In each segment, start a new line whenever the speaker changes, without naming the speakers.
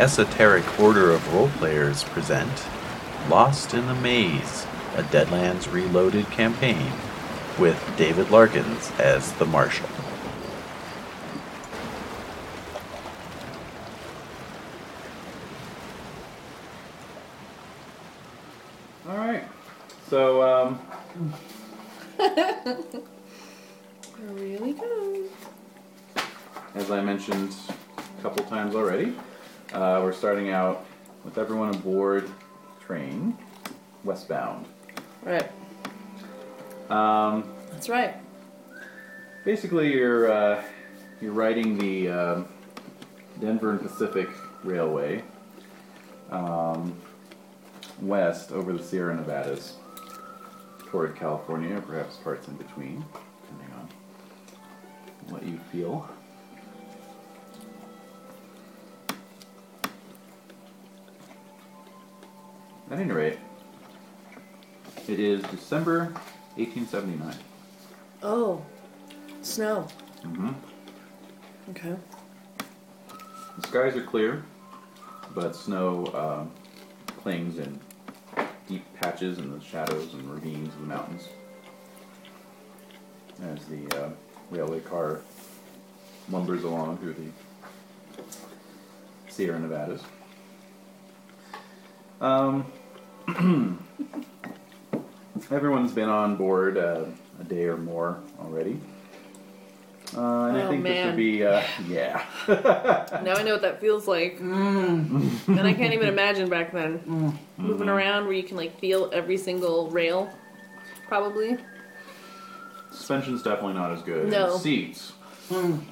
Esoteric Order of Roleplayers present Lost in the Maze, a Deadlands Reloaded campaign with David Larkins as the Marshal.
All right. So, um,
Here really go.
as I mentioned a couple times already, uh, we're starting out with everyone aboard train westbound.
Right.
Um,
That's right.
basically, you're uh, you're riding the um Denver and Pacific Railway um, west over the Sierra Nevadas toward California, or perhaps parts in between, depending on what you feel. At any rate, it is December 1879.
Oh. Snow.
hmm
Okay.
The skies are clear, but snow um, clings in deep patches in the shadows and ravines of the mountains. As the uh, railway car lumbers along through the Sierra Nevadas. Um, everyone's been on board uh, a day or more already. Uh, and I
Oh,
think this
man.
would be, uh, yeah.
Now I know what that feels like. and I can't even imagine back then. Moving around where you can like feel every single rail. Probably.
Suspension's definitely not as good.
No.
The seats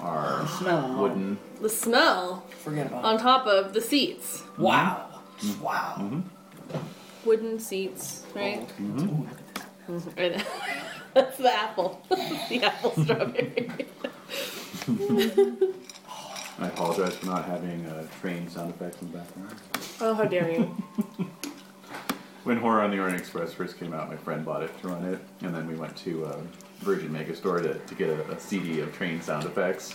are
Smell.
wooden.
The smell
Forget about
on top of the seats.
it. Wow. Just Wow.
Wooden seats, right?
Oh, look at that.
Right. That's the apple. the apple strawberry.
I apologize for not having uh, train sound effects in the background.
oh, how dare you.
When Horror on the Orient Express first came out, my friend bought it to run it, and then we went to uh, Virgin Megastore to, to get a, a CD of train sound effects.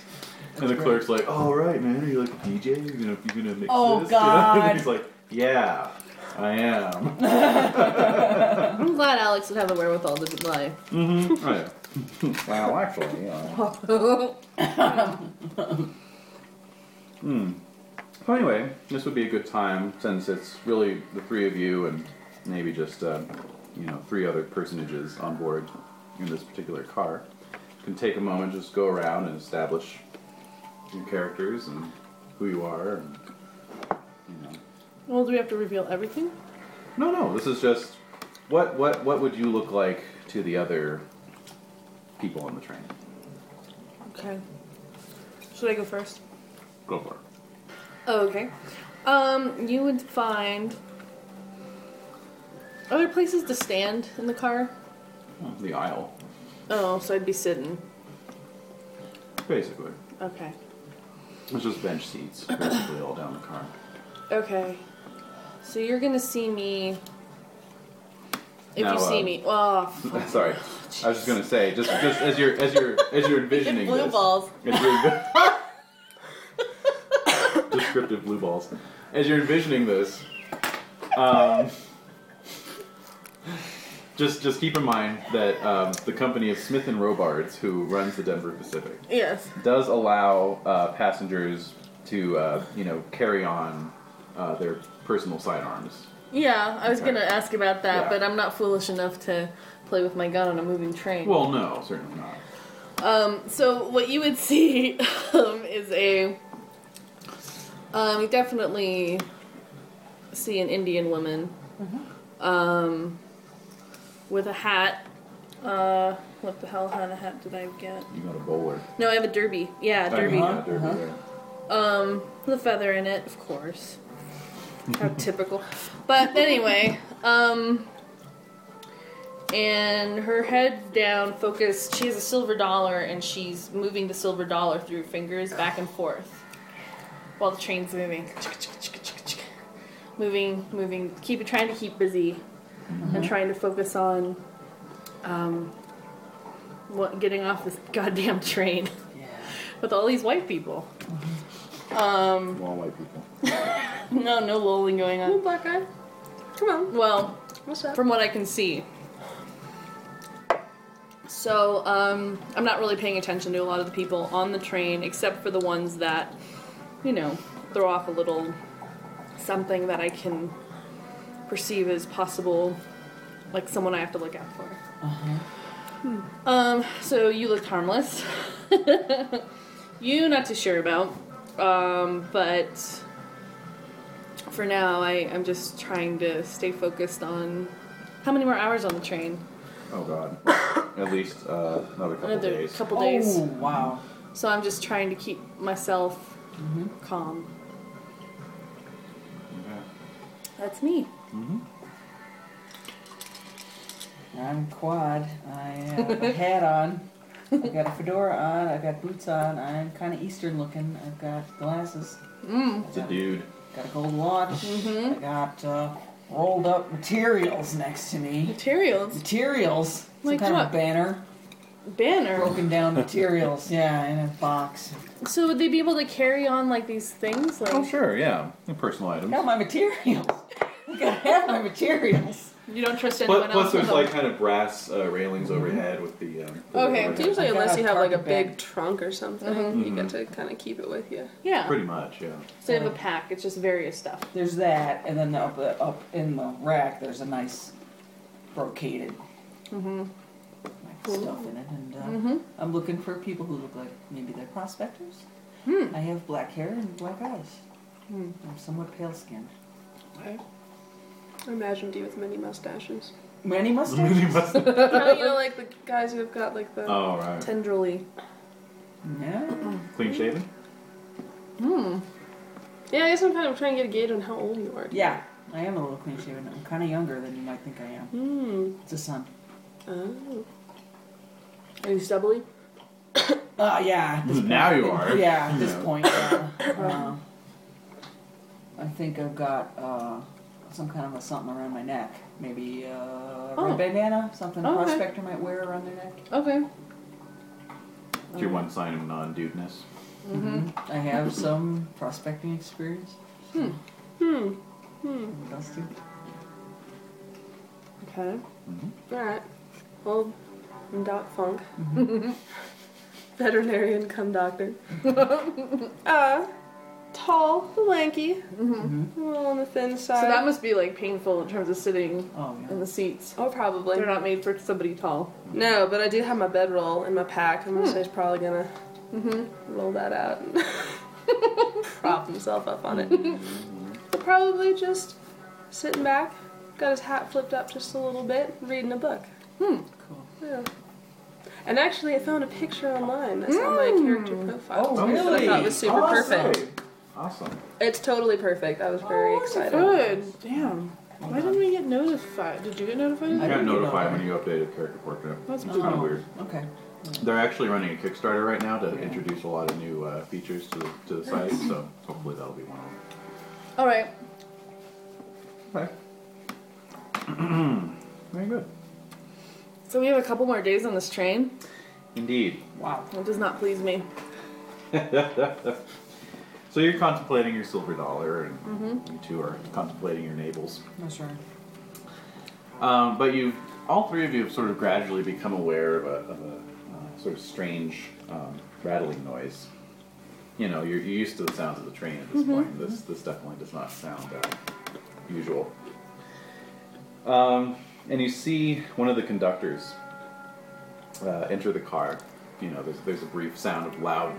And the clerk's like, "All right, man, are you like a DJ? You're gonna you're gonna mix
Oh,
this?" You know?
God.
And he's like, "Yeah, I am."
I'm glad Alex would have the wherewithal to lie.
oh, yeah. wow, actually, yeah. So Hmm. anyway, this would be a good time since it's really the three of you and maybe just uh, you know three other personages on board in this particular car. Can take a moment, just go around and establish your characters and who you are. And, you know.
well, do we have to reveal everything?
No, no, this is just what what what would you look like to the other people on the train?
Okay. Should I go first?
Go for it.
Oh, okay. Um, you would find. Are there places to stand in the car?
The aisle,
Oh, so I'd be sitting.
basically.
Okay.
It's just bench seats, basically all down the car.
Okay. So you're gonna see me. If
Now,
you see
um,
me. Oh, fuck.
Sorry, I was just gonna say, just just as you're as you're as you're envisioning
blue
this,
balls.
as you're envi- descriptive blue balls, as you're envisioning this, um, just just keep in mind that um, the company of Smith and Robards, who runs the Denver Pacific,
Yes.
does allow uh, passengers to uh, you know carry on uh, their personal sidearms.
Yeah, I was
Okay.
gonna ask about that,
Yeah.
but I'm not foolish enough to play with my gun on a moving train.
Well, no, certainly not.
So what you would see um, is a um, you definitely see an Indian woman um, with a hat. Uh, what the hell kind of hat did I get?
You got a bowler.
No, I have a derby. Yeah,
I mean,
derby Uh-huh.
yeah, derby, yeah.
with a feather in it, of course. How typical. But anyway, um, and her head down, focused. She has a silver dollar, and she's moving the silver dollar through fingers back and forth while the train's moving. Moving, moving. Keep trying to keep busy and trying to focus on um, what, getting off this goddamn train
Yeah.
with all these white people.
All white people.
No, no lolling going
Ooh,
on.
black guy. Come on.
Well,
What's up?
from what I can see. So, um, I'm not really paying attention to a lot of the people on the train, except for the ones that, you know, throw off a little something that I can perceive as possible, like someone I have to look out for.
Uh-huh.
Hmm. Um, so you looked harmless. you, not too sure about. Um, but for now, I, I'm just trying to stay focused on how many more hours on the train?
Oh god. At least uh, another couple
Another
days.
couple days.
Oh, wow.
So I'm just trying to keep myself Mm-hmm. calm. That's me.
I'm quad. I have a hat on. I've got a fedora on. I've got boots on. I'm kind of Eastern looking. I've got glasses.
It's a dude.
Got a gold watch. I got uh, rolled up materials next to me.
Materials.
Materials. Some
Like
kind of
what?
a banner.
Banner.
Broken down materials. Yeah, in a box.
So would they be able to carry on like these things? Like
Oh sure, yeah. Personal items.
Got my materials. I gotta have my materials.
you don't trust anyone
Plus,
else.
plus there's
with
like kind of brass uh, railings
Mm-hmm.
overhead with the. Um, the
Okay,
overhead.
do
Usually,
I've got
unless
a
you have like a
target bag.
big trunk or something, you get to kind of keep it with you.
them. yeah.
Pretty much, yeah.
So they have a pack. It's just various stuff.
There's that, and then up up in the rack, there's a nice brocaded like, stuff in it. And uh, I'm looking for people who look like maybe they're prospectors. I have black hair and black eyes. I'm somewhat pale skinned.
I imagined you with many mustaches.
Many mustaches.
you know, like the guys who have got like the.
Oh right.
Tendrily.
Yeah.
Clean shaven.
Yeah, I guess I'm kind of trying to get a gauge on how old you are.
yeah, I am a little clean shaven. I'm kind of younger than you might think I am.
Hmm.
It's a sun.
Oh.
Are you stubbly?
Oh, yeah.
Now you are.
Yeah, at this
Yeah.
point, yeah. Uh, I think I've got uh, some kind of a something around my neck. Maybe uh, a
Oh.
red bandana, something
Oh,
a
Okay.
prospector might wear around their neck.
Okay.
It's your one sign of non-dudeness.
Mm-hmm.
I have some prospecting experience.
Hmm.
What else do?
Okay.
Alright. Well, I'm Doc Funk. Mm-hmm. Veterinarian come doctor. uh, tall, lanky, a little on the thin side.
So that must be like painful in terms of sitting
Oh,
in
yeah.
the seats.
oh, probably.
They're not made for somebody tall.
No, but I do have my bedroll in my pack. I'm gonna say he's probably gonna roll that out and prop himself up on it. But probably just sitting back, got his hat flipped up just a little bit, reading a book.
Cool.
Yeah. And actually, I found a picture online that's on my character profile.
Oh,
which I thought was super perfect.
Awesome.
It's totally perfect. I was very excited.
Good. Damn. Why didn't we get notified? Did you get notified?
You
I
got
didn't
notified
know.
when you updated character portrait.
That's
it's kind of Oh, weird.
Okay.
They're actually running a Kickstarter right now to introduce a lot of new uh, features to the, to the site, so hopefully that'll be one of them.
All right.
Okay. Very good.
So we have a couple more days on this train.
Indeed.
Wow.
It does not please me.
So you're contemplating your silver dollar, and you two are contemplating your navels.
No, sure.
Um, but you, all three of you, have sort of gradually become aware of a, of a uh, sort of strange um, rattling noise. You know, you're, you're used to the sounds of the train at this point. This this definitely does not sound uh, usual. Um, and you see one of the conductors uh, enter the car. You know, there's there's a brief sound of loud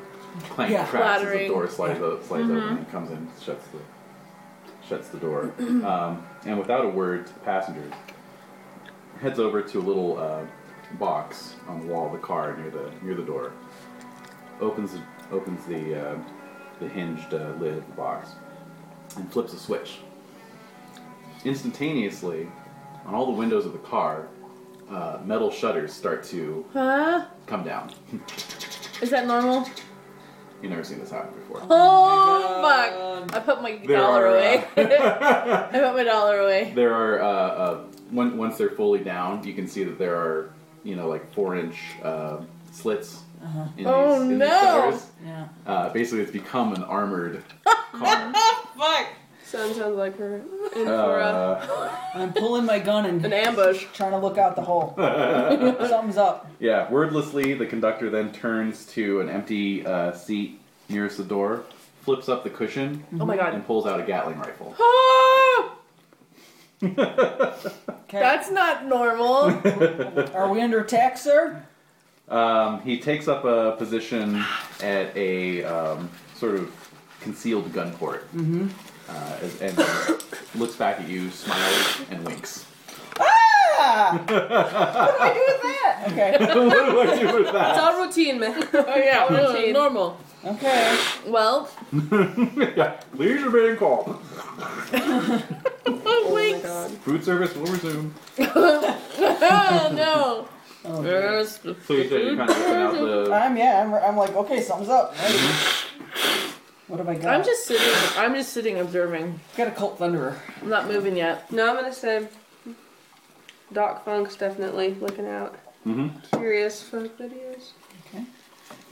clank
Yeah.
cracks as the
Clattering.
door slides, o- slides open and comes in, and shuts the shuts the door, um, and without a word to the passengers, heads over to a little uh, box on the wall of the car near the near the door. Opens opens the uh, the hinged uh, lid of the box and flips a switch. Instantaneously, on all the windows of the car, uh, metal shutters start to
Huh?
come down.
Is that normal?
You've never seen this happen before.
Oh fuck! I put my
There
dollar
are, uh,
away. I put my dollar away.
There are uh, uh, when, once they're fully down, you can see that there are you know like four inch uh, slits in
Oh,
these, in
no.
these shutters.
Yeah.
Uh, basically, it's become an armored car.
Fuck.
Sounds sounds like we're in for a,
Uh,
I'm pulling my gun and
an ambush.
trying to look out the hole. Something's up.
yeah, wordlessly, the conductor then turns to an empty uh, seat nearest the door, flips up the cushion,
Oh my
and
god.
pulls out a Gatling rifle.
Ah!
Okay.
That's not normal.
Are we under attack, sir?
Um, he takes up a position at a um, sort of concealed gun port, mm-hmm. uh, as- and looks back at you, smiles, and winks.
Ah! what do I do with that? Okay.
what do I do with
It's
that?
all routine, man.
oh yeah,
Routine.
normal.
Okay.
Well,
yeah, leaves are being called.
Oh my
winks.
god.
Food service will resume.
Oh no.
Oh, dear.
Yes.
So you said you kind of looking out the.
I'm yeah. I'm, I'm like okay. Something's up. What have I got?
I'm just sitting. I'm just sitting observing.
got a cult thunderer.
I'm not moving yet.
No, I'm gonna say Doc Funk's definitely looking out.
Mhm.
Curious folk videos.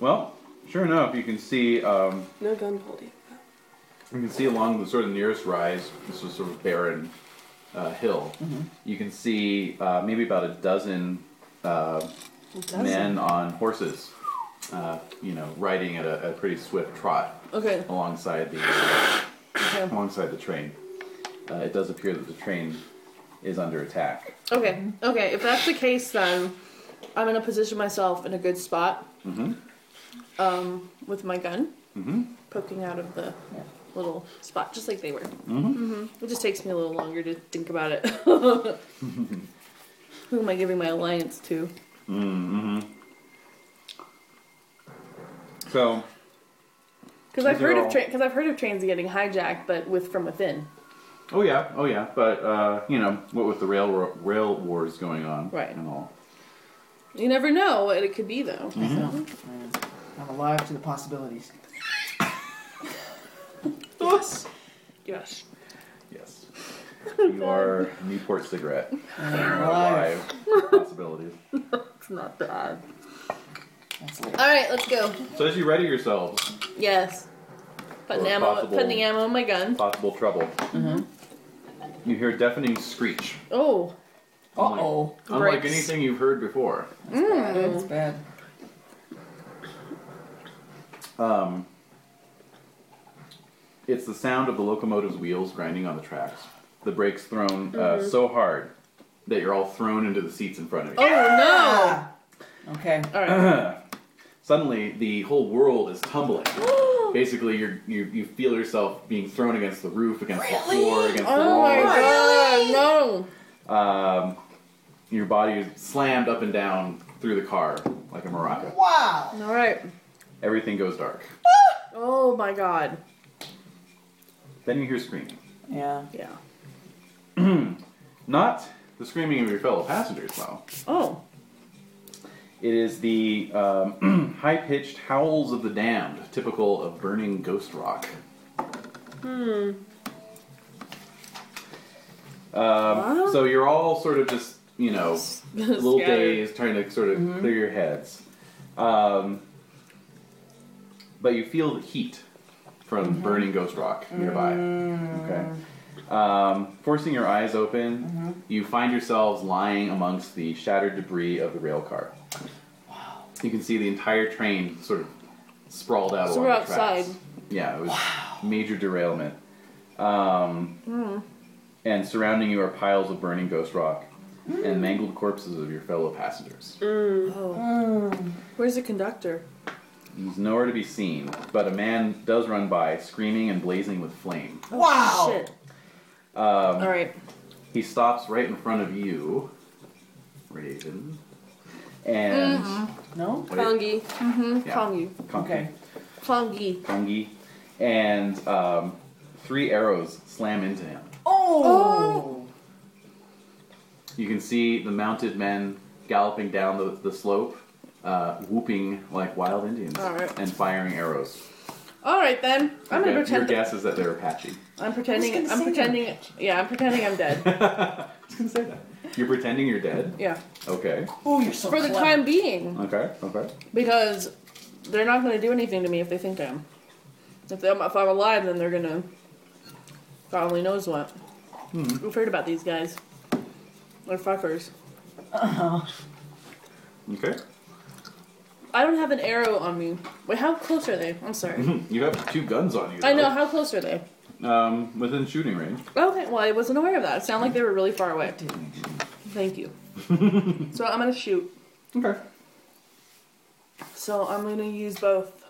Well, sure enough, you can see um,
No gun holding.
You can see along the sort of nearest rise, this was sort of barren uh, hill.
Mm-hmm.
You can see uh, maybe about a dozen, uh, men on horses, uh, you know, riding at a, a pretty swift trot
Okay.
alongside the
Okay.
alongside the train. Uh, it does appear that the train is under attack.
Okay. Okay. If that's the case, then I'm gonna position myself in a good spot.
Mm-hmm.
Um, with my gun poking out of the
Yeah.
little spot, just like they were. Mm-hmm. It just takes me a little longer to think about it. Who am I giving my alliance to?
So
Because I've
These are
heard
all-
of because I've heard of trains getting hijacked, but with from within.
Oh yeah, oh yeah, but uh, you know, what with the rail rail wars going on
Right.
and all.
You never know what it could be, though.
So, I'm alive to the possibilities.
Yes.
Yes.
Yes. You are Newport cigarette.
Alive.
Alive. Possibilities.
It's not bad.
That's it.
All right, let's go.
So as you ready yourselves,
Yes. Putting
Or
ammo,
possible-
putting ammo in my gun.
possible trouble.
Mm-hmm.
You hear a deafening screech.
Oh,
Uh oh.
Unlike
Brakes.
anything you've heard before.
That's bad.
Um, it's the sound of the locomotive's wheels grinding on the tracks. The brakes thrown uh, so hard that you're all thrown into the seats in front of you.
Mm-hmm. oh no!
Ah! Okay.
All right.
Suddenly, the whole world is tumbling. Basically, you're, you you feel yourself being thrown against the roof, against the floor, against the
Oh
wall.
my god! No.
um, your body is slammed up and down through the car like a maraca.
Wow.
All right.
Everything goes dark.
Oh my god.
Then you hear screaming.
Yeah.
Yeah.
Not the screaming of your fellow passengers, though.
Oh.
It is the um, high pitched howls of the damned, typical of burning ghost rock. Hmm. Um,
What?
so you're all sort of just, you know, a little
Scattered.
dazed, trying to sort of clear your heads. Um, but you feel the heat from burning ghost rock nearby. Okay. Um, forcing your eyes open, you find yourselves lying amongst the shattered debris of the rail car. You can see the entire train sort of sprawled out
So
along
we're
the tracks.
outside.
Yeah, it was major derailment. Um,
Mm.
And surrounding you are piles of burning ghost rock and mangled corpses of your fellow passengers.
Oh. Where's the conductor?
He's nowhere to be seen, but a man does run by, screaming and blazing with flame.
Oh, wow.
Shit.
Um,
All right.
He stops right in front of you, Raven, and
Mm-hmm.
No.
wait,
Kongi.
yeah,
Kongi.
Kongi.
Okay.
Kongi.
Kongi, and um, three arrows slam into him.
Oh.
You can see the mounted men galloping down the, the slope, uh, whooping like wild Indians
All right.
and firing arrows.
All right then. I'm gonna
your, gu- your
pretend.
guess is that they're Apache.
I'm pretending.
gonna
I'm
say that.
pretending. Yeah, I'm pretending I'm dead.
I was gonna say that. You're pretending you're dead.
Yeah.
Okay.
Oh, you're so
For the
clever.
time being.
Okay. Okay.
Because they're not going to do anything to me if they think I am. If, I'm, if I'm alive, then they're going to God only knows what. We've heard about these guys. They're fuckers.
Okay.
I don't have an arrow on me. Wait, how close are they? I'm sorry.
Hmm. You have two guns on you.
I know,
though.
how close are they?
Um, within shooting range.
Okay, well, I wasn't aware of that. It sounded like they were really far away. Thank you. so I'm gonna shoot.
Okay.
So I'm gonna use both.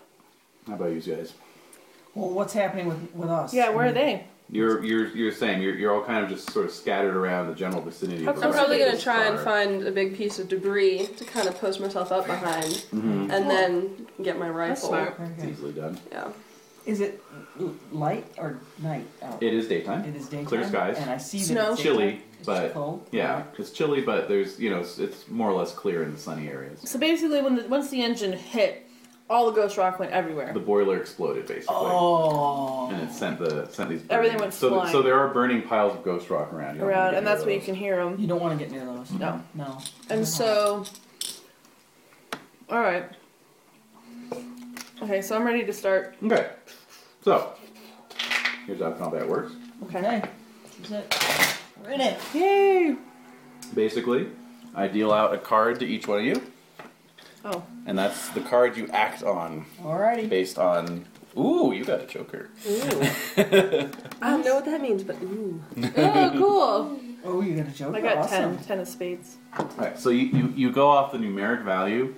How about you guys?
Well, what's happening with with us? Hmm.
Yeah, where are they?
You're you're you're saying you're you're all kind of just sort of scattered around the general vicinity. of
I'm
the
I'm
Right.
wreck
probably
of
gonna
this
try and
car.
find a big piece of debris to kind of post myself up behind, and then get my rifle.
smart.
It's
Oh, Okay.
easily done.
Yeah.
Is it l- light or night? Out?
It is daytime.
It is daytime.
Clear skies.
And I see that
Snow.
it's
Chilly,
daytime. It's
but-
cold.
Yeah, it's chilly, but there's you know it's, it's more or less clear in the sunny areas.
So basically, when the, once the engine hit, all the ghost rock went everywhere.
The boiler exploded basically,
Oh.
and it sent the sent these. Burning,
Everything went
so th-
flying.
so there are burning piles of ghost rock around. You don't wanna
around,
get
and
near
that's where you
those.
can hear them.
You don't want to get near those.
No.
No.
And so, all right. Okay, so I'm ready to start.
Okay, so here's how how that works.
Okay. That's it. We're in it.
Yay!
Basically, I deal out a card to each one of you,
Oh,
and that's the card you act on
Alrighty.
based on. Ooh, you got a joker.
I don't know what that means, but ooh.
oh, cool!
Oh, you got a joke.
I got
awesome.
ten, ten of spades.
Alright, so you, you, you go off the numeric value.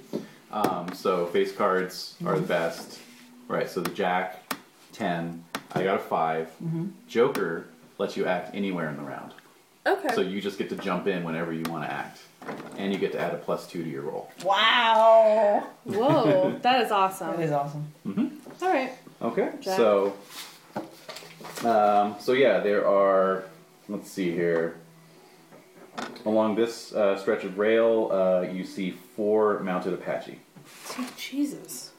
Um, so face cards are the best. Right, so the jack, 10. I got a 5. Joker lets you act anywhere in the round.
Okay.
So you just get to jump in whenever you want to act. And you get to add a plus 2 to your roll.
Wow.
Whoa, that is
That
awesome.
is awesome.
All right.
Okay.
Jack.
So, um, so yeah, there are. Let's see here. Along this uh, stretch of rail, uh, you see four mounted Apache. Mm-hmm.
Jesus.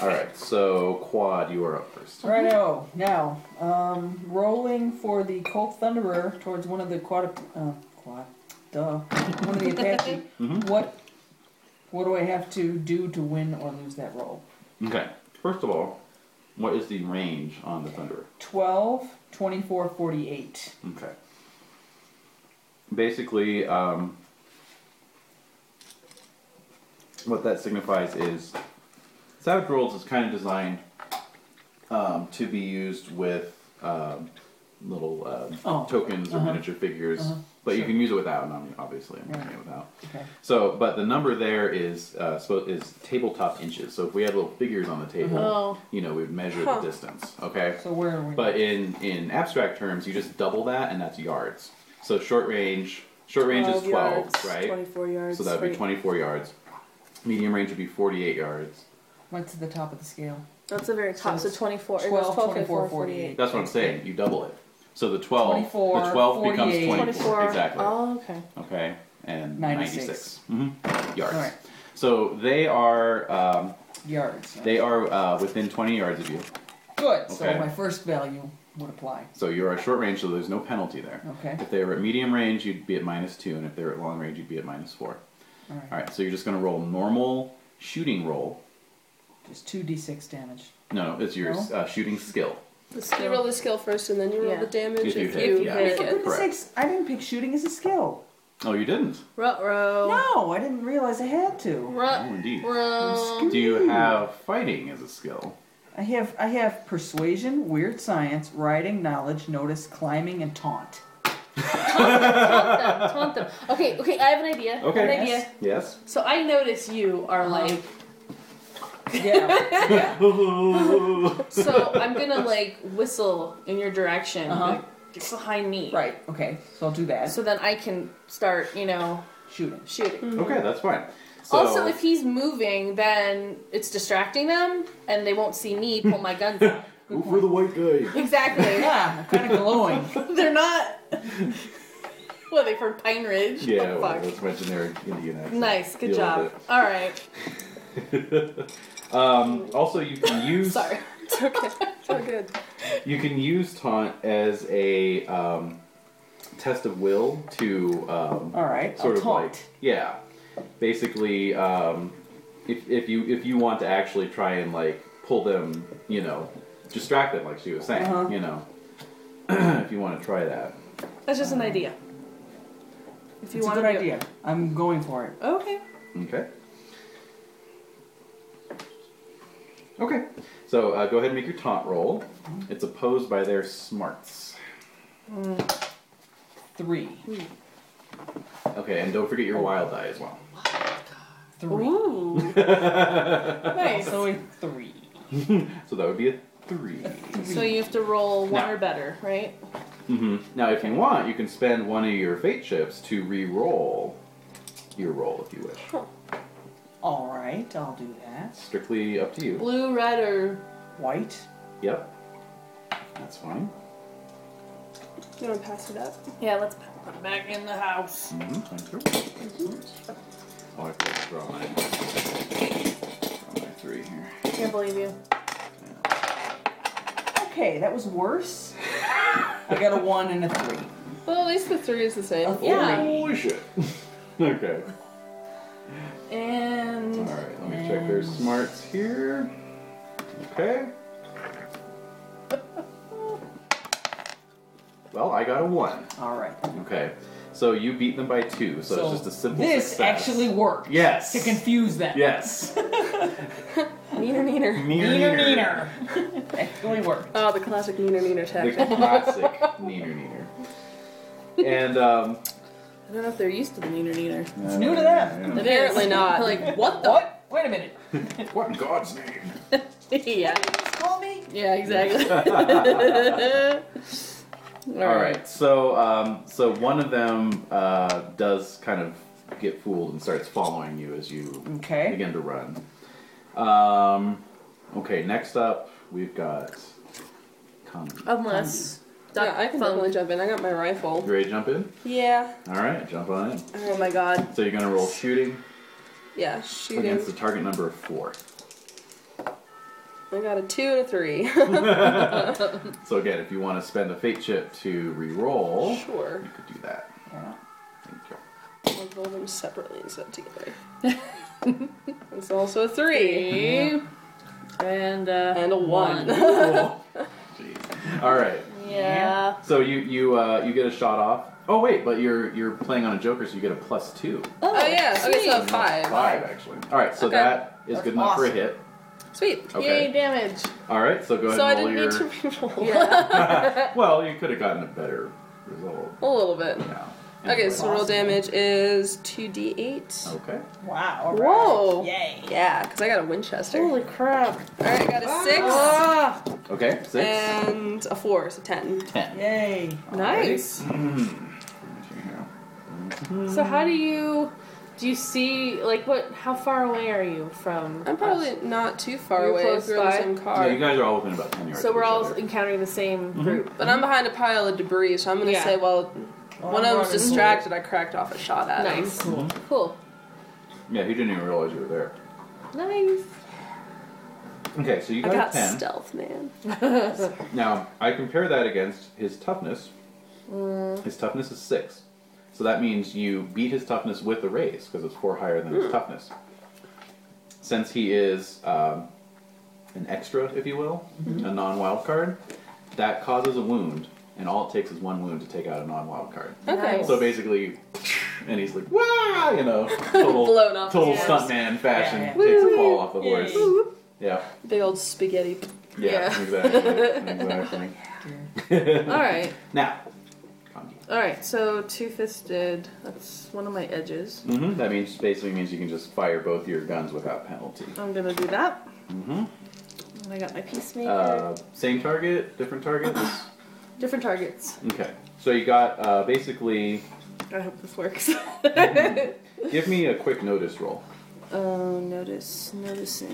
All right. So quad, you are up first.
Righto. Now, um, rolling for the Colt Thunderer towards one of the quad, uh, quad, duh, one of the Apache.
Mm-hmm.
What, what do I have to do to win or lose that roll?
Okay. First of all, what is the range on the Thunderer?
12, 24, 48.
Okay. Basically, um, what that signifies is Savage Worlds is kind of designed um, to be used with um, little um,
Oh.
tokens or
Uh-huh.
miniature figures,
Uh-huh.
but you can use it without. And I'm- obviously, I'm doing
Right.
it without.
Okay.
So, but the number there is uh, suppo- is tabletop inches. So if we had little figures on the table,
Uh-huh.
Oh.
you know, we'd measure
Huh.
the distance. Okay.
So where are we?
But in in abstract terms, you just double that, and that's yards. So short range, short range is
12
twelve,
yards,
right?
24 yards.
So that would be
right?
twenty-four yards. Medium range would be forty-eight yards.
Went to the top of the scale.
That's the very top. So 24. 12,
12,
12
24, 48.
That's what I'm saying. You double it. So the twelve,
24,
the twelve becomes
48.
24,
24.
exactly.
Oh, okay.
Okay, and
96.
96, Mhm. yards.
All right.
So they are um,
Yards.
they are uh, within twenty yards of you.
Good. So
Okay.
my first value would apply.
So you're at short range, so there's no penalty there.
Okay.
If they were at medium range, you'd be at minus two, and if they were at long range, you'd be at minus four.
All right.
All right, so you're just going to roll normal shooting roll.
Just 2d6 damage.
No, no, it's your
No?
uh, shooting skill.
you roll the skill first, and then you roll
Yeah.
the damage if,
If you hit,
you
yeah.
make
For
it.
Goodness
Correct.
sakes, I didn't pick shooting as a skill.
Oh, you didn't.
Ruh-roh.
No, I didn't realize I had to.
Oh,
Ruh-roh.
indeed. Do you have fighting as a skill?
I have I have persuasion, weird science, writing, knowledge, notice, climbing, and taunt.
Taunt them. Taunt them. Okay, okay, I have an idea. I have an
Okay.
idea.
Yes.
So I notice you are like,
Yeah.
so I'm gonna like whistle in your direction.
Uh-huh.
like, Get behind me.
right. Okay. So I'll do that.
So then I can start, you know,
shooting.
shooting.
Okay, that's fine. So,
also, if he's moving, then it's distracting them, and they won't see me pull my guns out.
go for the white guy.
exactly.
Yeah. Kind of glowing.
They're not. what are they from Pine Ridge?
Yeah,
Oh,
well,
fuck.
that's my generic Indian accent.
Nice. Good
Deal
job.
with
All right.
it. Um, also, you can use
Sorry.
It's okay. It's all good.
you can use taunt as a um, test of will to um,
All right.
sort
I'll
of
taunt.
like yeah basically um, if, if you if you want to actually try and like pull them you know distract them like she was saying
Uh-huh.
you know if you want to try that.
That's just an idea. If you
it's a
want
good
to
idea. I'm going for it.
Okay.
Okay. Okay. So uh, go ahead and make your taunt roll. It's opposed by their smarts.
Three.
Okay, and don't forget your wild eye as well.
Three.
Ooh. nice.
So a three.
So that would be a three.
So you have to roll one
No.
or better, right?
hmm Now, if you want, you can spend one of your fate chips to re-roll your roll if you wish.
All right, I'll do that.
Strictly up to you.
Blue, red, or
White.
Yep. That's fine.
You want to pass it up?
yeah. Let's put it back in the house.
Mm-hmm. Thank you. Oh, I forgot to draw my, draw my three here.
Can't believe you.
Okay, that was worse. I got a one and a three.
Well, at least the three is the same.
Yeah.
Holy shit. okay.
And
Alright, let me check their smarts here. Okay. Well, I got a one.
All right.
Okay. So you beat them by two, so, it's just a simple
This
success.
actually worked.
Yes.
To confuse them.
Yes.
Neener, neener.
Neener, neener. actually worked.
Oh, the classic neener, neener
The
tactic.
classic neener neener. And um
I don't know if they're used to the neener, neener.
It's new to them.
Apparently not.
Like what the?
What? Wait a minute.
What in God's name?
yeah.
Call me.
Yeah, exactly.
All right. So, um, so one of them uh, does kind of get fooled and starts following you as you
Okay.
begin to run. Um, okay. Next up, we've got. Connie.
Unless.
Yeah, I can definitely jump in. I got my rifle.
You ready to jump in?
Yeah.
All right, jump on in.
Oh my god.
So you're gonna roll shooting
Yeah, shooting.
against the target number of four.
I got a two and a three.
So again, if you want to spend a fate chip to re-roll,
sure.
you could do that.
Yeah.
Thank you.
I'll roll them separately instead of together. it's also a three.
And uh,
And a one.
Cool. Jeez. All right.
Yeah.
So you you uh, you get a shot off. Oh wait, but you're you're playing on a joker, so you get a plus two.
Oh, yeah. Okay, so a five.
Five actually. All right, so
Okay.
that is
That's
good enough for a
awesome.
hit.
Sweet.
Okay.
Yay damage.
All right, so go ahead
So I
and roll
didn't
your.
need to reroll.
well, you could have gotten a better result.
A little bit.
Yeah.
Okay,
Anyway.
so roll damage is 2d8.
Okay.
Wow. all right.
Whoa!
Yay.
Yeah, because I got a Winchester.
Holy crap.
Alright, I got a 6
Ah.
Okay. Six.
and a 4, so 10.
Yay.
Nice!
Hmm.
So how do you do you see like what how far away are you from
I'm probably not too far
You're
away
close
if we're in the
by.
same car.
Yeah, you guys are all within about ten yards.
us? So
of
we're
each
all
other.
encountering the same
Mm-hmm.
group.
But I'm behind a pile of debris, so I'm gonna
Yeah.
say, well,
Well,
one
I'm
of them's
running.
distracted, I cracked off a shot at him.
Nice. Cool. Cool.
Yeah, he didn't even realize you were there.
Nice.
Okay, so you
I
got,
got
a ten.
stealth, man.
Now I compare that against his toughness. His toughness is six, so that means you beat his toughness with a raise because it's four higher than his toughness. Since he is um, an extra, if you will, a non-wild card, that causes a wound, and all it takes is one wound to take out a non-wild card.
Okay.
So basically, and he's like, "Wah!" You know, total,
Blown off
total
his ass.
stuntman fashion
Yeah,
yeah.
takes a fall off the
Yay.
horse. Yeah.
Big old spaghetti.
Yeah,
Yeah.
exactly. exactly.
All right.
Now, Condi.
All right. So two-fisted. That's one of my edges.
Mm-hmm. That means basically means you can just fire both your guns without penalty.
I'm gonna do that.
Mm-hmm.
And I got my peacemaker.
Uh, same target, different targets.
Different targets.
okay. So you got uh, basically.
I hope this works.
Give me a quick notice roll.
Oh, notice, noticing,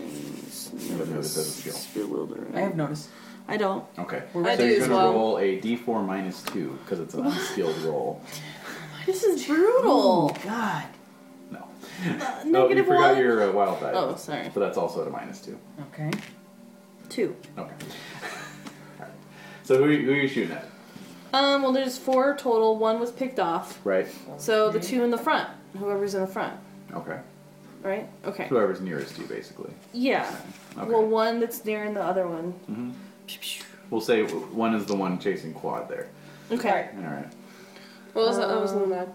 haven't noticed that skill.
bewildering.
I have noticed.
I don't.
Okay.
I
so
do
you're
as
gonna
well.
roll a D4 minus two because it's an unskilled roll.
This is brutal.
God.
No. oh, you
negative
forgot
one?
your uh, wild die.
Oh, sorry.
But that's also at a minus two.
Okay.
Two.
Okay. so who, who are you shooting at?
Um. Well, there's four total. One was picked off.
Right.
So the two in the front. Whoever's in the front.
Okay.
Right. Okay.
Whoever's nearest you, basically.
Yeah.
Okay.
Well, one that's near and the other one.
Mhm. We'll say w- one is the one chasing Quad there.
Okay.
Alright.
All right.
Well, that was, that was Lunak.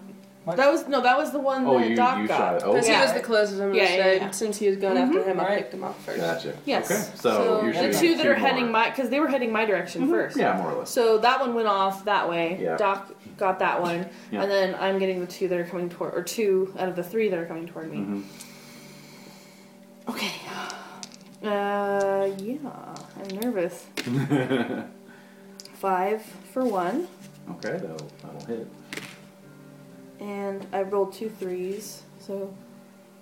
That was no, that was the one
Oh,
that
you,
Doc
you
got.
shot it. Oh,
Because
Yeah.
he was the closest I'm
Yeah,
gonna
yeah,
say.
yeah.
Since he was going after him, I
Alright.
picked him up first.
gotcha.
Yes.
Okay. So,
So
you're
the
shooting
two that are
more. Mm-hmm.
heading my because they were heading my direction first.
Yeah, more or less.
So that one went off that way.
Yeah.
Doc got that one,
Yeah.
and then I'm getting the two that are coming toward, or two out of the three that are coming toward me.
Mhm. Mm-hmm.
Okay. Uh, yeah, I'm nervous. Five for one,
Okay, that'll, that'll hit.
and I rolled two threes, so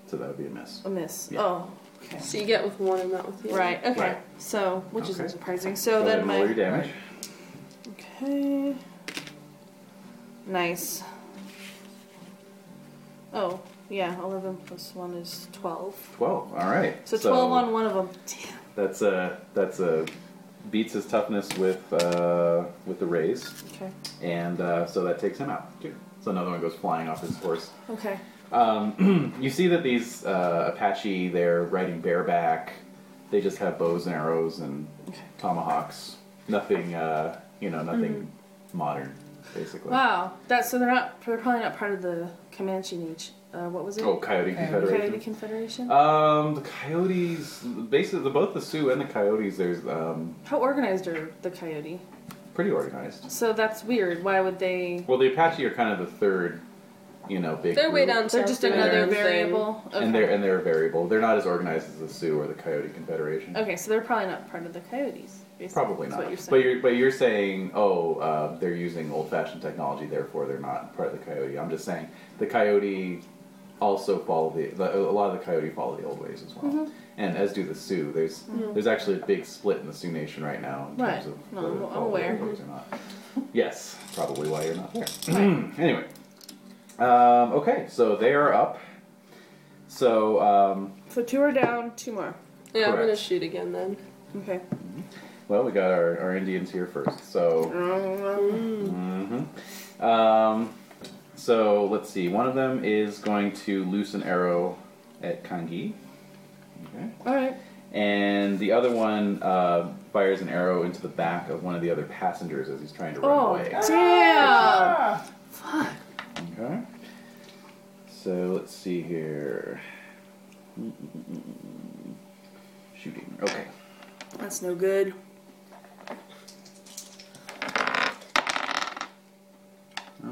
So that would be a miss.
a miss.
Yeah.
Oh, okay.
So you get with one and not with the other.
Right. Okay.
Right.
So, which
Okay.
isn't surprising. So
Go ahead
then
and
my
roll your damage.
Okay. Nice. Oh, yeah, 11 plus 1 is 12.
Twelve. All right.
So 12 on one of them. Damn.
That's a that's a beats his toughness with uh, with the raise,
Okay.
and uh, so that takes him out too. So another one goes flying off his horse.
Okay.
Um, you see that these uh, Apache, they're riding bareback. They just have bows and arrows and
Okay.
tomahawks. Nothing, uh, you know, nothing modern, basically.
Wow. That's so they're not they're probably not part of the Comanche Nation. Uh, what was it?
Oh, Coyote
Okay.
Coyote
Confederation.
Confederation.
Um, the coyotes, basically, the, both the Sioux and the coyotes, there's um,
How organized are the Coyote?
pretty organized.
So that's weird. Why would they?
Well, the Apache are kind of the third, you know, big.
They're way
group.
down
They're
south
just
doing their
another
own thing.
variable. Okay.
And they're and they're variable. They're not as organized as the Sioux or the Coyote Confederation.
okay, so they're probably not part of the Coyotes. basically,
Probably
is
not.
What you're saying.
but you're but you're saying, oh, uh, they're using old-fashioned technology, therefore they're not part of the coyote. I'm just saying the coyote also follow the, the a lot of the coyote follow the old ways as well,
Mm-hmm.
and as do the Sioux. There's there's actually a big split in the Sioux Nation right now in
Right.
terms of
No,
whether
I'm-
they
I'm
follow the old
aware.
ways or not. Yes, probably why you're not there. anyway, um, okay, so they are up. So um,
so two are down, two more.
Yeah, I'm gonna
Correct.
shoot again then.
Okay.
well, we got our, our Indians here first. So.
Mm.
hmm Um, so let's see. One of them is going to loose an arrow at Kangi. Okay.
All right.
And the other one uh, fires an arrow into the back of one of the other passengers as he's trying to run
Oh,
away.
damn!
Okay. So let's see here. Mm, Shooting. Okay.
That's no good.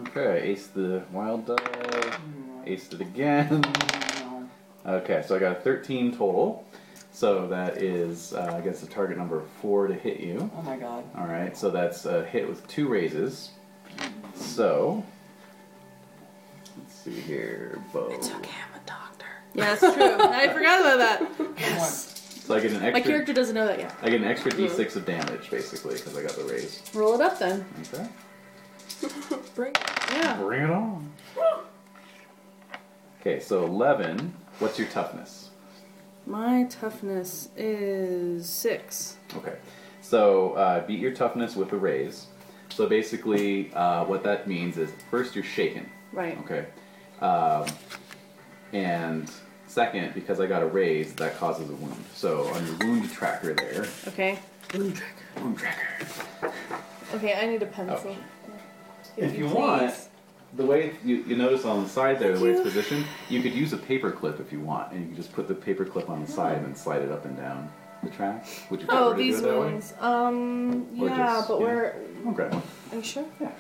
Okay. Ace the wild die. Aced it again.
No.
Okay, so I got a 13 total. So that is, uh, I guess, a target number of four to hit you.
Oh my god.
All right, so that's a hit with two raises. So, let's see here, bow.
I'm a doctor.
Yeah, that's true. I forgot about that.
So I get an
My
extra.
character doesn't know that yet.
I get an extra d6 of damage basically because I got the raise.
Roll it up then.
Okay,
Bring
Yeah.
bring it on. Okay, so 11. What's your toughness?
My toughness is six.
Okay. So uh, beat your toughness with a raise. So basically, uh, what that means is first you're shaken.
Right.
Okay. Um, and second, because I got a raise, that causes a wound. So on your wound tracker there.
Okay.
Wound tracker. Wound tracker.
Okay, I need a pencil.
If you
please.
want, the way you, you notice on the side there, the way it's positioned, you could use a paper clip if you want, and you can just put the paper clip on the side and then slide it up and down the track. Would you prefer
Oh,
to do
these
it that way?
ones. Um,
Or
yeah,
just,
but
yeah.
we're.
I'll grab one.
Are you sure?
Yeah.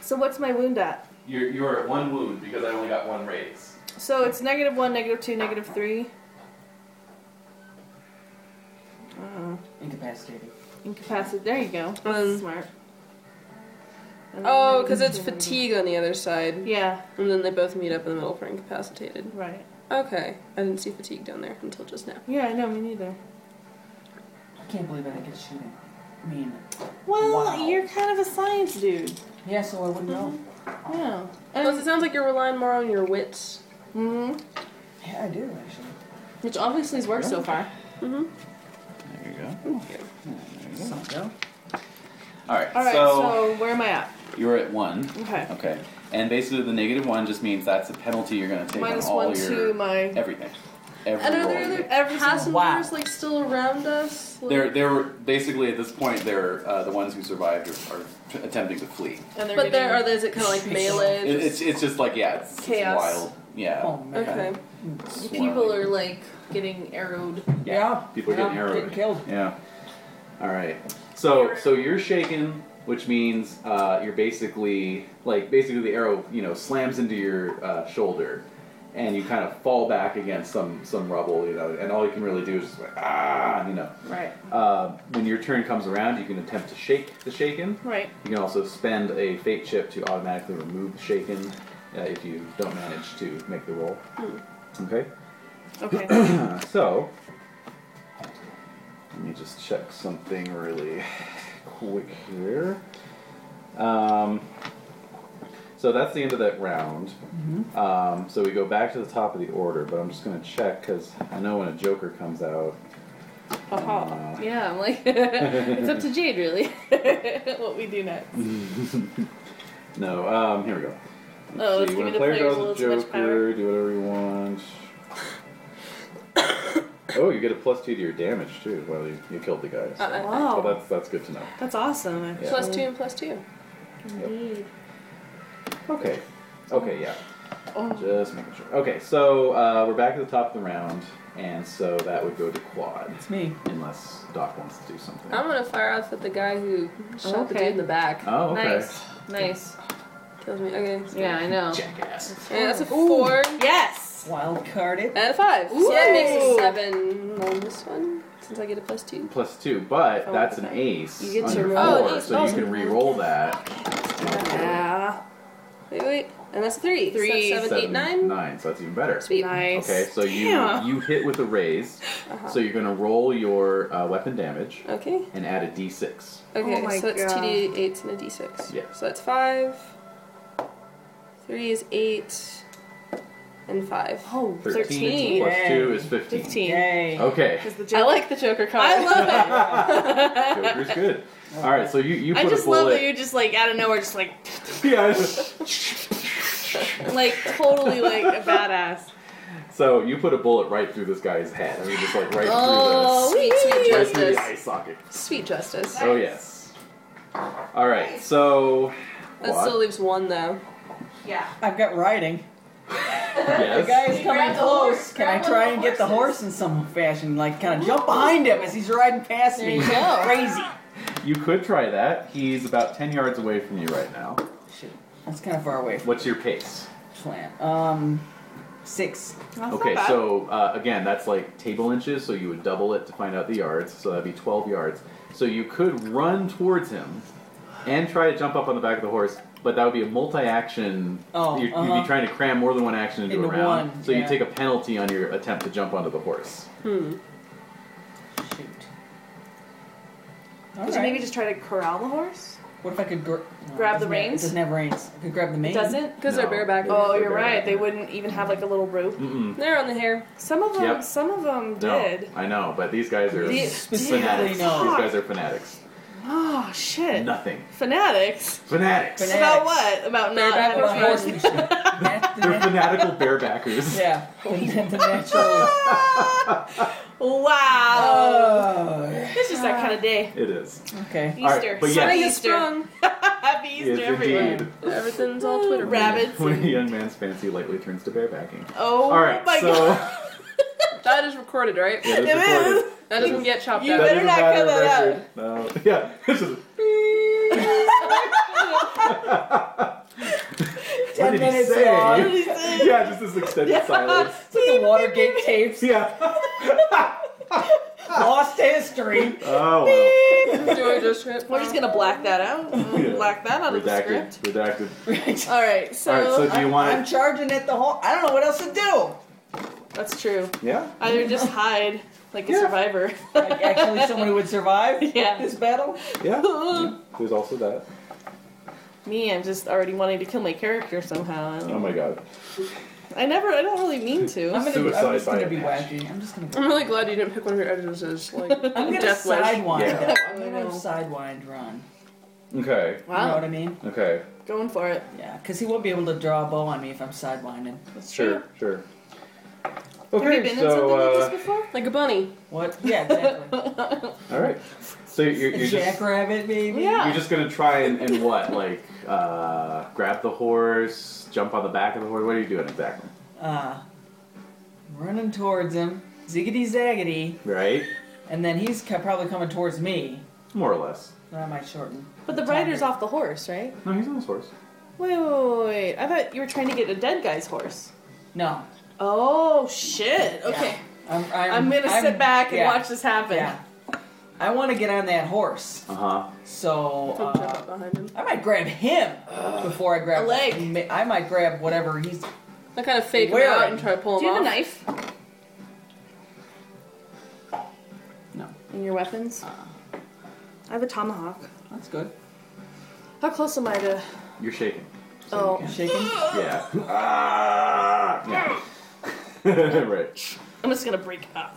So what's my wound at?
You're, you're at one wound because I only got one raise.
So it's negative one, negative two, negative three. Uh,
Incapacitated.
incapacitated. There you go.
Um,
That's smart. And then negative
Oh, because it's
two, negative-
fatigue on the other side,
Um, Yeah.
and then they both meet up in the middle for incapacitated.
Right.
Okay, I didn't see fatigue down there until just now.
Yeah, I know, me neither.
I can't believe I didn't get shooting. I mean,
Well,
Wow.
you're kind of a science dude.
yeah, so I wouldn't know.
Yeah.
Plus, Oh, it sounds like you're relying more on your wits.
hmm
Yeah, I do actually.
Which obviously has worked so far.
There you go.
So, yeah.
All right.
All right,
so,
so, where am I at?
you're at one.
Okay.
Okay. And basically, the negative one just means that's a penalty you're going to take
Minus
on all
one
your
to my.
everything. every
And are there
roll.
other
Every single-
passengers
wow.
like still around us? Like,
They're, they're basically at this point. They're uh, the ones who survived are, are t- attempting to flee.
And they're
but there are
getting-
those that kind of like melee.
It, it's it's just like yeah, it's,
Chaos.
It's wild. Yeah.
Oh, man.
okay.
people are like getting arrowed.
Yeah. People are
yeah,
getting arrowed.
Getting killed.
Yeah. All right. So so you're shaken, which means uh, you're basically like basically the arrow you know slams into your uh, shoulder, and you kind of fall back against some some rubble you know, and all you can really do is just like ah you know.
Right.
Uh, when your turn comes around, you can attempt to shake the shaken.
Right.
You can also spend a fate chip to automatically remove the shaken uh, if you don't manage to make the roll.
Hmm.
Okay.
Okay.
Uh, so, let me just check something really quick here. Um, so that's the end of that round.
Mm-hmm.
Um, so we go back to the top of the order, but I'm just going to check because I know when a Joker comes out.
Aha. Yeah, I'm like, it's up to Jade, really, what we do next.
No, um, here we go. Let's
Oh, let's
see. When
give
a
me the
player
players
draws a
a little too much
Joker,
power.
do whatever you want. oh, you get a plus two to your damage too. Well, you, you killed the guy. So.
Uh-uh.
so
Wow.
that's that's good to know.
That's awesome.
Yeah.
Plus two and plus two.
Indeed.
Okay. Okay, yeah.
Oh.
Just making sure. Okay, so uh, we're back at the top of the round, and so that would go to quad,
It's me.
unless Doc wants to do something.
Oh.
I'm gonna fire off at the guy who shot the
Okay.
dude in the back.
oh, okay.
Nice. Nice.
Kills me. Okay. so-
Yeah, I know.
Jackass.
Yeah, that's a four
Yes!
Wild carded.
and a five. So that
Ooh.
makes it seven on this one since I get a plus two.
Plus two, but
Oh,
that's an
okay.
ace
You get
on
to
your
roll.
four,
Oh, it is.
so
Oh,
you
so
can re-roll that.
Yeah.
Wait, wait, and that's a three. So
Three.
that's seven, eight,
Seven,
nine.
Nine, so that's even better.
Sweet.
Nice.
Okay, so
Damn.
you you hit with a raise,
Uh-huh.
so you're gonna roll your uh, weapon damage
Okay.
and add a d6.
Okay,
Oh my
so it's
God.
two d8s and a d6.
Yeah.
So that's five. Three is eight, and five.
Oh, 13.
13 plus two is 15.
15.
Yay.
Okay.
Is the joke.
I like the Joker card.
I love
Joker's good. All right, so you you
it.
put
I just
a bullet.
love that you're just like out of nowhere, just like
Yeah, it's-
like totally like a badass.
so you put a bullet right through this guy's head. I mean, just like right
Oh, sweet, sweet
through the right through
justice.
the eye socket.
Sweet justice.
Oh yes. All right, so
That
Quad?
still leaves one though.
Yeah.
I've got riding. The
yes.
guy is coming
Grab the horse.
close. Can I
Grab one
try
of
and
the
get the horse in some fashion? Like, kind of jump behind him as he's riding past
There
me.
you go.
Crazy.
You could try that. He's about ten yards away from you right now.
Shoot. That's kind of far away from
What's your pace?
the plan. Um, six.
That's
okay,
not bad.
so uh, again, that's like table inches, so you would double it to find out the yards. So that'd be twelve yards. So you could run towards him and try to jump up on the back of the horse, but that would be a multi-action.
Oh,
you'd, you'd
uh-huh.
be trying to cram more than one action into,
Into
a round.
one,
so you
yeah.
take a penalty on your attempt to jump onto the horse.
Shoot. All
Would
right.
you maybe just try to corral the horse?
What if I could gr- no, it
Grab the
doesn't have-
reins?
It doesn't have reins. I could grab the mane.
It doesn't?
Because
No.
they're bareback.
Oh.
Oh, you're right. They wouldn't even have like a little rope.
Mm-mm.
They're on the hair.
Some of them,
Yep.
some of them
No,
did.
I know, but these guys are
The-
fanatics.
Dude, I know.
These guys are fanatics.
Oh shit!
Nothing.
Fanatics.
Fanatics.
Fanatics.
About what? About not
Bareback
having
Well,
horse.
horses.
horses. That's the
They're
nat-
fanatical barebackers.
yeah. That's the natural.
Wow.
Oh.
It's just that kind of day.
It is.
Okay.
All right,
Easter.
but yes.
I
Sunny
get
Easter.
sprung.
Happy Easter,
Yes,
everyone.
indeed.
Everything's all Twitter.
Rabbits.
When a
and-
young man's fancy lightly turns to barebacking.
Oh
All right,
my
so
god.
That is recorded, right?
it is
It is.
recorded.
That doesn't get chopped
You
up.
better
doesn't
not cut
matter
that out.
record. No. Yeah. This is. what did he
minutes
say?
long.
What did he say?
yeah, just this extended silence.
It's like the Watergate tapes.
Yeah.
Lost history.
Oh well.
Do I just hit-
We're just gonna black that out.
Yeah.
Black that out of the
Redacted.
script.
Redacted.
Right.
All right. So,
All right. So do you want?
I'm charging at the whole. I don't know what else to do.
that's true.
yeah.
Either just hide like a
Yeah.
survivor.
Like, actually, someone who would survive
Yeah.
this battle.
Yeah. There's also that.
Me, I'm just already wanting to kill my character somehow. I, don't-
Oh my god.
I never. I don't really mean to.
I'm gonna.
Suicide
I'm just
by
gonna be
action.
wacky. I'm just gonna. Go.
I'm really glad you didn't pick one of your editors as like
I'm gonna
death wish.
sidewind.
Yeah.
that. I'm
I know.
gonna sidewind Ron.
Okay.
You know what I
wow.
mean?
Okay.
Going for it.
Yeah, because he won't be able to draw a bow on me if I'm sidewinding.
That's
Sure.
true.
Sure. Okay,
Have you been in
so
something like this
uh,
before?
Like a bunny.
What? Yeah, exactly.
all right, so you're,
A
you're just
Jackrabbit, maybe?
Yeah.
you're just gonna try and, and what like uh, grab the horse, jump on the back of the horse. What are you doing exactly?
Uh, running towards him, ziggity zaggity,
Right,
and then he's co- probably coming towards me.
more or less.
That might shorten.
But the rider's off the horse, right?
No, he's on his horse.
Wait, wait, wait, wait. I thought you were trying to get a dead guy's horse.
No.
Oh shit!
Yeah.
Okay,
I'm, I'm,
I'm gonna
I'm-
sit back and
yeah,
watch this happen.
Yeah. I want to get on that horse,
Uh huh.
so
Don't jump
uh,
up behind him.
I might grab him before I grab
A leg.
ma- I might grab whatever he's.
I kind of fake him
Where?
out and try to pull him
Do you have a
off.
knife
No,
in your weapons? I have a tomahawk.
that's good.
How close am I to?
You're shaking.
Oh,
you
Shaking.
Yeah. Ah! Yeah. right.
I'm just gonna break up.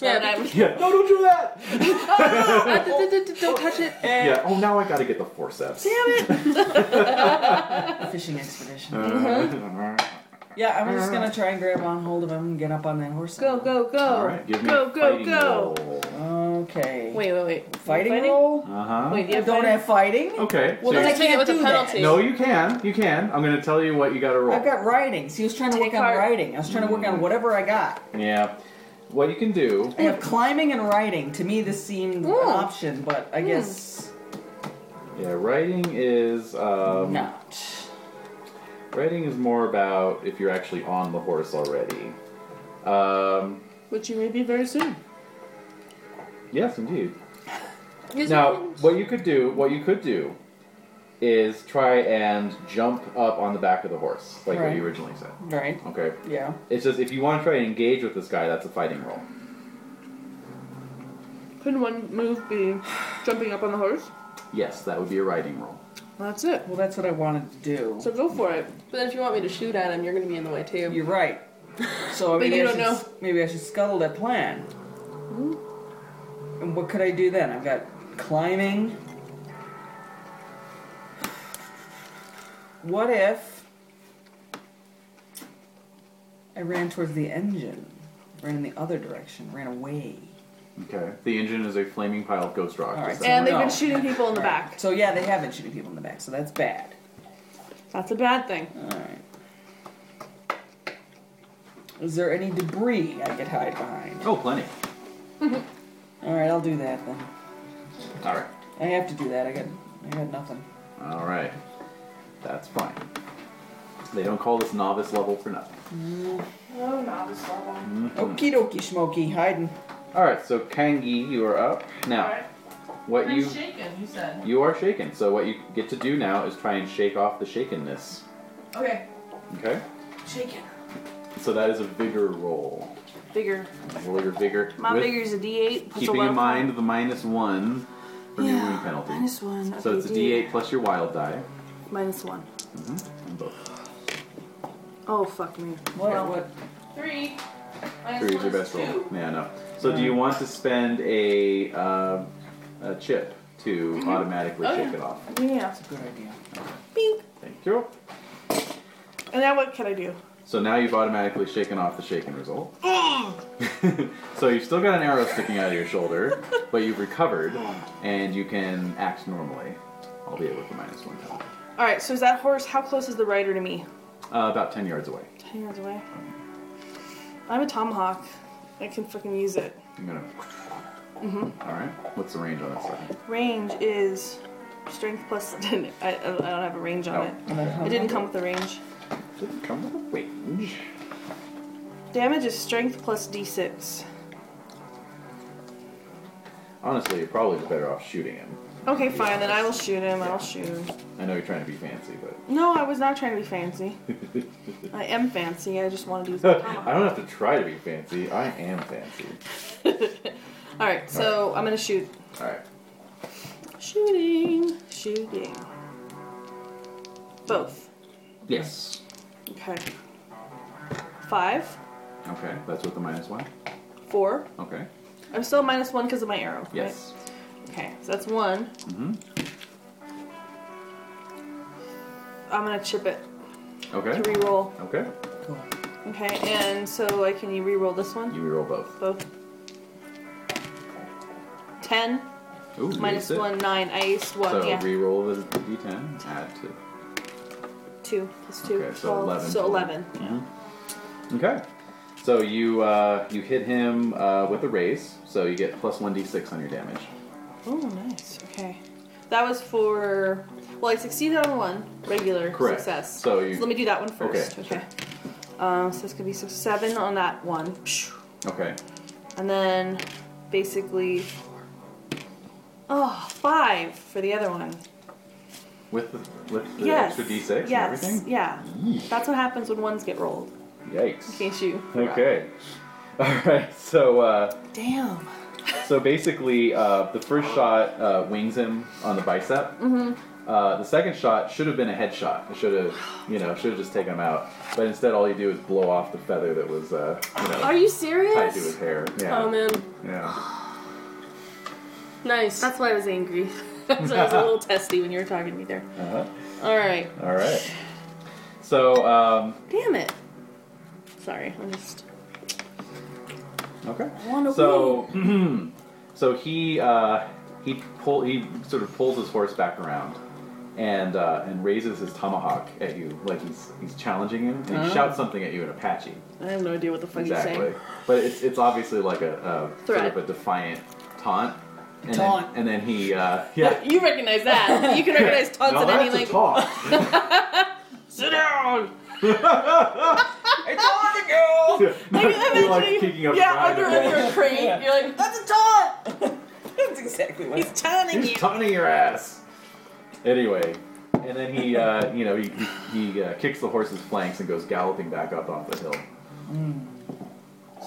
Yeah,
And I'm-
Yeah. No, don't do that.
uh,
Ah, d- d- d- d- don't touch it.
Yeah. Oh, now I gotta get the forceps. Damn it.
Fishing expedition.
Uh. Uh-huh.
Yeah, I'm just gonna try and grab on hold of him and get up on that horse.
Uh. Go, go, go!
All right. Give me
Oh. go,
a
go, go!
Okay.
Wait, wait, wait.
fighting, roll?
Uh huh.
Wait, do you
I
have
don't
fighting?
have fighting.
Okay.
Well,
so
then
you-
I take it with a
can't do that.
penalty.
no, you can. You can. I'm gonna tell you what you gotta roll.
I've got writings. He was trying to
Take
work on
part.
writing. I was trying to work on whatever I got.
yeah. What you can do.
I have climbing and writing. To me, this seemed
Mm.
an option, but I guess
Yeah. Writing is. Um,
not.
Writing is more about if you're actually on the horse already. Um.
Which you may be very soon.
Yes, indeed.
He's
Now, what you could do, what you could do, is try and jump up on the back of the horse, like what
Right.
you originally said.
Right?
Okay.
Yeah.
It's just if you want to try and engage with this guy, that's a fighting roll.
Couldn't one move be jumping up on the horse?
Yes, that would be a riding roll.
That's it.
Well, that's what I wanted to do.
So go for it.
But then if you want me to shoot at him, you're going to be in the way too.
You're right. So
But
maybe
you
I
don't
should, s- Maybe I should scuttle that plan. And what could I do then? I've got climbing. What if I ran towards the engine, ran in the other direction, ran away?
Okay. The engine is a flaming pile of ghost rock.
All right.
just
And they've
No.
been shooting people in the back.
So yeah, they have been shooting people in the back, so that's bad.
That's a bad thing.
All right. Is there any debris I could hide behind?
so- Oh, plenty.
All right, I'll do that then.
All right.
I have to do that. I got, I got nothing.
All right. That's fine. They don't call this novice level for nothing.
Okie dokie, Smokey, hiding.
All right. So Kangi, you are up now. What you
shaken. You said.
you are shaken. So what you get to do now is try and shake off the shakenness.
Okay.
Okay.
Shaken.
So that is a vigor roll.
Bigger.
Roll your vigor.
My
with
bigger's a D8. Puts
Keeping
a lot
in
of-
mind the minus one for your wound penalty.
Minus one.
So
okay,
it's a D8 plus your wild die.
Minus one.
And both.
Oh, fuck me.
What? What?
Three.
Three is your best roll. Yeah, no. So do you want to spend a, uh, a chip to automatically
Oh,
shake
yeah.
it off?
Yeah.
Good idea.
Bink.
Thank you.
And now what can I do?
So now you've automatically shaken off the shaken result. so you've still got an arrow sticking out of your shoulder, but you've recovered, and you can act normally, albeit with the minus one penalty.
All right. So is that horse? How close is the rider to me?
Uh, about 10 yards away.
Ten yards away. I'm a tomahawk. I can fucking use it.
I'm gonna. All right. What's the range on that sucker?
Range is strength plus. I, I don't have a range on it.
And then
It
how-
didn't come with the range.
Didn't come with a range.
Damage is strength plus d6.
Honestly, you're probably just better off shooting him.
Okay, fine, then I will shoot him. I'll shoot him.
I know you're trying to be fancy, but
No, I was not trying to be fancy. I am fancy. I just wanted to use my
I
tomahawk.
don't have to try to be fancy. I am fancy.
All right, so I'm gonna shoot.
All right.
Shooting, shooting. Both.
Yes.
Okay. Five,
Okay. That's with the minus one.
four.
Okay.
I'm still minus one because of my arrow. right?
Yes.
Okay, so that's one.
Mhm.
I'm gonna chip it
Okay.
to re-roll.
Okay.
Cool.
Okay, and so I can you re-roll this one?
You roll both.
Both. Ten
Ooh, you
minus
aced it.
one, nine. I aced one.
So
yeah,
re-roll the d10. Add to.
two plus two.
Okay, so
twelve.
11
So
total.
eleven.
Okay. So you uh, you hit him uh, with a raise, so you get plus one d6 on your damage.
Oh, nice. Okay, that was for. Well, I succeeded on one regular
Correct.
success.
So you-
let me do that one first.
Okay, sure.
Um, so it's gonna be so seven on that one, Pshh.
Okay.
and then basically, oh, five for the other one.
With the, with the
yes.
extra
yes.
d6 and everything.
Yeah. That's what happens when ones get rolled.
Yikes.
In case you. forgot.
Okay. All right. So uh,
Damn.
so basically, uh, the first shot uh, wings him on the bicep. Uh, the second shot should have been a headshot. It should have, you know, should have just taken him out. But instead, all you do is blow off the feather that was, uh, you know,
Are you
tied to his
serious?
hair. Yeah.
Oh man,
yeah.
nice.
That's why I was angry. That's why I was a little testy when you were talking to me there.
Uh-huh.
All right.
All right. So um,
Damn it. Sorry. I'm just.
okay.
I want to
So, so he uh, he pull he sort of pulls his horse back around, and uh, and raises his tomahawk at you like he's he's challenging him, and he shouts something at you in Apache.
I have no idea what the fuck he's
Exactly,
saying.
but it's it's obviously like a, a sort
Threat.
of a defiant taunt. And
Taunt.
Then, and then he uh, yeah.
You recognize that. You can recognize taunts
no,
in any
that's a
language.
taunt.
Sit down!
It's on the go!
Like,
You're like
imagining-
kicking up
yeah,
behind
under,
him.
under a crate.
Yeah.
You're like,
That's a taunt! That's exactly what
he's taunting you.
He's taunting your ass. Anyway, and then he, uh, you know, he, he, he uh, kicks the horse's flanks and goes galloping back up off the hill.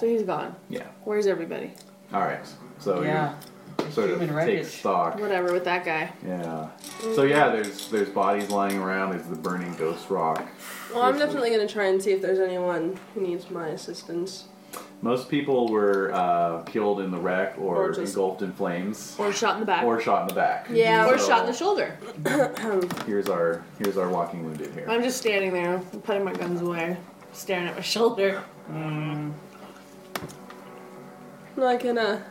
so he's gone.
Yeah.
Where's everybody?
All right. So
Yeah.
you sort of
Human
take
wreckage.
stock.
Whatever with that guy.
Yeah. So yeah, there's there's bodies lying around. There's the burning ghost rock.
well, I'm definitely gonna try and see if there's anyone who needs my assistance.
Most people were uh, killed in the wreck or,
Or just-
engulfed in flames
Or shot in the back.
or shot in the back.
Yeah,
Or
So
shot in the shoulder.
Here's our here's our walking wounded here.
I'm just standing there, putting my guns away, staring at my shoulder.
I'm not gonna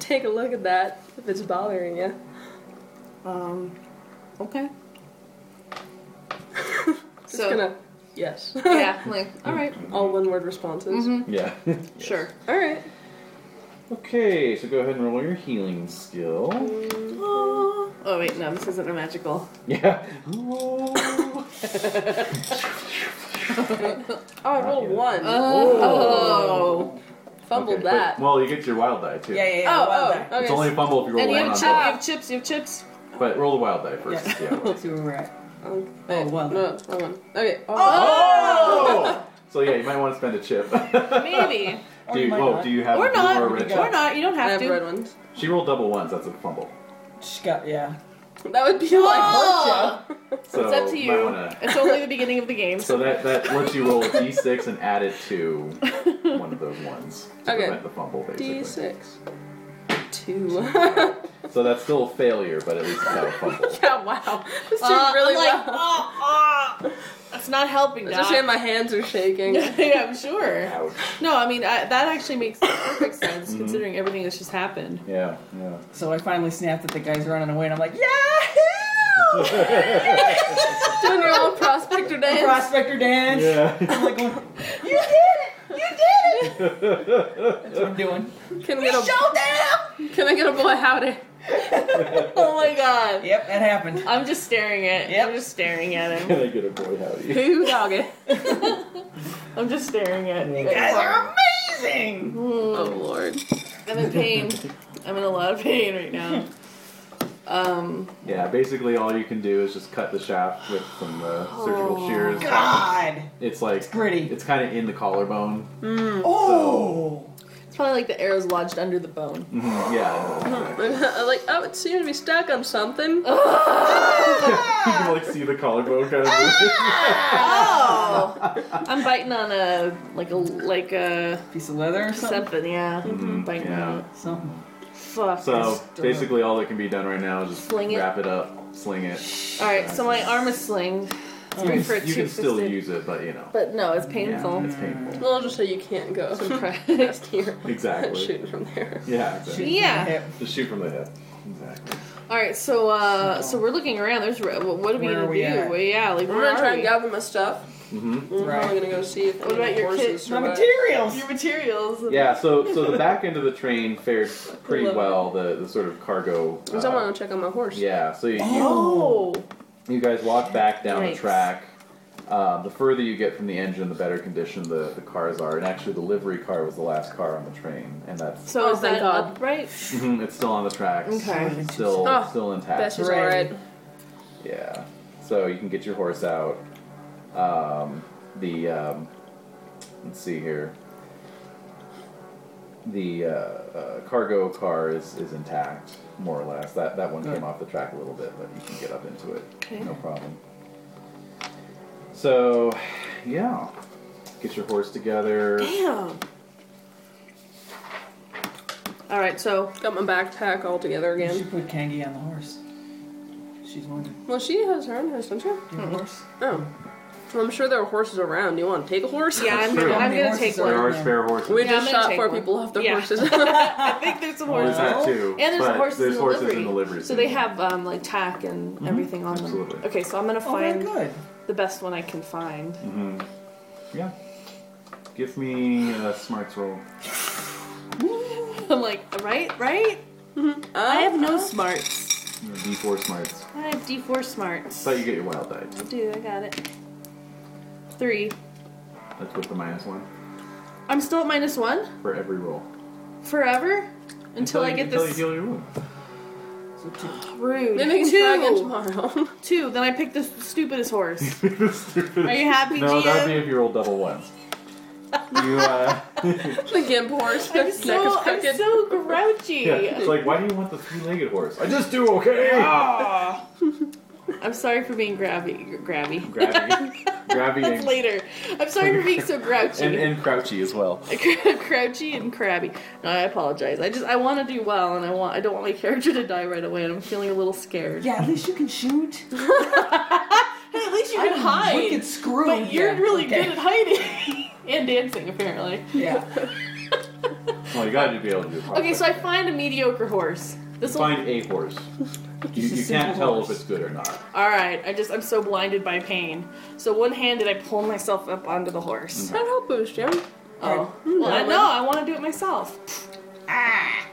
take a look at that if it's bothering you.
Um, okay.
Just
so,
gonna yes.
yeah, like, alright,
All one word responses.
Mm.
Yeah.
sure.
All right.
okay. So go ahead and roll your healing skill.
Oh, wait, no, this isn't a magical.
Yeah.
Oh, I rolled one.
Uh, Oh!
Fumbled
Uh, Okay, but-
that.
well, you get your wild die too.
Yeah, yeah, yeah.
oh,
well done.
oh, okay.
It's only a fumble if you roll
And you
one on
have, chip, you
top.
have chips, you have chips.
But roll the wild die first.
Yeah.
Yeah. wait.
See where we're at.
Oh,
Oh,
wait,
well
No, wrong one. Okay. Oh,
Oh! so yeah, you might want to spend a chip.
Maybe.
Or
do
you
you,
might
oh,
not.
do you have
or
blue
not.
or
we
red
go.
chip?
Or not, you don't
I
have
have
to.
red ones.
She rolled double ones. That's a fumble.
She got, yeah.
That would be like
Oh!
So
it's up to
might
you.
wanna-
It's only the beginning of the game.
so that that lets you roll a d6 and add it to one of those ones to
Okay.
prevent the fumble, basically.
D six. Two.
So that's still a failure, but at least it's not a fumble.
yeah. Wow. This
Uh,
did really
I'm like,
well.
"Ah, ah." That's not helping,
It's
Doc.
a shame my hands are shaking.
yeah, I'm sure.
Ouch.
No, I mean I, that actually makes perfect sense considering everything that's just happened.
Yeah. Yeah.
So I finally snapped at the guys running away, and I'm like, Yahoo!
Doing your little prospector dance.
Prospector dance.
Yeah.
I'm like, going, you did it! You did it! That's what I'm doing.
Can I get a
Showdown!
Can I get a boy howdy?
Oh my god.
Yep, that happened.
I'm just staring at I'm
Yep.
just staring at him.
Can I get a boy howdy?
Who doggy?
I'm just staring at
You guys
him.
are amazing!
Oh lord.
I'm in pain. I'm in a lot of pain right now. Um
Yeah, basically all you can do is just cut the shaft with some uh, surgical shears.
God!
It's like it's
gritty.
It's kind of in the collarbone.
Oh!
it's probably like the arrow's lodged under the bone.
Yeah. I know.
I'm like, oh, it seemed to be stuck on something.
Oh!
you can like see the collarbone kind of moving.
Oh I'm biting on a like a like a
Piece of leather or something?
something, yeah.
Mm-hmm.
biting on it.
yeah.
Something.
Fuck.
So basically, all that can be done right now is just
Sling it.
wrap it up, sling it.
Alright, so my arm is slinged. It's great for a
You can still
two-fisted-
use it, but you know.
But no, it's
Yeah,
painful.
it's painful.
Well, I'll just say you can't go
Surprise.
past here.
Exactly.
Shooting from there.
Yeah, exactly.
Yeah.
Just shoot from the hip. Exactly.
All right, so uh, so we're looking around. There's re- what what are we
Where
gonna
are we
do?
at?
Well, yeah, like
We're
where
gonna try
are
and
we?
gather my stuff.
Mm-hmm.
We're
Right.
probably gonna go see if
What
any
about your
horses
kids?
My
survive.
materials.
Your materials. and-
Yeah, so so the back end of the train fared pretty
Love it.
well. The the sort of cargo.
I
uh,
want to check on my horse.
yeah, so you, you,
Oh.
you guys walk back down
Yikes.
the track. Uh, the further you get from the engine, the better condition the, the cars are. And actually, the livery car was the last car on the train, and that's
So
Oh,
is
thank
that
God.
upright?
mhm, it's still on the tracks.
Okay.
It's Still
Oh,
still intact.
Bess is
Hooray.
alright.
Yeah. So you can get your horse out. Um, the um, let's see here. The uh, uh, cargo car is, is intact, more or less. That that one came
Good.
off the track a little bit, but you can get up into it,
Okay.
no problem. So, yeah, get your horse together.
Damn. All right, so
Got my backpack all together
You
again.
should put Kangi on the horse. She's one.
Well, she has her own horse, don't you?
Hmm.
Your horse?
Oh. Well, I'm sure there are horses around. Do you want to take a horse?
yeah, I'm
true.
gonna,
How
I'm
many
gonna
horses
take
are
one.
there?
horses.
We
Yeah, I'm
just
gonna
shot
take
four
one.
people off their
Yeah.
horses.
I think there's some
Well,
horses.
there's that too.
And there's
but
horses,
there's
in,
horses
the livery.
in the livery. Mm-hmm.
So they have um, like tack and everything on them.
Absolutely.
Okay, so I'm gonna
Oh, very
find
good.
the best one I can find.
hmm Yeah. Give me a smarts roll.
I'm like, right, right.
Mm-hmm.
I have
Uh-huh.
no smarts.
Your D4 smarts.
I have D4 smarts.
But you get your wild die.
Dude, I got it. Three.
That's with the minus one
I'm still at minus one
for every roll.
forever until, I
you-
get
until
this
you heal your wound.
So two.
rude.
Maybe we can try again
two,
tomorrow.
two. Then I picked the stupidest horse. Are
Are
you happy,
No, that'd be
GM?
if you roll double ones. You, uh,
the gimp horse.
I'm
Neck is
so, I'm
crooked.
so grouchy.
yeah, it's like, why do you want the three-legged horse? I just do okay.
Ah. I'm sorry for being grabby. Grabby.
Gravity, gravity,
That's
and,
later. I'm sorry for being so grouchy.
and, and crouchy as well.
Crouchy and crabby. No, I apologize. I just I want to do well, and I want I don't want my character to die right away. And I'm feeling a little scared.
Yeah, at least you can shoot. You
Hey, at least you can hide.
Wicked screw.
But you're
Yeah,
really
okay.
good at hiding and dancing, apparently.
Yeah.
Well, you gotta be able to do.
Okay, so I find a mediocre horse. This one.
find a horse. You,
Just a
you can't
simple
tell
horse.
if it's good or not.
All right, I just I'm so blinded by pain. So one-handed, I pull myself up onto the horse.
Not help boost, Jim.
Oh, well, I know. I want to do it myself. Ah.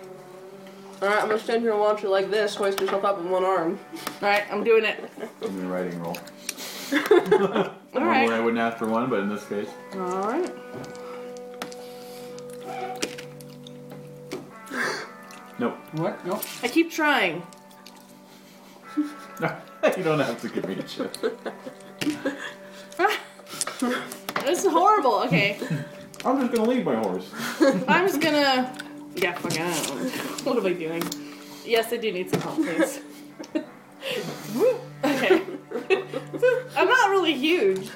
Alright, I'm gonna stand here and watch you like this, hoist yourself up in one arm.
All right, I'm doing it.
Give me a writing roll.
All
Normally I
right.
wouldn't ask for one, but in this case,
All right.
nope.
What? Nope.
I keep trying.
you don't have to give me a chip.
This is horrible. Okay,
I'm just gonna leave my horse.
I'm just gonna. Yeah, fuck it, I don't know. What am I doing? Yes, I do need some help, please. Whoop. okay. I'm not really huge.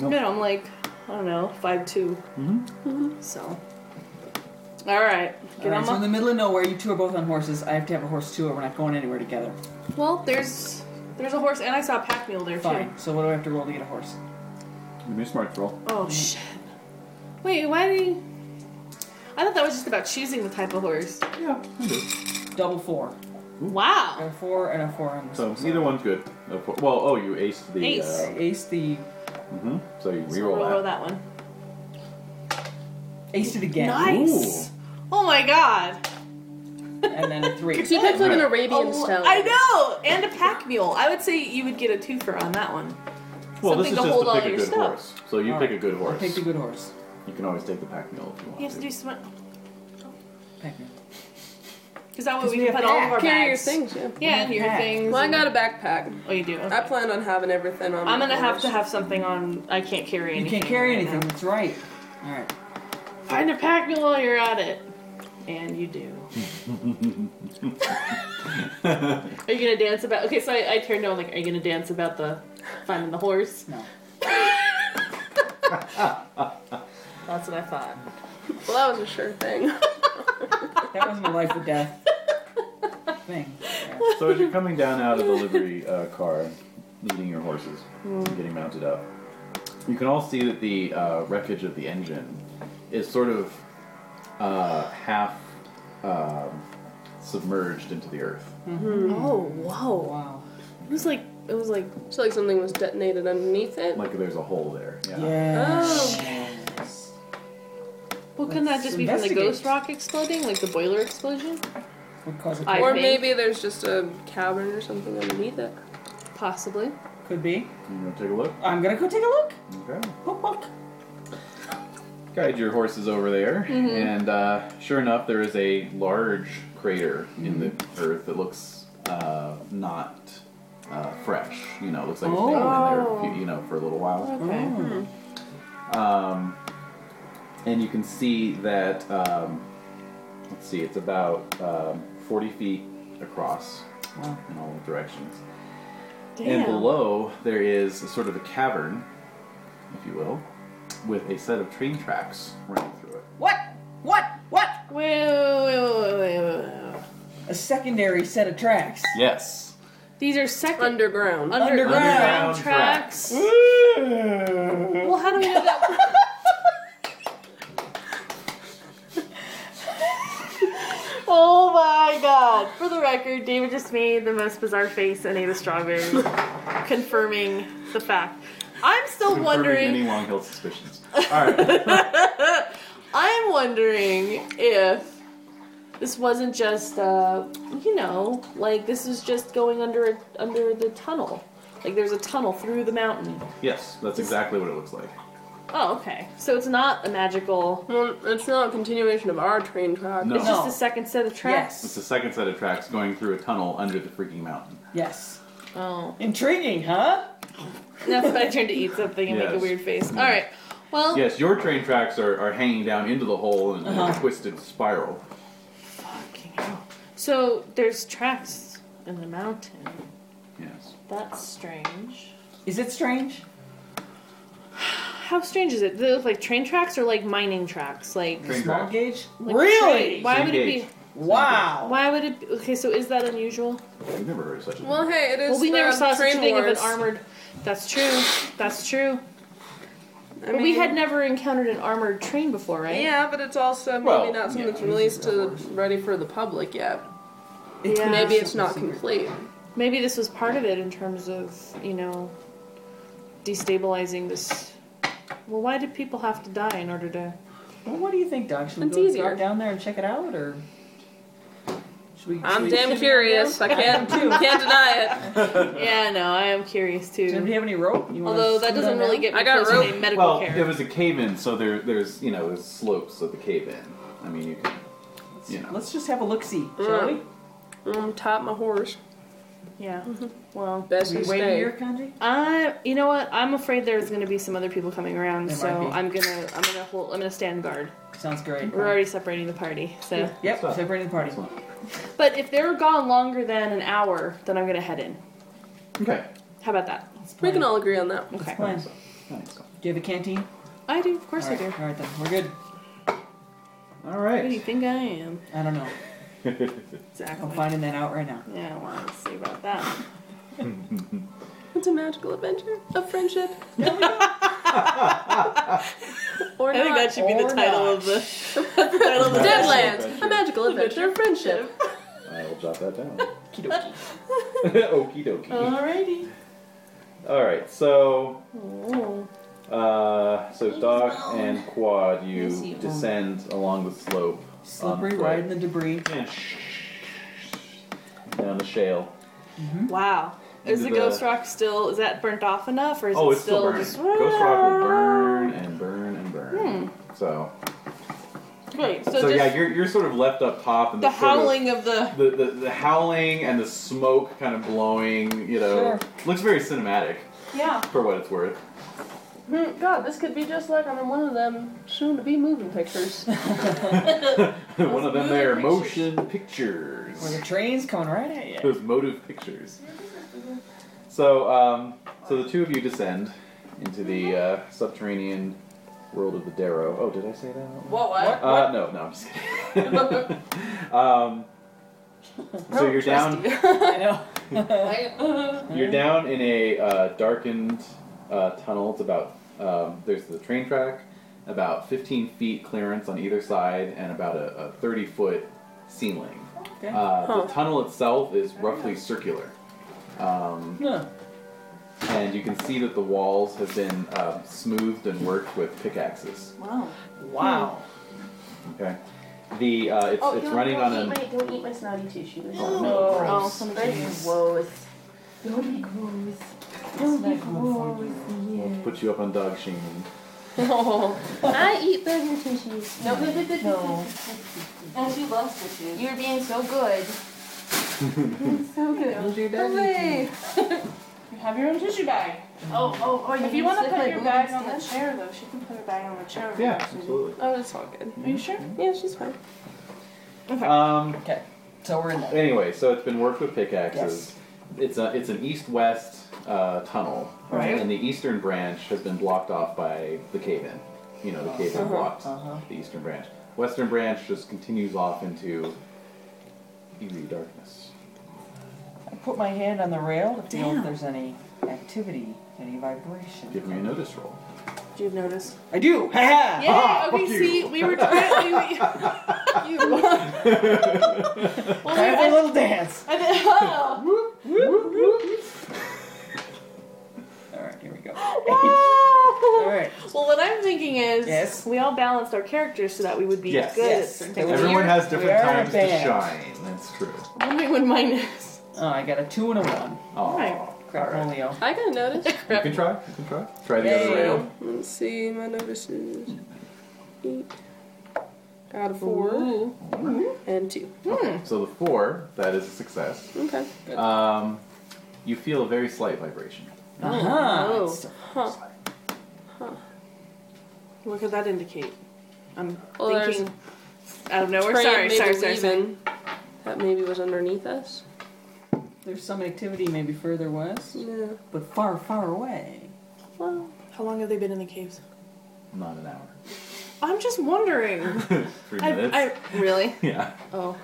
Nope.
No, I'm like, I don't know, five
Mhm.
So. All right. Get
Alright,
on
so in
my.
the middle of nowhere, you two are both on horses. I have to have a horse too, or we're not going anywhere together.
Well, there's there's a horse, and I saw a pack mule there
Fine.
too.
So what do I have to roll to get a horse?
Give me a smarts roll.
Oh shit. Wait, why do you? I thought that was just about choosing the type of horse.
Yeah, I do.
Double four.
Wow.
A four and a four on
So either one's good. No po- Well, oh, you aced the.
Ace.
I aced the
hmm So you
So we'll
reroll
roll
that.
that one.
aced it again.
Nice. Oh my god.
And then a three.
She picks like an
Right.
Arabian
Oh,
stallion.
I know, and a pack mule. I would say you would get a twofer on that one.
Well,
Something
this is
to
just
hold
to
all
pick a
your
good
stuff.
horse. So you
All
pick
right.
a good
I'll
horse.
take the good horse.
You can always take the pack mule if you want.
You have to
to.
do some.
Pack me.
Because that way
'Cause
we
we
can
have
put all of
pack.
our
Carry your
bags.
things, yeah.
Yeah, and your
Pack.
things.
Well, I
and-
got a backpack.
Oh, you do.
I planned on having everything on.
I'm
my
gonna have
horse.
to have something on. I can't carry
You
anything.
can't carry
right
anything.
now.
That's right. All right.
Find a pack mule while you're at it. And you do. are you gonna dance about? Okay, so I, I turned to him like, are you gonna dance about the finding the horse?
No.
That's what I thought.
Well, that was a sure thing.
That was my life or death thing.
So as you're coming down out of the livery uh, car, leading your horses
Hmm.
and getting mounted up. You can all see that the uh, wreckage of the engine is sort of uh, half um, submerged into the earth.
Oh, whoa.
Wow.
It was like, it was like,
So like something was detonated underneath it.
Like there's a hole there. Yeah.
Yes.
Oh. well, couldn't that just be from the ghost rock exploding? Like the boiler explosion?
Would cause a
I-
or
think.
maybe there's just a cavern or something underneath it.
Possibly.
could be.
You want to take a look?
I'm gonna go take a look.
Okay.
Look, look.
Guide your horses over there, and uh, sure enough, there is a large crater in the earth that looks uh, not uh, fresh. You know, it looks like it's been in there, a few- you know, for a little while.
Okay.
Um, and you can see that. Um, let's see, it's about um, 40 feet across
Wow.
in all directions.
Damn.
And below, there is a sort of a cavern, if you will, with a set of train tracks running through it.
What? What? What?
Wait, wait, wait, wait, wait, wait, wait.
A secondary set of tracks.
Yes.
These are second
Underground.
under-
Underground
tracks.
Ooh.
Well, how do we know that? oh my god. For the record, David just made the most bizarre face and ate a strawberry, confirming the fact. I'm still
Confirming
wondering.
Any long held suspicions. All right.
I'm wondering if this wasn't just, uh, you know, like this is just going under a, under the tunnel. Like there's a tunnel through the mountain.
yes, that's exactly what it looks like.
Oh, okay. So it's not a magical.
Well, it's not a continuation of our train track.
No.
It's just a second set of tracks.
It's
Yes.
the second set of tracks going through a tunnel under the freaking mountain.
Yes.
Oh,
Intriguing, huh?
that's when I turned to eat something and make a
Yes.
weird face. All right. Well,
Yes, your train tracks are, are hanging down into the hole in a
Uh-huh.
twisted spiral.
fucking hell. So there's tracks in the mountain.
Yes.
That's strange.
Is it strange?
How strange is it? Do they look like train tracks or like mining tracks? Like,
Train
Small
tracks.
gauge?
like train-
really?
Why
Same
would it
gauge.
be?
Wow.
Why would it? Be, okay, so is that unusual?
I've never heard of such a
Well,
thing.
hey, it is.
well, we
the
never saw
train
such a thing of an
wars.
armored. That's true. That's true.
I
But
mean,
we had never encountered an armored train before, right?
Yeah, but it's also maybe
Well,
not something
yeah,
that's
I mean,
released
that
to
works.
ready for the public yet.
It could
Yeah.
be
Maybe it's
something
not
secret.
complete.
Maybe this was part of it in terms of, you know, destabilizing this. Well, why did people have to die in order to.
Well, what do you think, Doc? Should we
It's
go
easier.
drop down there and check it out, or should we? should
I'm
we-
damn
should-
curious. I can't can't deny
Yeah, no, I am curious
Does anybody
too.
have any rope? You wanna
Although that
swim
doesn't
down
really
now?
get me
I got
close to
rope.
any medical
Well,
care.
it was a cave in, so there there's you know there's slopes of the cave in. I mean, you can you know.
Let's just have a look see, shall
Mm.
we?
it. I'm top my horse.
yeah. Well,
Best
we
you
wait
stay.
here, Kanji?
I, you know what? I'm afraid there's going to be some other people coming around,
There
so
might be.
I'm gonna, I'm gonna hold, I'm gonna stand guard.
Sounds great.
We're already separating the party, so.
Yep,
What's up?
separating the party.
Excellent.
But if they're gone longer than an hour, then I'm gonna head in.
Okay.
How about that?
We can all agree on that.
Okay.
Plan.
Nice.
Do you have a canteen? Of
I do, of course I do.
All right then, we're good.
All
Who do you
right.
think I am?
I don't know. I'm
Exactly.
finding that out right now.
Yeah, I want to see about that.
It's a magical adventure of friendship. or
I think
not.
that should be the
Or
title
not.
of the, the title of the
Deadlands, a magical adventure of friendship.
I'll jot that down.
Okey-dokey.
Okie dokie.
Uh-huh. Alrighty.
All right. So.
Oh.
Uh, so Doc and Quad,
Yes,
you
you
descend along the slope. um,
Slippery
on foot.
ride in the debris.
Yeah. Down the shale.
Wow. Is the
Into
ghost
the-
rock still? Is that burnt off enough, or is
oh,
it
it's still burning.
just? Hmm.
Ghost Rock will burn and burn and burn. So,
Great. Hmm. So,
so,
just
yeah, you're, you're sort of left up top, and
the
sort of-
howling of the.
the, the, the howling and the smoke kind of blowing. You know,
Sure.
looks very cinematic
Yeah.
for what it's worth.
Hmm, God, this could be just like on one of them soon-to-be moving pictures.
One of them, there
moving
motion pictures.
Where the train's coming right at you.
those motive pictures. So, um, so the two of you descend into the uh, subterranean world of the Darrow. Oh, did I say that? out loud?
What? What?
Uh, no, no, I'm just
Oh,
kidding. um, so you're down.
I know.
I-
You're down in a uh, darkened uh, tunnel. It's about um, there's the train track, about 15 feet clearance on either side, and about a, a 30 foot ceiling.
Okay.
Um,
Uh,
Huh.
The tunnel itself is roughly circular, um,
Huh.
and you can see that the walls have been uh, smoothed and worked with pickaxes.
wow.
Wow.
Okay, the uh, it's
Oh,
it's
don't,
running
don't
on
eat
an
my don't eat my snotty tissue.
Oh,
no.
Oh,
gross.
some
That's
cheese.
gross. Don't be gross. Don't be
That's not
gross.
we'll
Yeah.
put you up on dog shaming.
Oh,
I eat burger tissues. No, no, no, no, no.
And she loves fishes.
You're being so good. so good.
Where's your
hooray!
You have your own tissue bag. Oh, oh, oh! If
can
you want to
stick
put
my
your
boob
bag on the
instead.
chair, though, she can put her bag on the chair. over
Yeah,
there, Susie.
absolutely.
Oh, it's all good.
Are you sure?
Yeah, she's fine.
Um,
Okay. So we're in there.
Anyway, so it's been worked with pickaxes. It's a it's an east-west uh, tunnel,
Right.
and the eastern branch has been blocked off by the cave-in. You know, the cave-in
Uh-huh,
blocks
uh-huh.
the eastern branch. Western branch just continues off into eerie darkness.
I put my hand on the rail to feel
Damn.
if there's any activity, any vibration.
Give me a notice roll.
Do you notice?
I do. Ha ha.
Yeah.
Ah,
okay.
fuck you.
See, we were trying. We, we, you. Well, we,
Time for a
I,
little dance.
I did, oh.
All right, here we go. All right.
Well, what I'm thinking is,
Yes.
we all balanced our characters so that we would be
Yes.
good at
Yes.
certain
They
things.
were-
Everyone has
we
different
are in a
times to
band.
shine. That's true.
I'm wondering what mine is.
Oh, I got a two and a one.
Oh,
Right.
Crap,
All right.
polio.
I got a notice.
You can try. You can try. Try the
Yay.
other rail.
Let's see, my notice is eight. Got a four and two.
Okay. So the four that is a success.
Okay.
Um, you feel a very slight vibration.
Uh-huh.
Oh.
It's-
Huh.
What could that indicate? I'm
Well, there's
thinking. Out of nowhere.
Fran
Sorry,
maybe
sorry, sorry, sorry.
leaving. That maybe was underneath us.
There's some activity maybe further west,
Yeah.
but far, far away.
Well,
How long have they been in the caves?
Not an hour.
I'm just wondering.
Three minutes.
I, I really.
Yeah.
Oh,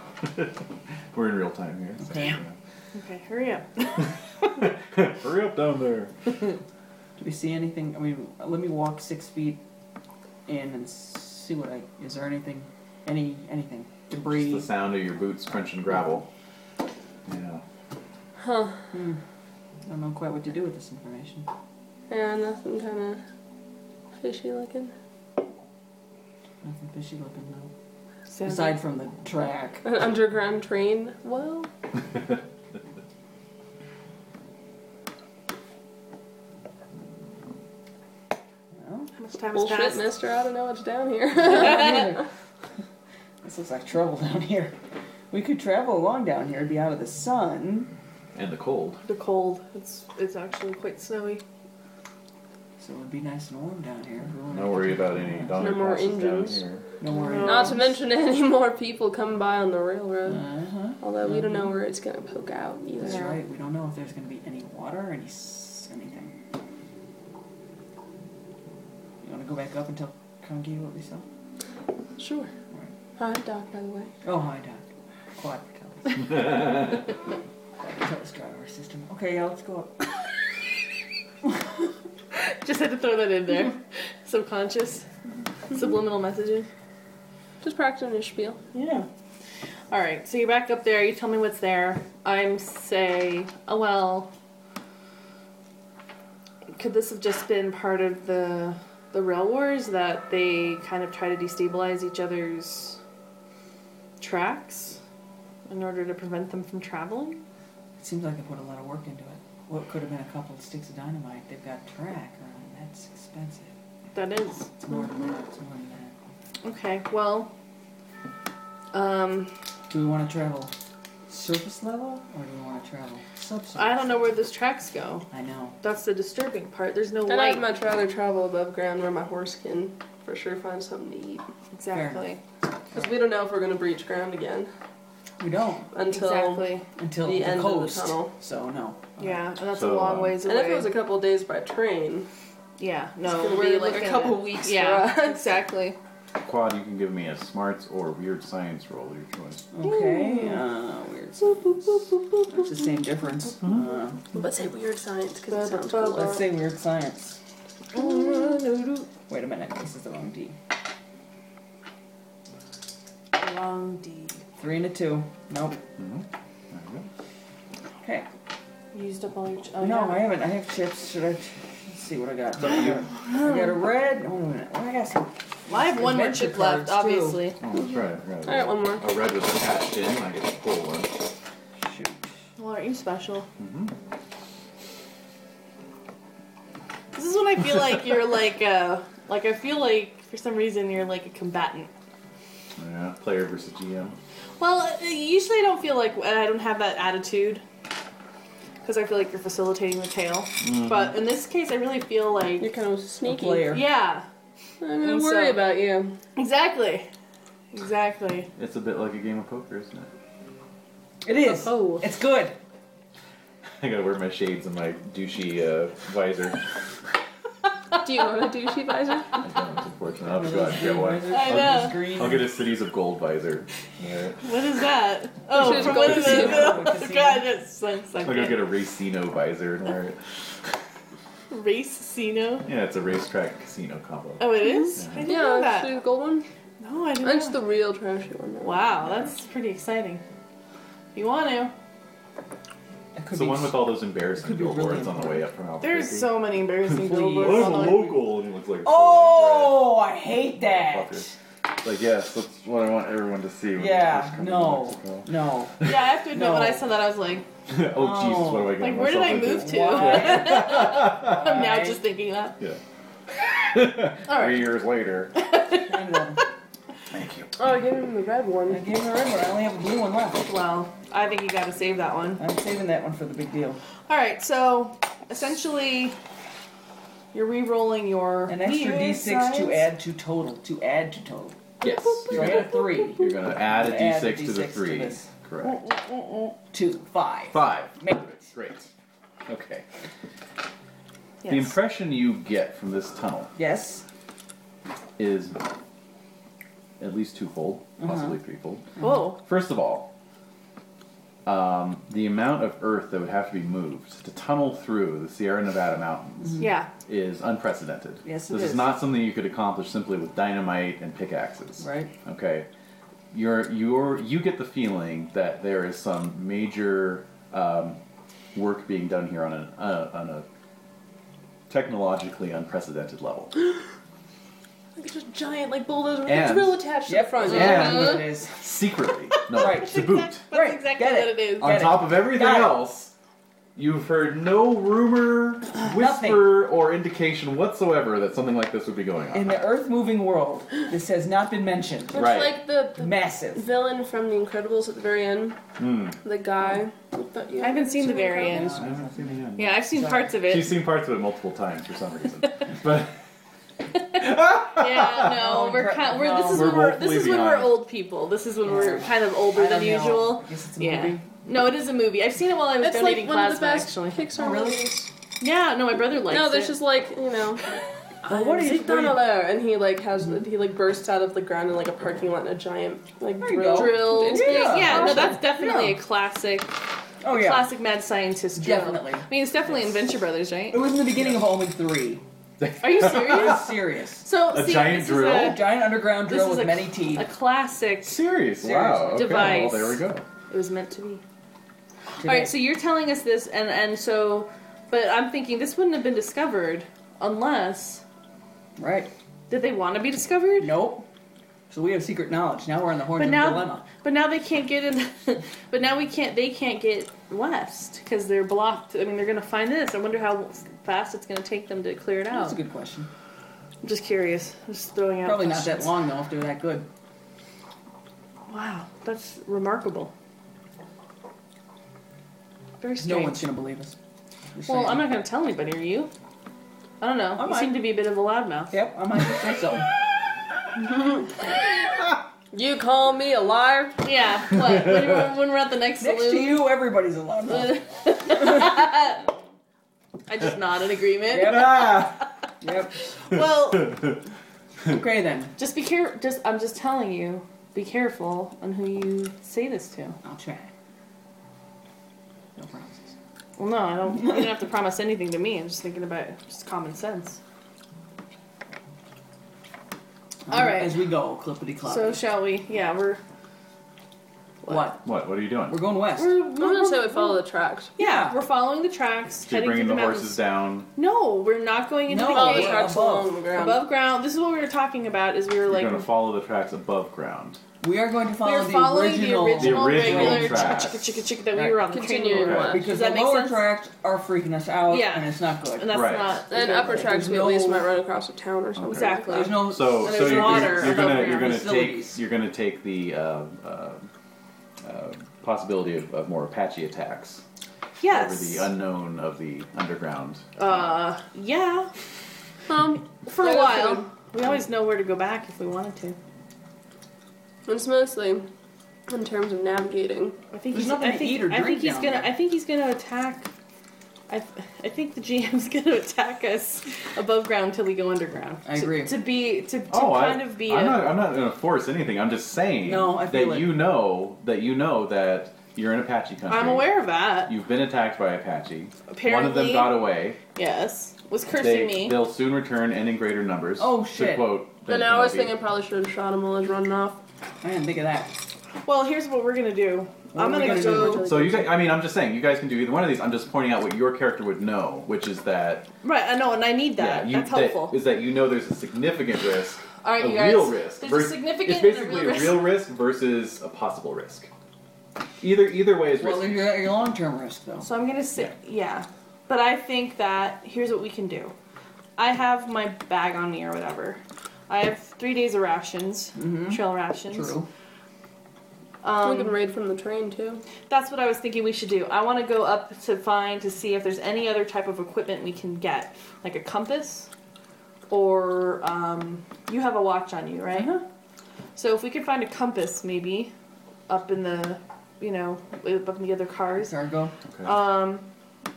We're in real time here. So,
okay. Hurry up.
yeah. Hurry up down there.
Do we see anything? I mean, let me walk six feet in and see what I. Is there anything? Any anything?
Just the
Debris?
sound of your boots crunching gravel. Yeah.
I don't know quite what to do with this information.
yeah, nothing kind of fishy looking.
Nothing fishy looking though.
Sounds
Aside from the track.
An underground train. Well,
No?
like- how much time has
bullshit,
passed?
Mister. I don't know what's down here.
this looks like trouble down here. We could travel along down here, be out of the sun.
And the cold.
The cold. It's it's actually quite snowy.
So it would be nice and warm down here. We wouldn't
No
have to
worry
be-
about any dog
No more
crosses down
engines.
here.
No worry.
No.
Not to mention any more people come by on the railroad.
Uh-huh.
Although we don't know where it's gonna poke out either.
That's right. We don't know if there's going to be any water, any s- anything. You want to go back up and tell Conky what we saw?
Sure. Hi, Doc. By the way.
Oh, hi, Doc. Quadratellus. Quadratellus driver system. Okay, yeah, let's go up.
Just had to throw that in there. Subconscious, subliminal messages.
Just practicing your spiel.
Yeah.
All right, so you're back up there. You tell me what's there. I'm say, oh well. Could this have just been part of the the rail wars that they kind of try to destabilize each other's tracks in order to prevent them from traveling?
It seems like they put a lot of work into it. What could have been a couple of sticks of dynamite? They've got track around. That's expensive.
That is
It's more than that. It's more than that.
okay. Well, um,
Do we want to travel surface level or do we want to travel subsurface?
I don't know where those tracks go.
I know.
That's the disturbing part. There's no
And
light.
I'd much rather travel above ground where my horse can for sure find something to eat.
Exactly.
Because we don't know if we're gonna breach ground again
We don't
until.
exactly.
until
The
the,
end of the
coast.
tunnel.
So no.
Yeah, and that's a
So,
long
um,
ways away.
And if it was a couple days by train,
yeah,
it's
no,
gonna
we'd be
be like a
looking
couple
at-
weeks
Yeah,
for us.
exactly.
Quad, you can give me a smarts or weird science roll, your choice.
Okay. Uh, weird. It's the same difference.
Hmm?
Uh,
But say weird science because it sounds cool.
let's say weird science. Wait a minute. This is the wrong D.
Long D.
Three and a two. Nope.
Mm-hmm. There you go.
Okay.
Used up all your. Ch- oh,
No, I
yeah.
haven't. I have chips. Should I? Let's see what I got. I got, a- I got a red. Wait a minute. Oh, I got some.
Well, I have one more
Adventure
chip left,
cards, too.
obviously.
Oh, that's right. I forgot
All right,
about
one more.
that. A red was attached in, I get to pull one.
Shoot.
Well, aren't you special?
Mm-hmm.
This is when I feel like you're like a like I feel like for some reason you're like a combatant.
Yeah, player versus GM.
Well, uh, usually I don't feel like uh, I don't have that attitude because I feel like you're facilitating the tale.
Mm-hmm.
But in this case, I really feel
You're
like
kind of sneaky.
player.
yeah,
I'm gonna
And
worry
so-
about you.
exactly, exactly.
It's a bit like a game of poker, isn't it?
It is.
Oh.
It's good.
I gotta wear my shades and my douchey uh, visor.
Do you want a douchey visor?
I don't, unfortunately. I'll have to go out and get one.
I
I'll
know.
just- I'll get a Cities of Gold visor. Alright.
What is that? Oh,
should
from
go
what is it?
casino.
Oh, God, that's so
I'll go get
second.
a Racino visor and wear it.
Race casino.
Yeah, it's a racetrack casino combo.
Oh, it is. I didn't know
Yeah,
that.
actually, the gold one.
No, I didn't.
That's
Know.
the real trashy one. though.
Wow, that's pretty exciting. If you want to,
It could
It's the
be
one with all those embarrassing
could be
billboards
really
on the way up from Albuquerque.
there's so many embarrassing
Please.
billboards. on the-
local, and he looks like a
Oh, I hate that.
Fuckers. Like, yes, that's what I want everyone to see. When they
Yeah,
first come to
no,
Mexico.
no.
Yeah, I have to admit
No.
when I saw that I was like,
oh, Jesus, what am I
like
getting
where did I
myself
move
into?
to?
Why?
I'm now just thinking that.
Yeah.
All
Three
right.
years later.
Kind of.
Thank you.
Oh, I gave him the red
I
one.
gave her a red one. I only have a blue one left.
Well, I think you got to save that one.
I'm saving that one for the big deal.
All right, so essentially, you're re-rolling your
An extra
weird
D6
size.
to add to total. To add to total.
Yes.
So
You're
I
gonna,
got three.
you're gonna add a
Gonna add
d6,
a
to the
D6 to
three.
this.
Correct.
Two. Five.
Five.
Make
Perfect. Great. Okay. The
Yes.
impression you get from this tunnel
Yes.
is at least twofold,
Mm-hmm.
possibly threefold.
Whoa.
First of all, um, the amount of earth that would have to be moved to tunnel through the Sierra Nevada mountains
Yeah.
is unprecedented.
Mm-hmm. Yes, it
this
is.
is not something you could accomplish simply with dynamite and pickaxes.
Right.
Okay. You're you're you get the feeling that there is some major um, work being done here on a uh, on a technologically unprecedented level.
Like just giant, like bulldozer with
And-
a drill attached to
Yep.
the front.
Yeah.
Uh-huh.
That's what it is.
Secretly, no,
Right.
to boot.
That's
Right,
exactly
get
what
it.
it is.
On
Get it.
top of everything
Got it.
else, you've heard no rumor, whisper, or indication whatsoever that something like this would be going on.
In the earth moving world, this has not been mentioned.
Much
Right.
like the, the
Massive.
villain from The Incredibles at the very end. The guy. with the-
I haven't seen the very
Incredibles?
end.
I haven't seen it yet.
Yeah, I've seen parts of
She's
it.
seen parts of it multiple times for some reason, but
Yeah, no, we're
crap,
kind. We're,
no.
this is
We're
when we're this
woefully
is when we're
behind.
old people. This is when we're kind of older
I
than
don't know.
usual.
I guess it's a
Yeah.
movie.
No, it is a movie. I've seen it while I was
It's like
donating
one
plasma.
of the best
actually.
Pixar
really?
movies.
Yeah. No, my brother likes
No,
it.
there's just like you know.
Well, what
Uh,
I'm
is- Mm-hmm. what
Zeke
do you-
Donalaire, and he like has he like bursts out of the ground in like a parking lot in a giant like
you
drill.
go.
drill.
It's pretty
Yeah, no,
awesome.
that's definitely
Yeah.
a classic,
Oh, yeah.
classic mad scientist drill.
Definitely.
I mean, it's definitely in Venture Brothers, right?
It was in the beginning of Omen 3.
Are you
I'm
serious?
serious.
so
A
see,
giant
this
drill?
A
Is a,
giant underground
Ah. Oh. this
drill
is a,
with many
a
teeth.
classic.
serious. Wow. Okay. Well,
Device.
there we go.
It was meant to be. All right, so you're telling us this, and and so, but I'm thinking this wouldn't have been discovered unless
Right.
did they want to be discovered?
Nope. So we have secret knowledge. Now we're on the horns
But
of
now,
dilemma.
but now they can't get in. but now we can't. They can't get west because they're blocked. I mean, they're gonna find this. I wonder how fast it's gonna take them to clear it out.
That's a good question.
Oh. I'm just curious. I'm just throwing out.
Probably not that
questions.
long though, if they're that good.
Wow, that's remarkable. Very
No
strange.
one's gonna believe us. Just
well,
saying.
I'm not gonna tell anybody. Are you? I don't know.
I
you
might.
seem to be a bit of a loudmouth.
Yep, I might say so.
You call me a liar?
Yeah. What? when, we're, when we're at the next,
Next to
saloon.
you, everybody's allowed. Yep,
I just nod in agreement.
yep.
Ah!
yep.
Well,
Okay then.
Just be care. Just I'm just telling you. Be careful on who you say this to.
I'll try. No promises.
Well, no, I don't. You don't have to promise anything to me. I'm just thinking about just common sense. All
Um,
right.
As we go, clippity clop.
So shall we? Yeah, we're
what?
What? What are you doing?
We're going west.
we're,
I'm gonna say we follow the tracks.
yeah.
we're following the tracks,
You're
heading through
bringing
the,
the
mountains.
horses down.
No, we're not going into
No,
the
Follow
we're
the
cave.
tracks
above.
along the ground.
Above ground. This is what we were talking about. Is we were
You're
like
going to follow the tracks above ground.
we are going to follow
we're
the
following
original.
the original,
The original
regular
tracks.
chicka chicka chicka that we
Right.
were on the
Continuing
train.
Okay.
west.
Because
Does that
the
make
lower
sense?
tracks are freaking us out,
Yeah.
and it's not good.
And that's
Right.
not
And upper tracks, we at least might run across a town or something.
Exactly.
There's no
So,
And
so
there's
you're,
water
you're, you're gonna
above
you're
ground.
gonna
Facilities.
take you're gonna take the uh, uh, uh, possibility of, of more Apache attacks over
yes.
the unknown of the underground.
uh, yeah.
Um,
For
I
a
got
while,
food.
we always know where to go back if we wanted to.
It's mostly in terms of navigating.
I think
There's
he's,
nothing
I
to
think,
eat or
I
drink
think he's
down
gonna.
there.
I think he's gonna attack. I, th- I think the GM's gonna attack us above ground until we go underground.
I
To-
agree.
To, be to, to
oh,
kind
I,
of be
I'm
a-
not I'm not gonna force anything. I'm just saying
No, I feel
that
it.
you know that you know that you're in Apache country.
I'm aware of that.
You've been attacked by Apache. One of them
Apparently-
got away.
Yes, was cursing
They,
me.
They'll soon return and in greater numbers.
Oh,
To
shit.
quote,
Then I was thinking probably should have shot him while he was running off.
I didn't think of that.
Well, here's what we're gonna do.
What
I'm
are we
gonna,
gonna
go.
do?
So you guys, I mean, I'm just saying, you guys can do either one of these. I'm just pointing out what your character would know, which is that
Right, I know, and I need that.
yeah, you,
That's helpful.
That, is that you know there's a significant risk,
All right,
a
you guys.
real risk.
There's
vers-
a significant.
it's basically
and a real
real risk versus a possible risk. Either either way is
Well,
risky.
there's your, your long-term risk though.
So I'm gonna say yeah, but I think that here's what we can do. I have my bag on me or whatever. I have three days of rations, trail rations. Um,
True.
we can raid from the train too.
That's what I was thinking we should do. I want to go up to find to see if there's any other type of equipment we can get, like a compass, or um, you have a watch on you, right? So if we could find a compass, maybe up in the, you know, up in the other cars.
Cargo.
Okay.
Um,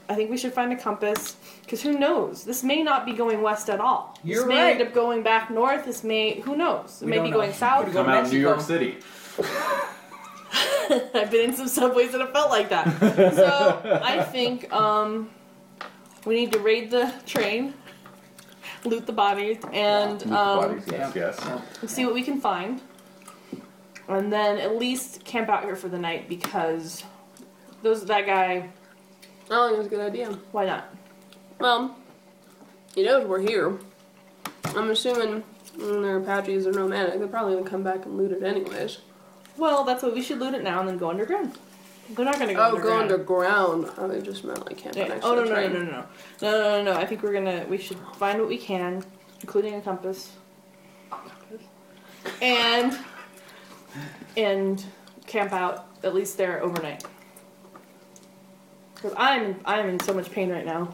I think we should find a compass because who knows? This may not be going west at all.
You're
this may
right.
end up going back north. This may who knows? It
We
may
don't
be
know.
going
Could
south.
go
Come out in New York
Mexico.
City.
I've been in some subways that have felt like that. So I think um, we need to raid the train, loot the bodies, and
Move the
um,
bodies, yes, yes.
see what we can find. And then at least camp out here for the night because those that guy.
I don't think it's a good idea.
Why not?
Well, he knows we're here. I'm assuming mm, they're Apaches or nomadic. They're probably gonna come back and loot it anyways.
Well, that's what we should loot it now and then go underground. They're not gonna go
Oh, go
underground.
underground. I would just meant like camp
Yeah.
next
Oh
to
no
the
no no
train.
no no no no no no! I think we're gonna we should find what we can, including a compass, and and camp out at least there overnight. Because I'm I'm in so much pain right now.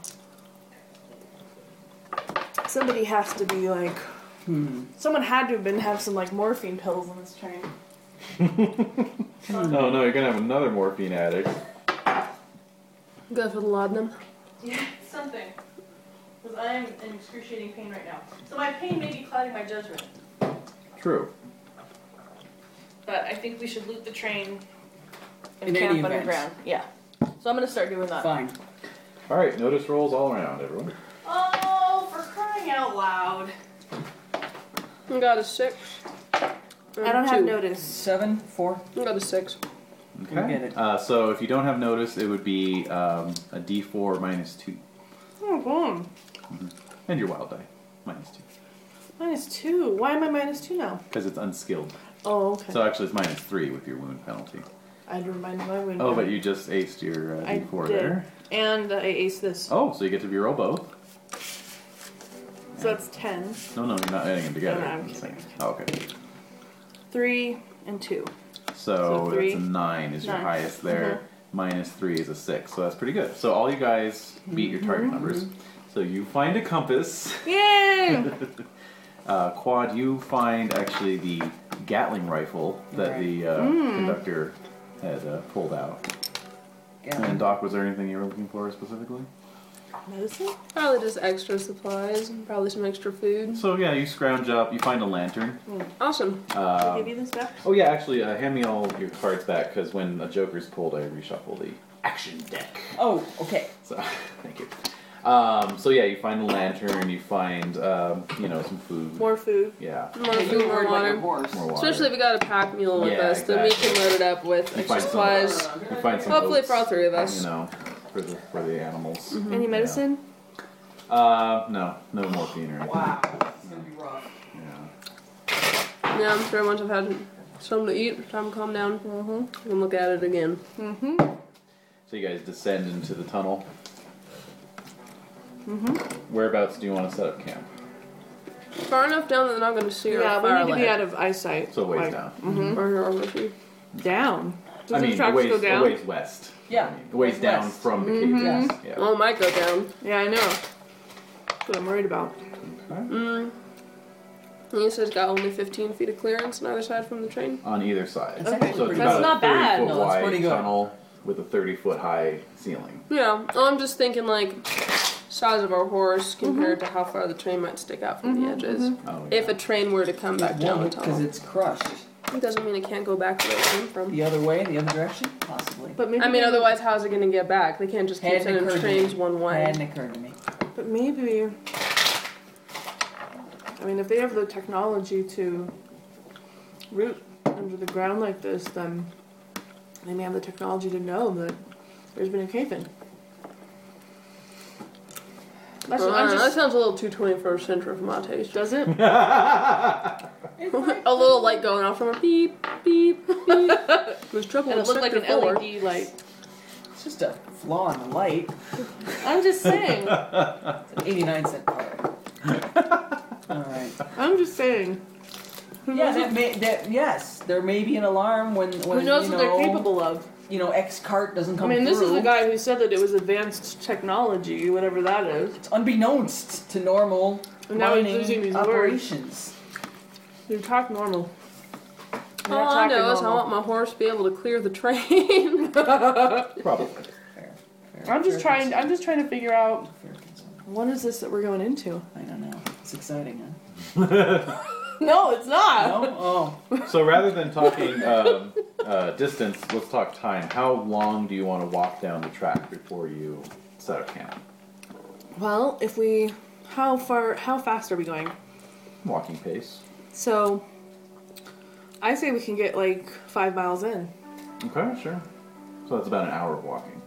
Somebody has to be like,
hmm,
someone had to have been have some like morphine pills on this train.
Oh no, you're gonna have another morphine addict.
Go for the laudanum.
Yeah, something. Because I am in excruciating pain right now. So my pain may be clouding my judgment.
True.
But I think we should loot the train and
In any
camp
event.
underground. Yeah. So I'm gonna start doing that.
Fine.
All right, notice rolls all around, everyone.
Oh, for crying out loud.
I got a six. Or
I don't have
two.
notice.
Seven, four.
I got a six.
Okay.
get it.
Uh, so if you don't have notice, it would be um, a D4 minus two,
Oh, boom.
and your wild die minus two
Minus two. Why am I minus two now?
because it's unskilled.
Oh, okay.
So actually, it's minus three with your wound penalty.
I'd remind my window.
Oh, but you just aced your uh,
I
D4
did.
there.
And I ace this.
Oh, so you get to be roll both.
So that's ten.
No, no, you're not adding them together.
No, no, I'm
Just
kidding.
saying. Oh, okay.
Three and two.
So,
So three.
that's a nine is
Nine. Uh-huh.
your highest there. Minus three is a six, so that's pretty good. So all you guys beat your target
Mm-hmm,
numbers. So you find a compass.
Yay!
Uh, quad, you find actually the Gatling rifle that
Okay.
the uh,
Mm.
conductor had uh, pulled out.
Yeah.
And Doc, was there anything you were looking for specifically?
Medicine?
Probably just extra supplies and probably some extra food.
So yeah, you scrounge up, you find a lantern.
Awesome.
Uh,
Give you this back.
oh yeah, actually, uh, hand me all your cards back because when a joker's pulled, I reshuffle the action deck.
Oh, okay.
So thank you. Um, so yeah, you find a lantern, you find um, you know some food.
More food.
yeah,
More
If
food,
you were
more
worried about
water.
your horse.
more water.
Especially if we got a pack mule with
Yeah,
us, then we
exactly.
can load it up with
You
extra
find some-
supplies.
you find some
Hopefully
oats,
for all three of us.
You know, for the for the animals.
Any
Yeah.
medicine?
Uh, no, no morphine or anything.
Wow. It's gonna be rough.
Yeah.
Yeah. I'm sure once I've had something to eat, time to calm down, mm-hmm. we can look at it again.
So you guys descend into the tunnel. Mm-hmm. Whereabouts do you want to set up camp?
Far enough down that they're not going to see
Yeah,
our
we
fire
need to be
light.
out of eyesight.
So a ways
Like,
down.
Or your armor sheet.
Down. Doesn't
I mean, a
tracks
ways,
go
a
down? Mm-hmm.
ways west.
Yeah,
I mean, a ways down
west.
from the cave.
Mhm.
Yes. Yeah.
Well, it might go down.
Yeah, I know. That's what I'm worried about.
You said it's got only 15 feet of clearance on either side from the train.
On either side.
That's actually
so it's
pretty
about
good.
That's
a
not
30
bad.
foot
No, that's
wide
pretty good.
tunnel with a 30 foot high ceiling.
Yeah, well, I'm just thinking like size of our horse
Mm-hmm.
compared to how far the train might stick out from the edges.
Oh, yeah.
If a train were to come back down the
because
tunnel,
it's crushed.
it doesn't mean it can't go back where it came from.
The other way, the other direction, possibly.
But maybe
I mean,
we-
otherwise, how's it going to get back? They can't just keep
Hadn't
sending
occurred to me.
trains one way.
hadn't occurred to me.
But maybe. I mean, if they have the technology to root under the ground like this, then they may have the technology to know that there's been a cave in. That's
Well,
what
I
I'm
don't know, that
just.
sounds a little too 21st century for my taste.
Does it?
a little light going off from a beep, beep, beep. There's trouble
And it
with
looked like an
sector
E
four.
LED light.
It's just a flaw in the light.
I'm just saying.
It's an 89 cent color. All right.
I'm just saying. Who
Yeah,
knows
that may, that yes, there may be an alarm when when
Who knows
you
what
know,
they're capable of?
You know, X cart doesn't
I
come
mean, this is
through.
the guy who said that it was advanced technology, whatever that is.
It's unbeknownst to normal
And now he's
mining
losing his
operations.
You talk normal. You're
All
not
I
talking
know is I
normal.
want my horse to be able to clear the train.
Probably.
I'm just trying. I'm just trying to figure out
Fair concern.
what is this that we're going into.
I don't know. It's exciting,
No, it's
huh?
not.
No? Oh.
So rather than talking um, uh, distance, let's talk time. How long do you want to walk down the track before you set up camp?
Well, if we, how far, how fast are we going?
Walking pace.
So, I say we can get like five miles in.
Okay, sure. So that's about an hour of walking.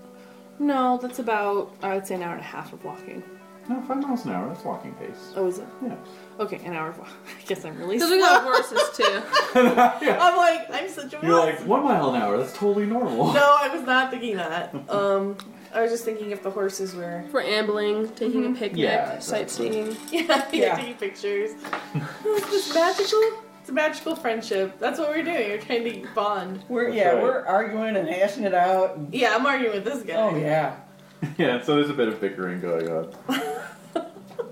No, that's about I would say an hour and a half of walking.
No, five miles an hour. That's walking pace.
Oh, is it?
Yeah.
Okay, an hour of walking. I guess I'm really.
Because we got horses too.
I'm like I'm such a.
You're like one mile an hour. That's totally normal.
No, I was not thinking that. Um, I was just thinking if the horses were.
For ambling, taking
Mm-hmm.
a picnic,
Yeah, exactly.
sightseeing.
Yeah,
Yeah.
taking pictures. it's just magical. It's a magical friendship. That's what we're doing. We're trying to bond.
We're
That's
yeah,
right.
we're arguing and hashing it out. and-
Yeah, I'm arguing with this guy.
oh yeah.
Yeah, so there's a bit of bickering going on.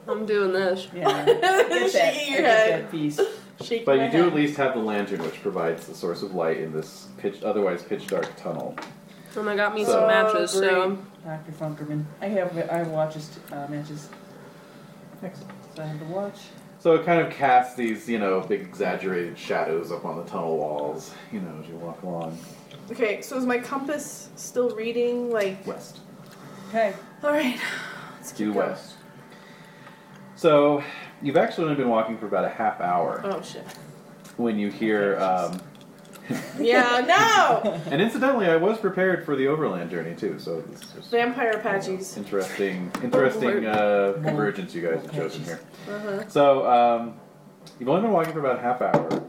I'm doing this.
Yeah. I get that.
Shaking your
I get
head.
that piece.
Shake
But
my
you do
head.
at least have the lantern, which provides the source of light in this pitch, otherwise pitch dark tunnel.
And I got me
So-
some matches, so
Great.
I'm
Dr. Funkerman. I have I watches uh, matches,
Excellent.
so I have to watch.
So it kind of casts these, you know, big exaggerated shadows up on the tunnel walls, you know, as you walk along
Okay, so is my compass still reading? Like,
west,
Okay.
all right.
due west. So you've actually only been walking for about a half hour
Oh shit.
when you hear. Um,
Yeah, no.
and incidentally, I was prepared for the overland journey too, so this is just
Vampire Apaches.
Interesting, interesting uh, convergence you guys have chosen here. So um, you've only been walking for about a half hour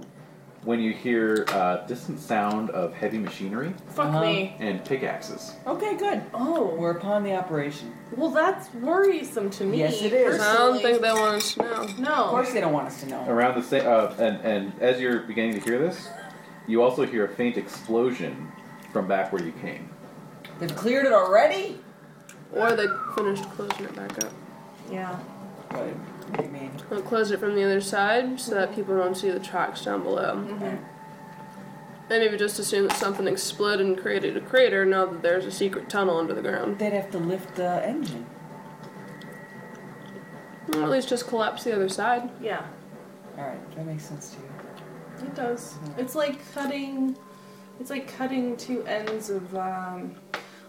when you hear uh, distant sound of heavy machinery
Fuck me.
and pickaxes.
Okay, good.
Oh,
We're upon the operation.
well, that's worrisome to me.
Yes, it is.
I don't
personally.
think they want us to know.
Of
No.
course they don't want us to know.
Around the same, uh, and and as you're beginning to hear this, you also hear a faint explosion from back where you came.
They've cleared it already?
Or they finished closing it back up.
Yeah.
Right. What do you mean?
They'll close it from the other side so that people don't see the tracks down below.
Mm-hmm.
And maybe just assume that something exploded and created a crater now that there's a secret tunnel under the ground.
They'd have to lift the engine.
Or at least just collapse the other side.
Yeah,
Alright, that makes sense to you.
it does. It's like cutting. It's like cutting two ends of um,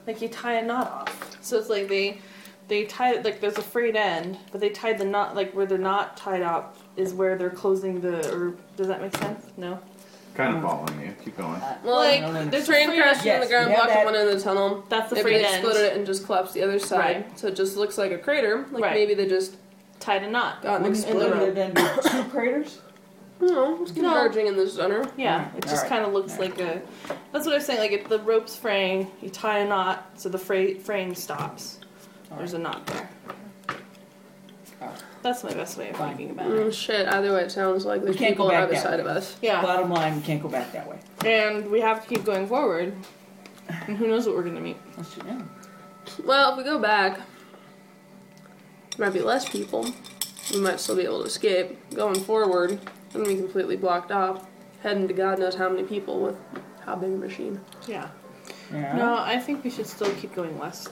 like you tie a knot off. So it's like they, they tie like there's a frayed end, but they tied the knot like where they're not tied up is where they're closing the. Or does that make sense? No.
Kind of following you. Keep going.
Uh,
Well,
like,
I don't
the train
free-
crashed
Yes,
on the ground,
we have
blocked
that.
one end of the tunnel.
That's the
Maybe
frayed
they exploded
end.
it and just collapsed the other side. So it just looks like a crater. Like
Right.
maybe they just
Tied a knot.
got an
Wouldn't it
explosion.
have been two craters?
No, it's converging in the center.
Yeah, it just
Alright.
kind of looks like a. That's what I'm saying. Like if the rope's fraying, you tie a knot, so the fray, fraying stops. There's a knot there.
Alright.
That's my best way of
Fine.
thinking about it.
Mm, shit, either way, it sounds like there's
can't
people
go
on
back
either
that
side
way.
of us.
Yeah,
Bottom line, we can't go back that way.
and we have to keep going forward. And who knows what we're gonna meet?
That's yeah.
Well, if we go back, there might be less people. We might still be able to escape. Going forward, gonna be completely blocked off, heading to God knows how many people with how big a machine.
Yeah.
yeah.
No, I think we should still keep going west.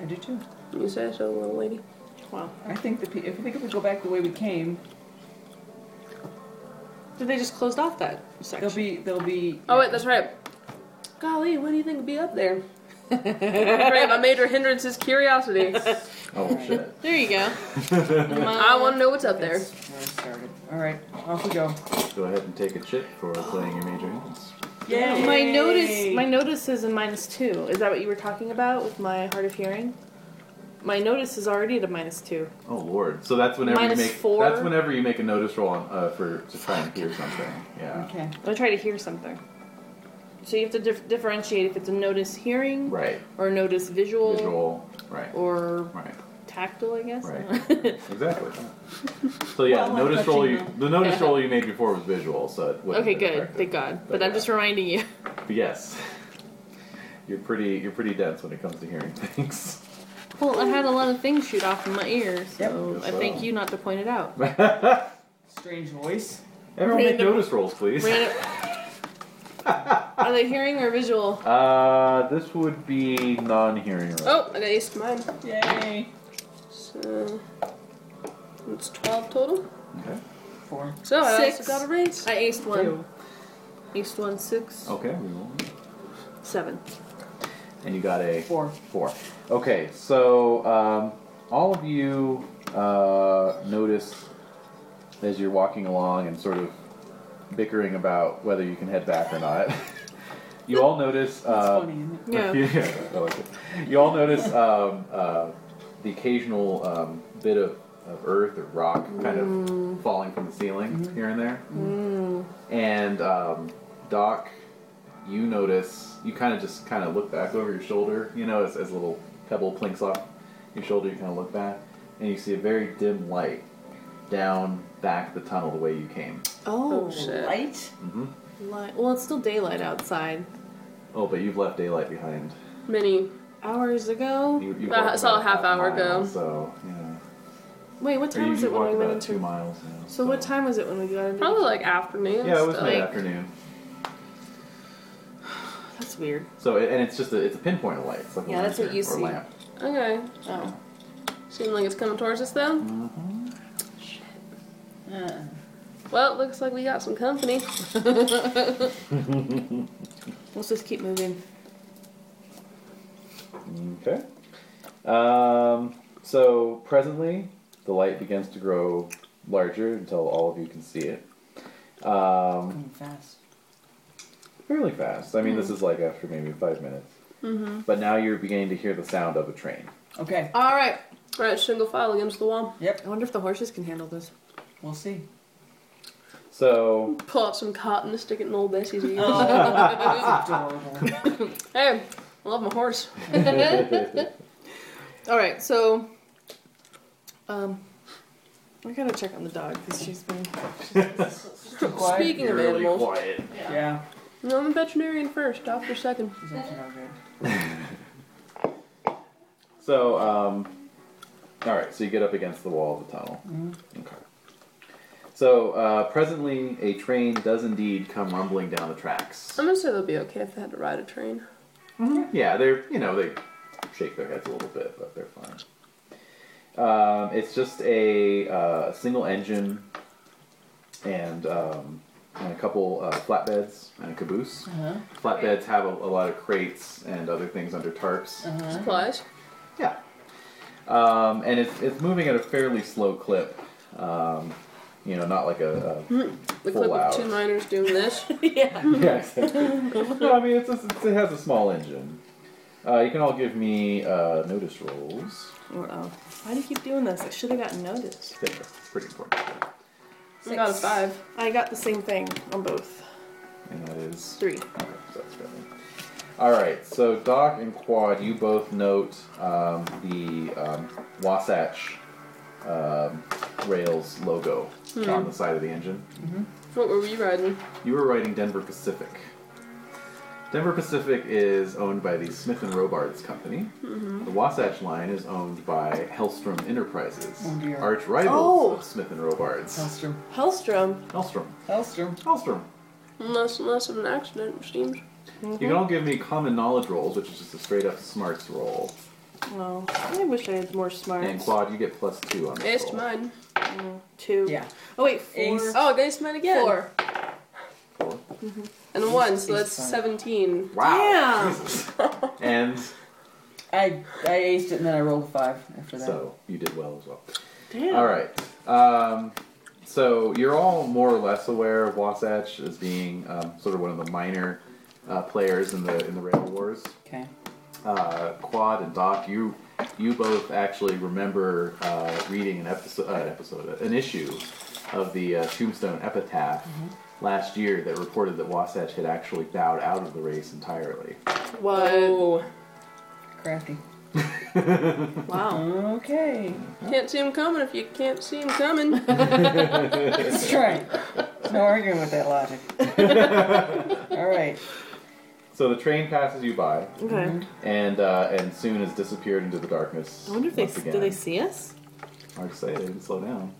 I do too.
You say so, little lady?
Wow.
I think the pe- if I think if we go back the way we came,
Did they just closed off that
there'll
section?
be there'll be.
Oh wait, that's right. Golly, what do you think would be up there? Great, my major hindrance is curiosity.
Oh shit.
There you go.
I want to know what's up there.
That's where it started. All right, off we go.
Go ahead and take a chip for playing your major hindrance.
Yeah,
My notice, my notice is in minus two. Is that what you were talking about with my hard of hearing? My notice is already at a minus two.
Oh lord. So that's whenever
Minus
you make
four.
that's whenever you make a notice roll on, uh, for to try and hear something. Yeah.
Okay.
I'm gonna try to hear something. So you have to dif- differentiate if it's a notice hearing
Right.
or notice visual,
Visual. Right.
or
Right.
tactile, I guess.
Right. exactly. So yeah,
Well,
the notice roll you
touching
the notice
Yeah.
roll you made before was visual, so it wouldn't
okay,
have
good.
affected.
Thank God. But
But
I'm
yeah.
just reminding you.
But yes. You're pretty you're pretty dense when it comes to hearing things.
Well, I had a lot of things shoot off in my ears, so
Yes,
I thank
well.
you not to point it out.
Strange voice.
Everyone make
Random-
notice rolls, please.
Random- Are they hearing or visual?
Uh, this would be non-hearing. Right?
Oh, I aced mine.
Yay.
So it's twelve total.
Okay.
Four.
So I
Six.
also got a raise.
I aced one.
Two.
Aced one, six,
Okay. We will.
seven.
And you got a
Four.
Four. Okay, so um, all of you uh, notice as you're walking along and sort of bickering about whether you can head back or not. you all notice. Uh,
That's funny, isn't it?
Yeah.
I like it. You all notice um, uh, the occasional um, bit of, of earth or rock kind
Mm.
of falling from the ceiling here and there. And um, Doc, you notice, you kind of just kind of look back over your shoulder, you know, as, as a little pebble plinks off your shoulder, you kind of look back, and you see a very dim light down back the tunnel the way you came.
Oh,
shit.
Light.
Light. Well, it's still daylight outside.
Oh, but you've left daylight behind.
Mini.
Hours ago.
You, you
About-
walked
saw a
about
half hour
mile,
ago.
So, yeah.
Wait, what
Or
time
you,
was
you
it when
walked
we went
about two
into?
miles. Yeah,
So what time was it when we got into?
Probably like afternoon.
Yeah, it was
stuff.
mid afternoon.
That's weird.
So it, and it's just a, it's a pinpoint of light. It's like a
Yeah, that's what
lantern
you
or
see.
lamp.
Okay.
Oh.
Seems like it's coming towards us though.
Mm.
Uh,
Oh. Well, it looks like we got some company.
Let's just keep moving.
Okay. Um, so presently, the light begins to grow larger until all of you can see it. Um,
going fast.
fairly fast. I mean,
Hmm.
this is like after maybe five minutes. Mm-hmm. But now you're beginning to hear the sound of a train.
Okay.
All right.
Right, shingle file against the wall.
Yep.
I wonder if the horses can handle this.
We'll see.
So
Pull out some cotton and stick it in old Bessie's ear.
that's adorable.
Hey, I love my horse.
All right. So, um, we gotta check on the dog because she's been.
Too quiet.
Speaking of animals,
quiet.
Yeah.
no, I'm a veterinarian first, doctor second.
He's actually not good.
So, um, all right. So you get up against the wall of the tunnel.
Mm-hmm.
Okay. So uh, presently, a train does indeed come rumbling down the tracks.
I'm gonna say they'll be okay if they had to ride a train.
Yeah, they're you know they shake their heads a little bit, but they're fine. Um, it's just a uh, single engine and, um, and a couple uh, flatbeds and a caboose.
Uh-huh.
Flatbeds have a, a lot of crates and other things under tarps.
Uh-huh.
Plus,
Yeah. Um, and it's, it's moving at a fairly slow clip. Um, you know, not like a, a
the
full
clip
out.
of two miners doing this.
yeah.
yeah, exactly. no, I mean, it's, it's, it has a small engine. Uh, you can all give me uh, notice rolls.
Wow. Why do you keep doing this? I should have gotten noticed.
Yeah, that's pretty important.
I got a five.
I got the same thing on both.
And that is
Three.
Okay, so that's good. All right, so Doc and Quad, you both note um, the um, Wasatch um, Rails logo on the side of the engine.
What were we riding?
You were writing Denver Pacific. Denver Pacific is owned by the Smith and Robards Company. The Wasatch line is owned by Hellstrom Enterprises,
Oh, dear.
arch rivals
Oh.
of Smith and Robards.
Hellstrom.
Hellstrom.
Hellstrom.
Hellstrom.
Hellstrom.
Less, less of an accident, it seems.
You can all give me common knowledge rolls, which is just a straight up smarts roll.
Oh, I wish I had more
And
smarts.
Quad, you get plus two on this.
Aced
roll.
mine.
Two.
Yeah.
Oh wait, four.
Ace.
Oh, against mine again.
Four.
Four.
Mm-hmm. And a one, so
Aced
that's
mine.
17.
Wow. Jesus. and
I I aced it and then I rolled a five after that.
so you did well as well.
Damn.
All right. Um, so you're all more or less aware of Wasatch as being um, sort of one of the minor uh, players in the in the rail wars.
Okay.
Uh, Quad and Doc, you you both actually remember uh, reading an episode, uh, an episode, an issue of the uh, Tombstone Epitaph last year that reported that Wasatch had actually bowed out of the race entirely.
What?
Oh.
Crafty.
Wow.
Okay.
Can't see him coming if you can't see him coming.
That's right. No arguing with that logic. All right.
So the train passes you by,
Okay.
and uh, and soon has disappeared into the darkness.
I wonder if they
once again.
do they see us?
Hard to say. They didn't slow down.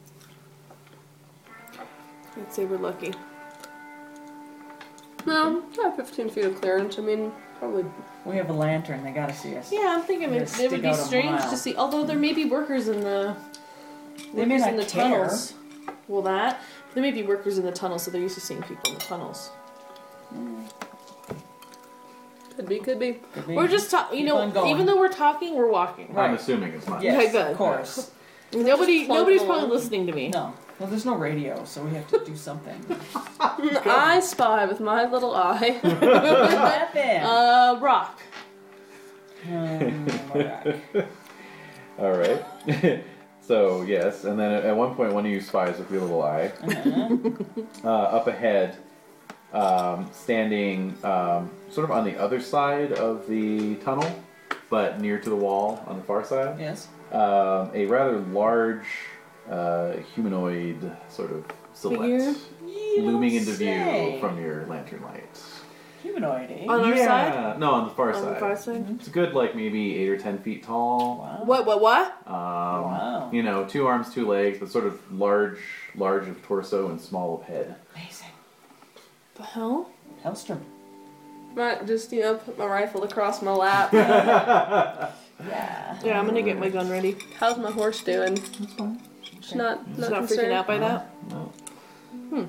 I'd say we're lucky.
no, not 15 feet of clearance. I mean, probably.
We have a lantern. They gotta see us.
Yeah, I'm thinking
Gonna
it, it
stick
would be
out a
strange
mile.
to see. Although there may be workers in the
They may
workers
not
in the
care.
tunnels. Well, that there may be workers in the tunnels, so they're used to seeing people in the tunnels.
Hmm.
Could be, could be.
Could be.
We're just talking. You
Keep on
know,
going.
even though we're talking, we're walking.
Right.
I'm assuming it's mine.
Yes,
Okay, good.
of course.
Nobody,
plug
nobody's
along.
probably listening to me.
No. Well, there's no radio, so we have to do something.
I spy with my little eye.
Weapon.
Uh, rock.
Um, all right.
All right. so yes, and then at, at one point, one of you spies with your little eye uh, up ahead, um, standing um, sort of on the other side of the tunnel, but near to the wall on the far side.
yes.
Um, a rather large uh, humanoid sort of silhouette
Figure?
looming into
say.
view from your lantern light.
Humanoid. Eh?
On our
yeah.
side?
No, on the far
On
side.
the far side?
It's a good, like maybe eight or ten feet tall.
Wow.
What? What? What?
Um,
Wow.
You know, two arms, two legs, but sort of large, large of torso and small of head.
Amazing.
The hell?
Hellstrom.
Might just, you know, put my rifle across my lap.
Yeah.
Yeah, I'm gonna get my gun ready.
How's my horse doing?
That's fine.
She's not,
She's
not,
not freaking
concerned.
out by that.
No.
Hmm.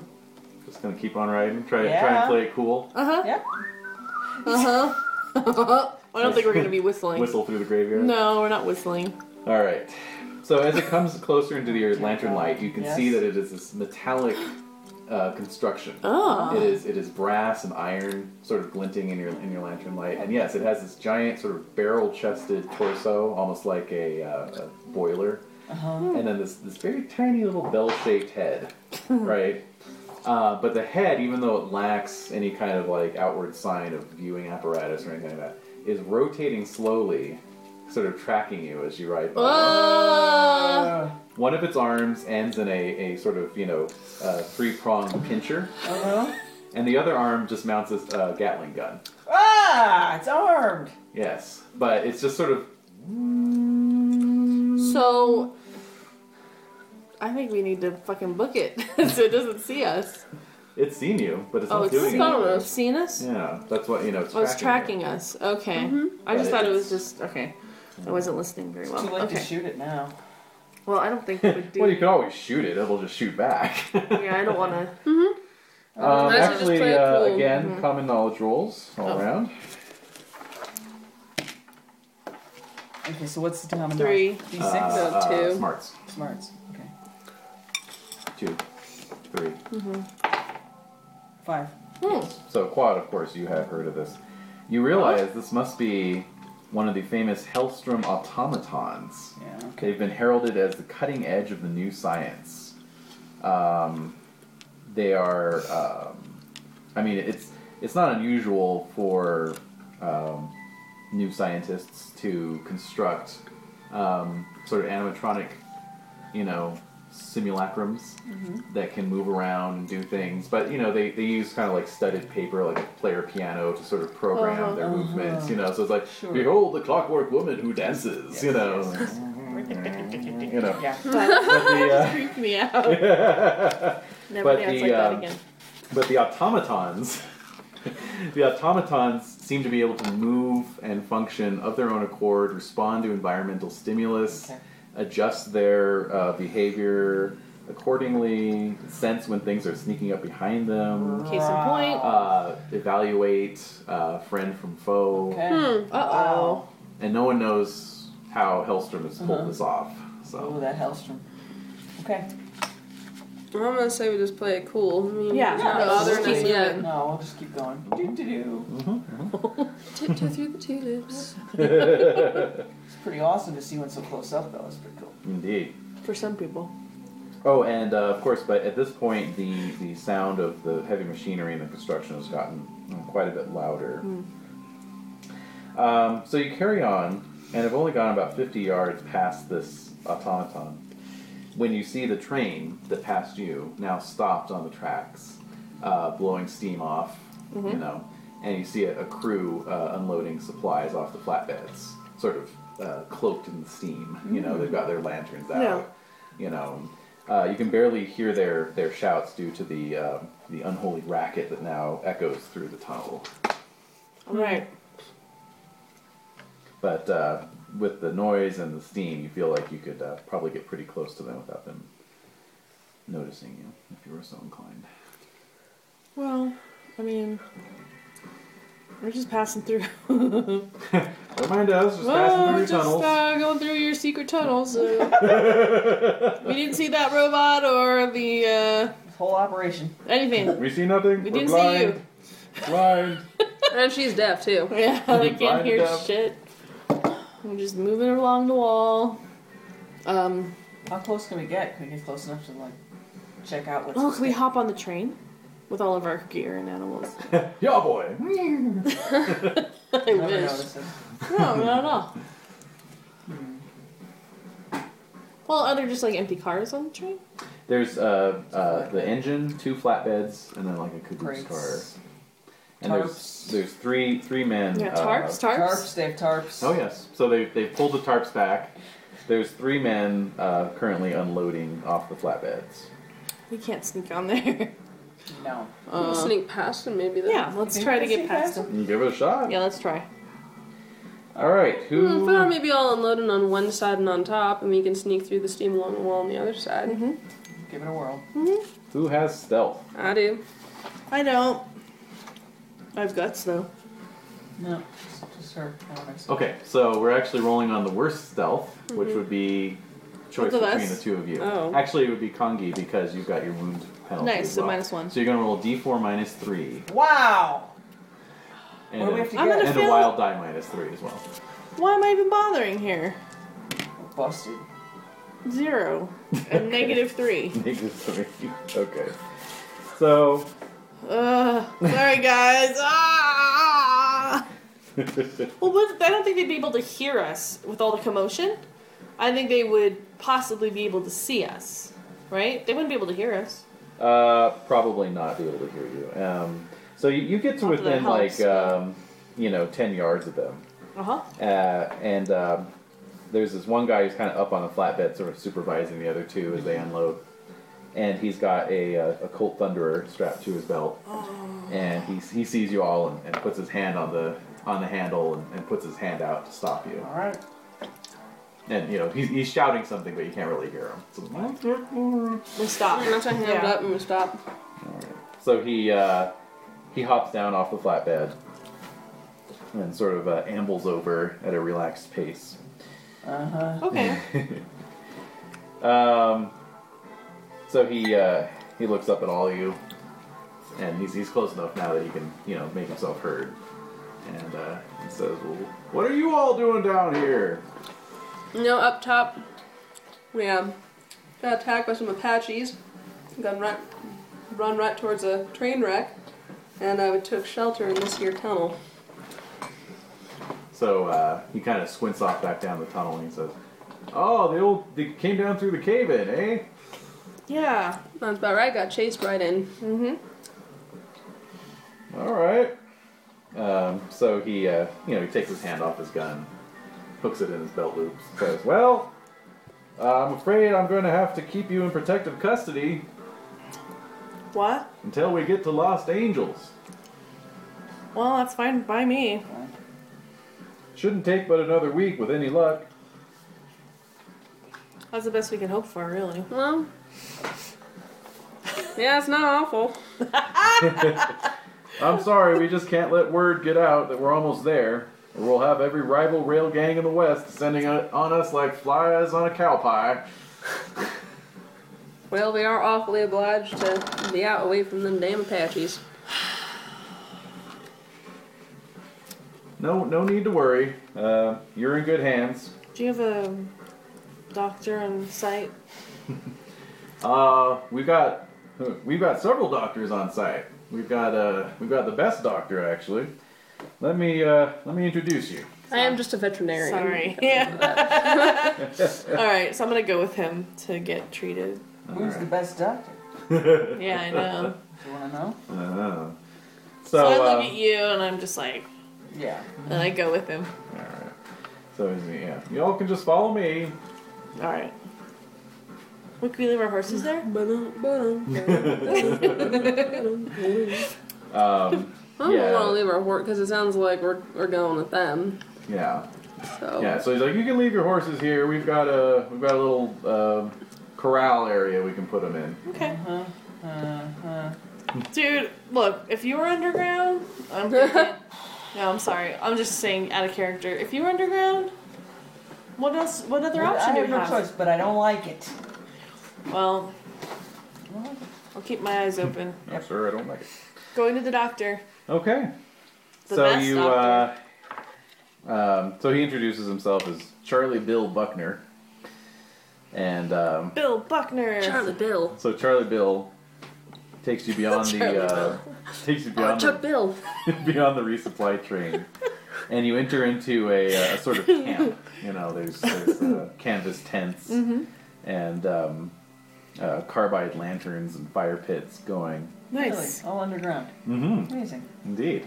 Just gonna keep on riding. Try, try
Yeah.
and play it cool.
Uh huh.
Yep.
Uh huh. I don't think we're gonna be whistling.
Whistle through the graveyard.
No, we're not whistling.
All right. So as it comes closer into your lantern light, you can
Yes.
see that it is this metallic uh, construction.
Ah.
Oh.
It is it is brass and iron, sort of glinting in your in your lantern light. And yes, it has this giant sort of barrel-chested torso, almost like a, uh, a boiler,
Uh-huh.
and then this this very tiny little bell-shaped head, right? Uh, but the head, even though it lacks any kind of like outward sign of viewing apparatus or anything like that, is rotating slowly, sort of tracking you as you ride by.
Uh,
One of its arms ends in a, a sort of, you know, uh, three pronged pincher,
uh-huh.
and the other arm just mounts a uh, Gatling gun.
Ah! It's armed.
Yes, but it's just sort of.
So, I think we need to fucking book it so it doesn't see us.
It's seen you, but it's
Oh,
not
it's
doing
seen,
anything.
it's seen us?
Yeah, that's what, you know, it's
Oh, it's
tracking.
tracking us. Okay. I just
Mm-hmm.
But
thought it was
it's-
just, okay. I wasn't listening very well.
Too late
Okay.
to shoot it now.
Well, I don't think it would do.
Well, you can always shoot it. It'll just shoot back.
yeah, I don't want to.
Um,
I should just
actually,
play it
uh,
cool.
again, common knowledge rolls all around.
Okay, so what's the common?
Three.
D6?
Uh, uh,
two.
Smarts.
Smarts. Okay.
Two. Three.
Five.
So, Quad, of course, you have heard of this. You realize this must be one of the famous Hellstrom automatons.
Yeah.
They've been heralded as the cutting edge of the new science. Um, they are, um, I mean, it's it's not unusual for um, new scientists to construct um, sort of animatronic, you know, simulacrums that can move around and do things. But you know, they, they use kind of like studded paper, like a player piano, to sort of program their movements. You know, so it's like,
Sure.
behold the clockwork woman who dances. you know you know.
Yeah.
But the, uh,
Freaked me out. Never
But
dance
the,
like that
um,
again.
but the automatons, the automatons seem to be able to move and function of their own accord, respond to environmental stimulus,
Okay.
adjust their uh, behavior accordingly, sense when things are sneaking up behind them,
Case in point.
uh, evaluate uh, friend from foe,
Okay.
Hmm. Oh.
Uh-oh.
and no one knows how Hellstrom has pulled
Uh-huh.
this off. So.
Oh, that Hellstrom. Okay.
Well, I'm gonna say we just play it cool. I mean,
Yeah.
it's not
Yeah, let's
bothering
just
us
keep-
yet.
No, we'll just keep going. Do, do, do.
Tiptoe through the tulips.
It's pretty awesome to see one so close up, though. It's pretty cool.
Indeed.
For some people.
Oh, and uh, of course, but at this point, the, the sound of the heavy machinery and the construction has gotten mm, quite a bit louder. Um, so you carry on, and have only gone about 50 yards past this automaton when you see the train that passed you now stopped on the tracks, uh, blowing steam off, you know, and you see a, a crew uh, unloading supplies off the flatbeds, sort of uh, cloaked in the steam. You know, they've got their lanterns out.
Yeah.
You know, uh, you can barely hear their, their shouts due to the um the unholy racket that now echoes through the tunnel.
Mm-hmm.
All right.
But uh, with the noise and the steam, you feel like you could uh, probably get pretty close to them without them noticing you, if you were so inclined.
Well, I mean, we're just passing through.
Don't mind uh, us,
Well,
just
we're
passing through your
just
tunnels.
uh, going through your secret tunnels. Uh, we didn't see that robot or the uh,
This whole operation.
anything.
we see nothing.
We
are
didn't
blind.
see you.
Blind.
and she's deaf too.
Yeah, I can't
Blind
hear
up.
shit. I'm just moving along the wall. Um.
How close can we get? Can we get close enough to, like, check out what's.
Oh, can we hop on the train with all of our gear and animals?
yeah, boy.
I
Never
wish.
noticed it.
No, not at all. Hmm. Well, are there just like empty cars on the train?
There's uh, uh, the engine, two flatbeds, and then like a caboose
Brakes.
car. And there's
Tarps.
there's three three men.
Yeah,
uh,
tarps, tarps.
Tarps, they have tarps.
Oh yes. So they they pulled the tarps back. There's three men uh, currently unloading off the flatbeds.
We can't sneak on there.
No.
we'll sneak past and maybe then.
Uh, Yeah, let's
Maybe
try to
we'll
get
sneak
past
past
them.
You give it a shot.
Yeah, let's try.
All
Mm,
right.
Hmm, if we are
Who?
maybe all unloading on one side and on top, and we can sneak through the steam along the wall on the other side.
Mm-hmm.
Give it a whirl.
Who has stealth?
I do.
I don't. I've guts though.
No. Just, just her. I don't think so.
Okay. So we're actually rolling on the worst stealth, which would be choice
Mm-hmm. Both of
between
us?
the two of you.
Oh.
Actually, it would be Kongi because you've got your wound penalty.
Nice,
as
so
well.
minus one.
So you're gonna roll D4 minus three.
Wow!
And
What do we
a-
have to
I'm
get?
gonna
and a
fail.
wild die minus three as well.
Why am I even bothering here?
Busted.
Zero and negative three.
Negative three. Okay. So
Ugh. Sorry guys. Ah! well, but I don't think they'd be able to hear us with all the commotion. I think they would possibly be able to see us, right? They wouldn't be able to hear us.
Uh, probably not be able to hear you. Um, so you, you get to
Not that
within
it
like
helps.
um, you know ten yards of them,
Uh huh.
uh, and um, there's this one guy who's kind of up on the flatbed, sort of supervising the other two as they unload, and he's got a, uh, a Colt Thunderer strapped to his belt, and he he sees you all and, and puts his hand on the on the handle and, and puts his hand out to stop you.
Alright.
And you know he's, he's shouting something, but you can't really hear him. So,
We stop.
I'm not trying to hand
Yeah.
up and we stop.
so he uh, he hops down off the flatbed and sort of uh, ambles over at a relaxed pace.
Uh huh.
Okay.
Um, so he uh, he looks up at all of you, and he's, he's close enough now that he can you know make himself heard, and uh, he says, "Well, what are you all doing down here?"
No, up top. We um, got attacked by some Apaches. Got right, run right towards a train wreck, and uh, we took shelter in this here tunnel.
So uh, he kind of squints off back down the tunnel and he says, "Oh, they old they came down through the cave in, eh?"
Yeah.
That's about right. Got chased right in.
All right. Um, so he, uh, you know, he takes his hand off his gun, hooks it in his belt loops, says, "Well, uh, I'm afraid I'm going to have to keep you in protective custody
What?
until we get to Lost Angels.
Well, that's fine by me.
Shouldn't take but another week with any luck."
That's the best we can hope for, really.
Well, yeah, it's not awful.
I'm sorry, we just can't let word get out that we're almost there, or we'll have every rival rail gang in the West descending on on us like flies on a cow pie.
Well, we are awfully obliged to be out away from them damn Apaches.
No, no need to worry. Uh, you're in good hands.
Do you have a doctor in sight?
Uh, we've got we've got several doctors on site. We've got uh we've got the best doctor actually. Let me uh let me introduce you.
I am just a veterinarian.
Sorry. Yeah. All right, so I'm gonna go with him to get treated.
Who's the best doctor?
Yeah, I know.
Do you want to know?
Uh,
So, I
so
look
uh,
at you and I'm just like,
Yeah.
and I go with him.
so is he- yeah, y'all can just follow me.
All right. Wait, can we leave our horses there?
Um,
I don't
Yeah.
want to leave our work because it sounds like we're, we're going with them.
yeah,
Oh.
So
yeah. So he's like, you can leave your horses here. We've got a we've got a little um corral area we can put them in.
Okay.
Uh huh. Uh huh.
Dude, look, if you were underground, I'm thinking, No, I'm sorry. I'm just saying out of character. If you were underground, what else what other option
I
do
have
you
no
have?
choice, but I don't like it.
Well, I'll keep my eyes open.
No, sir, I don't like it.
Going to the doctor.
Okay.
The
so
best
you uh, um, so he introduces himself as Charlie Bill Buckner. And um,
Bill Buckner.
Charlie Bill.
so Charlie Bill takes you beyond the uh, takes you
Oh,
beyond
Chuck
the,
Bill.
beyond the resupply train. And you enter into a, uh, a sort of camp. You know, there's, there's uh, canvas tents and um, uh, carbide lanterns and fire pits going.
Nice.
Really, all underground.
Mm-hmm.
Amazing.
Indeed.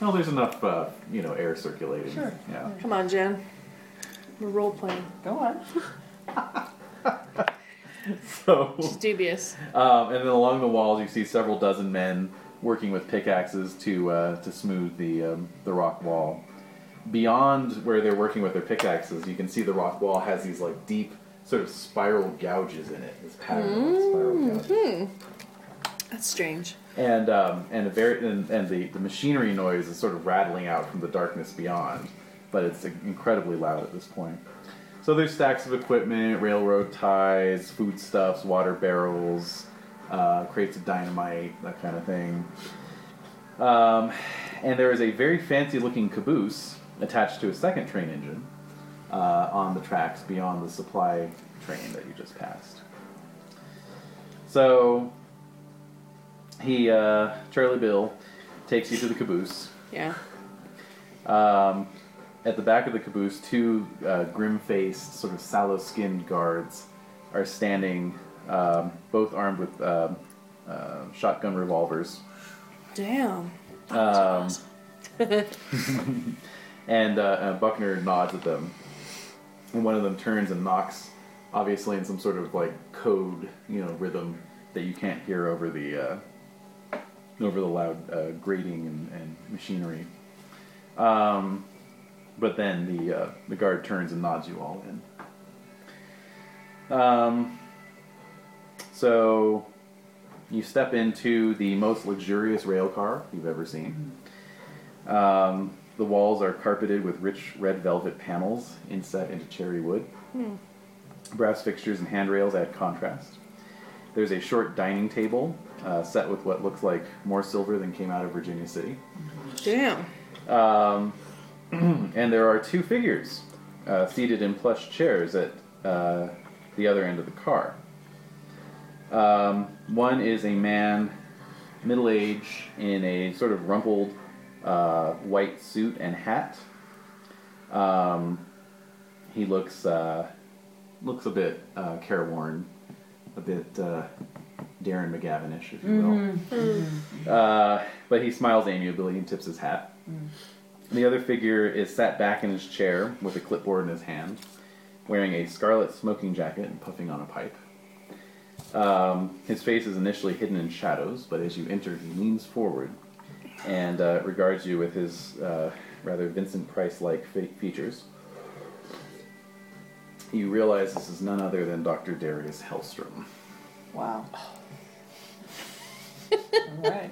Well, there's enough, uh, you know, air circulating.
Sure.
Yeah.
Come on, Jen. We're role playing.
Go on.
So,
She's dubious.
um, and then along the walls, you see several dozen men working with pickaxes to uh, to smooth the um, the rock wall. Beyond where they're working with their pickaxes, you can see the rock wall has these like deep sort of spiral gouges in it. This pattern of spiral gouges,
That's strange.
and um, and a very and, and the, the machinery noise is sort of rattling out from the darkness beyond, but it's incredibly loud at this point. So there's stacks of equipment, railroad ties, foodstuffs, water barrels, uh, crates of dynamite, that kind of thing. Um, and there is a very fancy-looking caboose attached to a second train engine uh, on the tracks beyond the supply train that you just passed. So he, uh, Charlie Bill, takes you to the caboose.
Yeah.
Um, at the back of the caboose, two uh, grim-faced, sort of sallow-skinned guards are standing, um, both armed with um uh, shotgun revolvers,
Damn.
um, and uh, uh, Buckner nods at them, and one of them turns and knocks, obviously in some sort of like code, you know, rhythm that you can't hear over the uh, over the loud uh, grating and, and machinery. Um, but then the uh, the guard turns and nods you all in. Um, so you step into the most luxurious rail car you've ever seen. Um, the walls are carpeted with rich red velvet panels inset into cherry wood. Brass fixtures and handrails add contrast. There's a short dining table uh, set with what looks like more silver than came out of Virginia City.
Damn.
Um, and there are two figures uh, seated in plush chairs at uh, the other end of the car. Um, one is a man, middle age, in a sort of rumpled uh, white suit and hat. Um, he looks uh, looks a bit uh, careworn, a bit uh, Darren McGavinish, if you will. Uh, but he smiles amiably and tips his hat. The other figure is sat back in his chair with a clipboard in his hand, wearing a scarlet smoking jacket and puffing on a pipe. Um, his face is initially hidden in shadows, but as you enter, he leans forward and uh, regards you with his uh, rather Vincent Price like fe- features. You realize this is none other than Dr. Darius Hellstrom.
Wow. All right.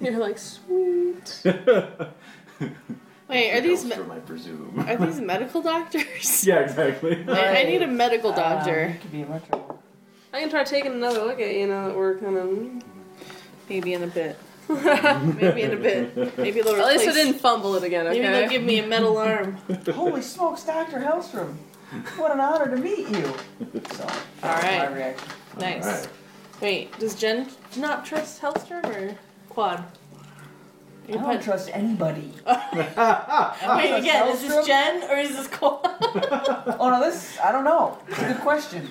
You're like, sweet.
Wait, are these me-
Hellstrom, I presume.
are these medical doctors?
yeah, exactly.
I, I need a medical
Um,
doctor.
you could be a metro.
I can try taking another look at you now that we're kind of.
Maybe in a bit. Maybe in a bit. Maybe they'll
At least I
replace-
didn't fumble it again,
Maybe
okay?
they'll give me a metal arm.
Holy smokes, Dr. Hellstrom. What an honor to meet you. So, that was my
Alright.
reaction.
Nice.
All right.
Wait, does Jen not trust Hellstrom or Quad?
I don't trust anybody.
Oh. Wait,
trust
again, is
Hellstrom?
this Jen or is this Quad?
Oh no, this I don't know. It's a good question.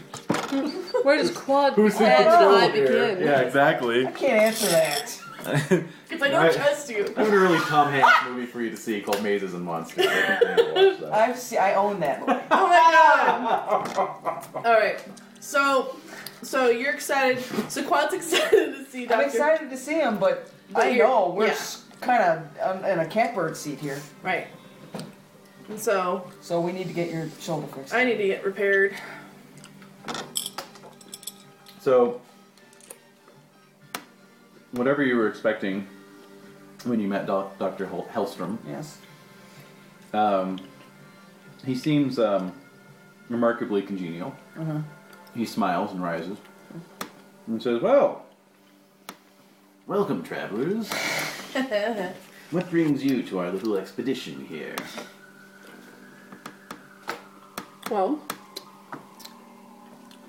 Where does quad
Who's in
end
control
and I
here?
begin?
Yeah, exactly.
I can't answer that.
Because I don't
Right.
trust you.
I have an early Tom Hanks movie for you to see called Mazes and Monsters. I think you need to watch that.
I've see, I own that movie.
Oh my god! Alright, so so you're excited. So Quad's excited to see
I'm
Dr.
excited to see him, but,
But
I
you're-
know we're
yeah.
kind of in a catbird seat here,
Right. And so
so we need to get your shoulder fixed.
I need to get repaired.
So, whatever you were expecting when you met Doc- Dr. Hel- Hellstrom,
yes.
um, he seems um, remarkably congenial.
Uh-huh.
He smiles and rises and says, Well, welcome, travelers. what brings you to our little expedition here?
Well,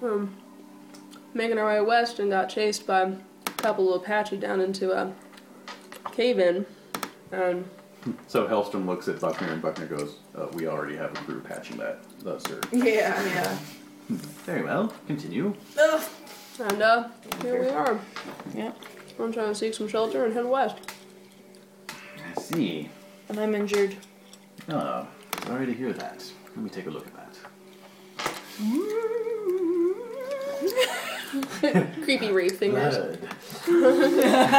um, making our way west and got chased by a couple of Apache down into a Um, cave in. And
So Hellstrom looks at Buckner and Buckner goes, uh, We already have a crew patching that, uh, sir.
Yeah, yeah.
Very well, continue.
Ugh.
And uh, here we are.
Yep.
I'm trying to seek some shelter and head west.
I see.
And I'm injured.
Oh, sorry to hear that. Let me take a look at that.
Creepy rape fingers. Yeah,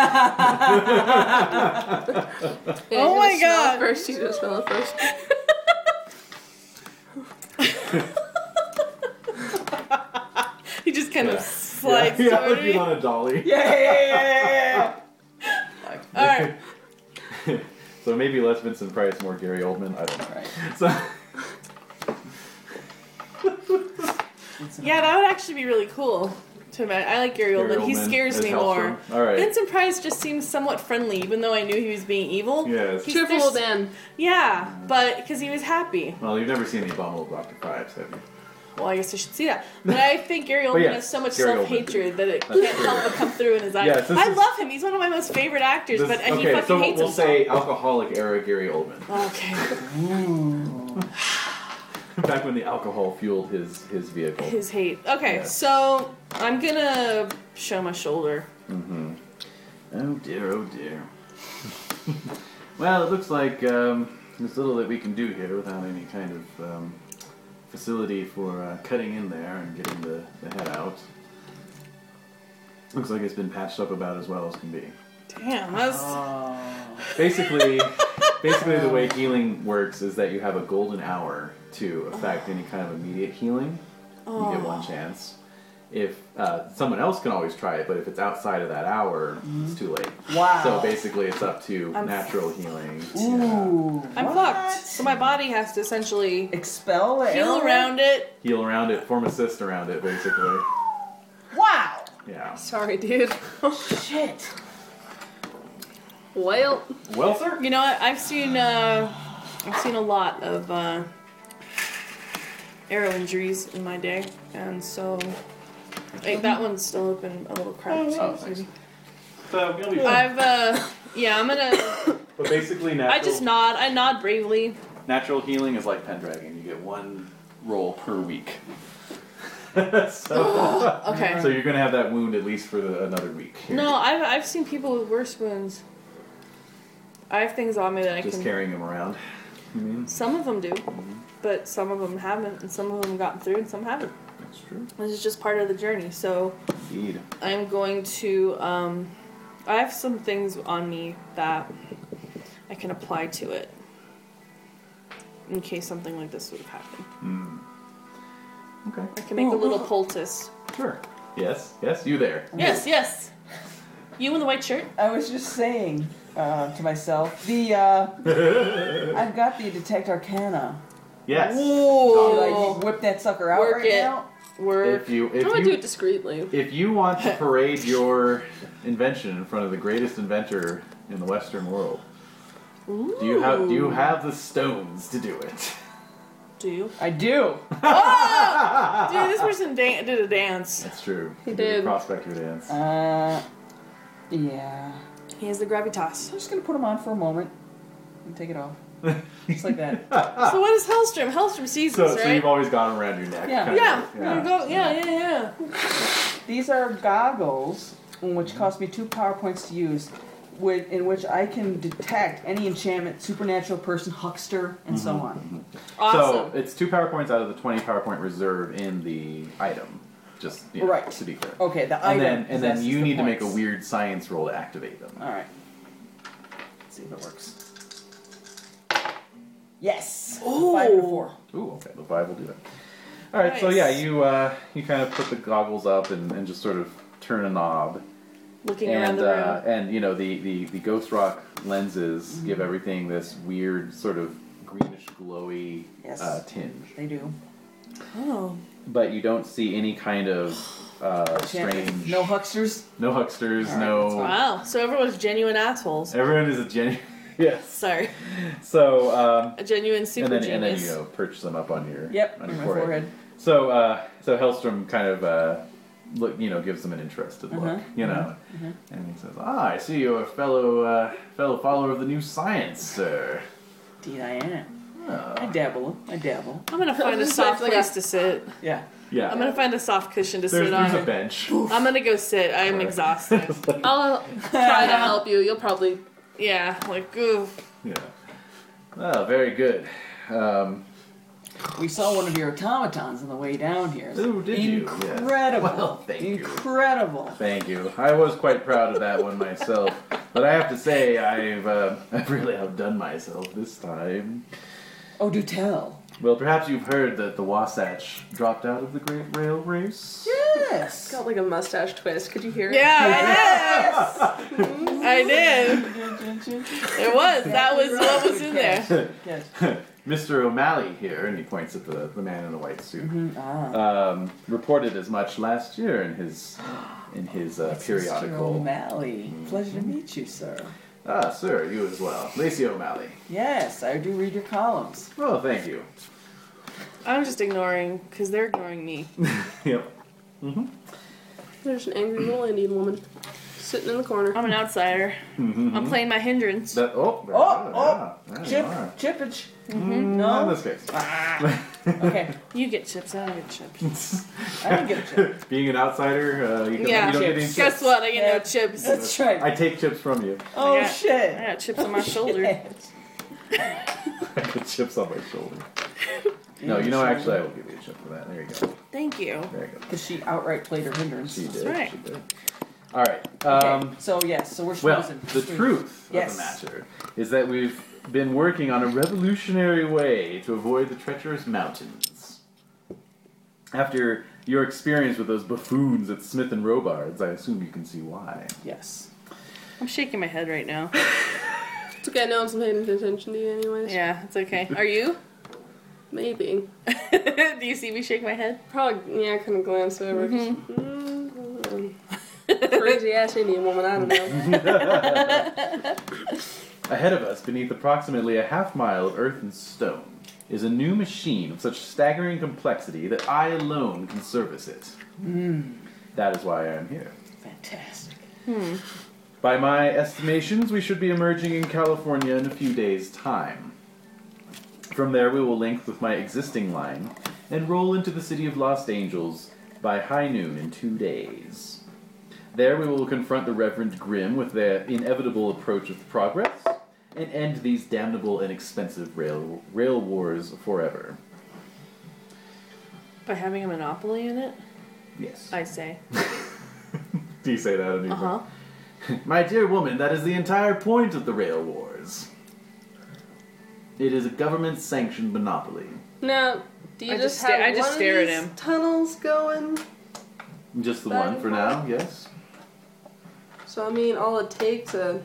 Oh
you
my
gotta
God.
smell it First, you gotta smell it first.
He just kind
Yeah.
of slides toward me.
on a dolly.
Yeah, yeah, yeah, yeah, yeah,
Alright.
So maybe less Vincent Price, more Gary Oldman. I don't know.
yeah. Right.
So,
Yeah, that would actually be really cool. To ima- I like Gary Oldman. He scares
as
me
Hellstrom.
more.
All right.
Vincent Price just seems somewhat friendly, even though I knew he was being evil.
Yes.
He's-
Cheerful
there's-
old man.
Yeah, but because he was happy.
Well, you've never seen the abominable Doctor Fives, have you?
Well, I guess I should see that. But I think Gary Oldman
yes,
has so much
Gary
self hatred that it
That's
can't
true.
help but come through in his eyes.
Yes, this
I
is-
love him. He's one of my most favorite actors,
This-
but and he
okay,
fucking
so
hates
we'll
himself.
say alcoholic era Gary Oldman,
Okay,
back when the alcohol fueled his his vehicle.
his hate. Okay,
Yeah.
so I'm gonna show my shoulder.
Oh dear, oh dear. well, it looks like um, there's little that we can do here without any kind of um, facility for uh, cutting in there and getting the, the head out. Looks like it's been patched up about as well as can be.
Damn, that's
Oh,
Basically, basically the way healing works is that you have a golden hour to affect any kind of immediate healing, You get one chance. If uh, someone else can always try it, but if it's outside of that hour, it's too late.
Wow.
So basically, it's up to natural healing. Yeah.
Ooh.
I'm
what?
fucked. So my body has to essentially
Expel the
heal
arrow?
around it.
Heal around it, form a cyst around it, basically.
Wow.
Yeah.
Sorry, dude.
Shit.
Well,
Well, sir.
you know what? I've seen uh, I've seen a lot of uh, arrow injuries in my day, and so hey, that one's still open a little cracked.
Oh, thanks. So you'll be fine.
I've uh, yeah, I'm gonna.
But basically, natural,
I just nod. I nod bravely.
natural healing is like Pendragon. You get one roll per week. so,
Okay.
so you're gonna have that wound at least for the, another week. here.
No, I've I've seen people with worse wounds. I have things on me that I
just
can.
carrying him around. You mean?
Some of them do, but some of them haven't, and some of them gotten through, and some haven't.
That's true.
This is just part of the journey. So
Indeed.
I'm going to. Um, I have some things on me that I can apply to it in case something like this would have happened.
Hmm. Okay.
I can make
Oh,
a little poultice.
Sure. Yes. Yes. You there?
Yes, yes. You in the white shirt?
I was just saying uh, to myself, the uh, I've got the detect arcana.
Yes.
Should I
Ooh.
just whip that sucker
Oh.
out
Work
right
it.
now?
Work.
If you Oh. if
I'm gonna
you
do it discreetly.
if you want to parade your invention in front of the greatest inventor in the Western world, do you have do you have the stones to do it?
Do you?
I do.
Ah,
Dude, this person dan- did a dance.
That's true.
He
You did the
did.
prospector dance.
Uh, yeah.
He has the gravitas.
I'm just gonna put them on for a moment and take it off, just like that.
So what is Hellstrom? Hellstrom sees
Ah. So,
this,
so
right?
you've always got them around your neck.
Yeah.
kinda,
yeah. Yeah.
Oh,
Go, yeah, yeah, yeah.
These are goggles, which cost me two power points to use, whi- in which I can detect any enchantment, supernatural person, huckster, and so
Mm-hmm.
on.
Awesome.
So it's two power points out of the twenty power point reserve in the item. Just you know,
Right.
to be clear.
Okay, the
And
item.
then and then
possesses
you
the
need to make a
points.
weird science roll to activate them.
All right. Let's see if it works. Yes. Five to four.
Ooh, okay, the vibe will do that. All right, so
Nice.
yeah, you uh, you kind of put the goggles up and, and just sort of turn a knob,
Looking around
and
the room.
uh, and you know the, the, the ghost rock lenses give everything this weird sort of greenish glowy
Yes.
uh, tinge,
They do.
Oh.
but you don't see any kind of uh,
Enchantment.
strange
No hucksters.
no hucksters,
All right,
no
Wow. So everyone's genuine assholes.
everyone is a genuine yes.
Sorry.
So um,
A genuine
and
super
then and then
genius.
you know, perch them up on your
Yep.
on
On my
your
forehead.
So, uh, so Hellstrom kind of uh, look, you know, gives them an interested look,
Uh-huh.
you know, and he says, "Ah, I see you're a fellow, uh, fellow follower of the new science, sir."
Indeed, I am. I
Ah.
dabble. I dabble.
I'm gonna find a soft
Like a-
place to sit.
Yeah.
Yeah,
I'm gonna find a soft cushion to
there's,
sit
there's a
on.
bench.
I'm gonna go sit. I'm
Right.
exhausted.
uh,
I'll try to help you. You'll probably
yeah, like oof.
yeah. Oh, very good. Um,
We saw one of your automatons on the way down here. It's
Ooh, did you? Yes.
incredible.
Well, thank you.
Incredible.
thank you. I was quite proud of that one myself, but I have to say, I've uh, I've really outdone myself this time.
Oh, do tell.
Well, perhaps you've heard that the Wasatch dropped out of the Great Rail Race.
Yes.
got like a mustache twist. Could you hear it?
Yeah, I did. I did. It was. That was what was in there.
Yes.
Mr. O'Malley here, and he points at the, the man in the white suit,
Ah.
um, reported as much last year in his in his uh,
Mr.
periodical.
O'Malley.
Mm-hmm.
Pleasure to meet you, sir.
Ah, sir, you as well, Lacey O'Malley.
Yes, I do read your columns.
Oh, thank you.
I'm just ignoring because they're ignoring me.
Yep.
There's an angry little Indian woman sitting in the corner.
I'm an outsider.
Mm-hmm.
I'm playing my hindrance.
That, oh, there
Oh,
you
oh,
are, yeah, there you
Chip, Oh.
are. Mm,
chippage.
Mm-hmm.
Not in
No.
this case.
Okay,
You get chips. I don't get chips.
I didn't get a chip.
Being an outsider, uh, you, don't-
Yeah.
you don't get any
Chips.
chips.
Guess what? I get
Yeah.
no chips.
That's right.
I take chips from you.
oh
got-
shit.
I got chips on my shoulder.
I put chips on my shoulder. No, you know, actually, I will give you a chip for that. There you go.
Thank you.
There you go.
Because she outright played her hindrance.
She did.
right.
She did. All right.
Okay,
Um,
so yes, so we're
Well,
chosen.
the truth
Yes.
of the matter is that we've been working on a revolutionary way to avoid the treacherous mountains. After your experience with those buffoons at Smith and Robards, I assume you can see why.
Yes.
I'm shaking my head right now.
It's okay, no one's paying attention to you anyways.
Yeah, it's okay. Are you?
Maybe.
Do you see me shake my head?
Probably, yeah, I couldn't glance over. 'cause- mm Crazy ass Indian woman, I don't know.
Ahead of us, beneath approximately a half mile of earth and stone, is a new machine of such staggering complexity that I alone can service it.
Hmm.
That is why I am here.
Fantastic.
By my estimations, we should be emerging in California in a few days' time. From there, we will link with my existing line and roll into the city of Lost Angels by high noon in two days. There, we will confront the Reverend Grimm with the inevitable approach of progress and end these damnable and expensive rail, rail wars forever.
By having a monopoly in it?
Yes.
I say.
Do you say that in
Uh
Uh-huh.
huh.
My dear woman, that is the entire point of the rail wars. It is a government sanctioned monopoly.
Now, do you
I
just,
just sta-
have
I just
one of
stare at
these
him.
tunnels going?
Just the
Back
one
and
for now, yes?
So I mean, all it takes to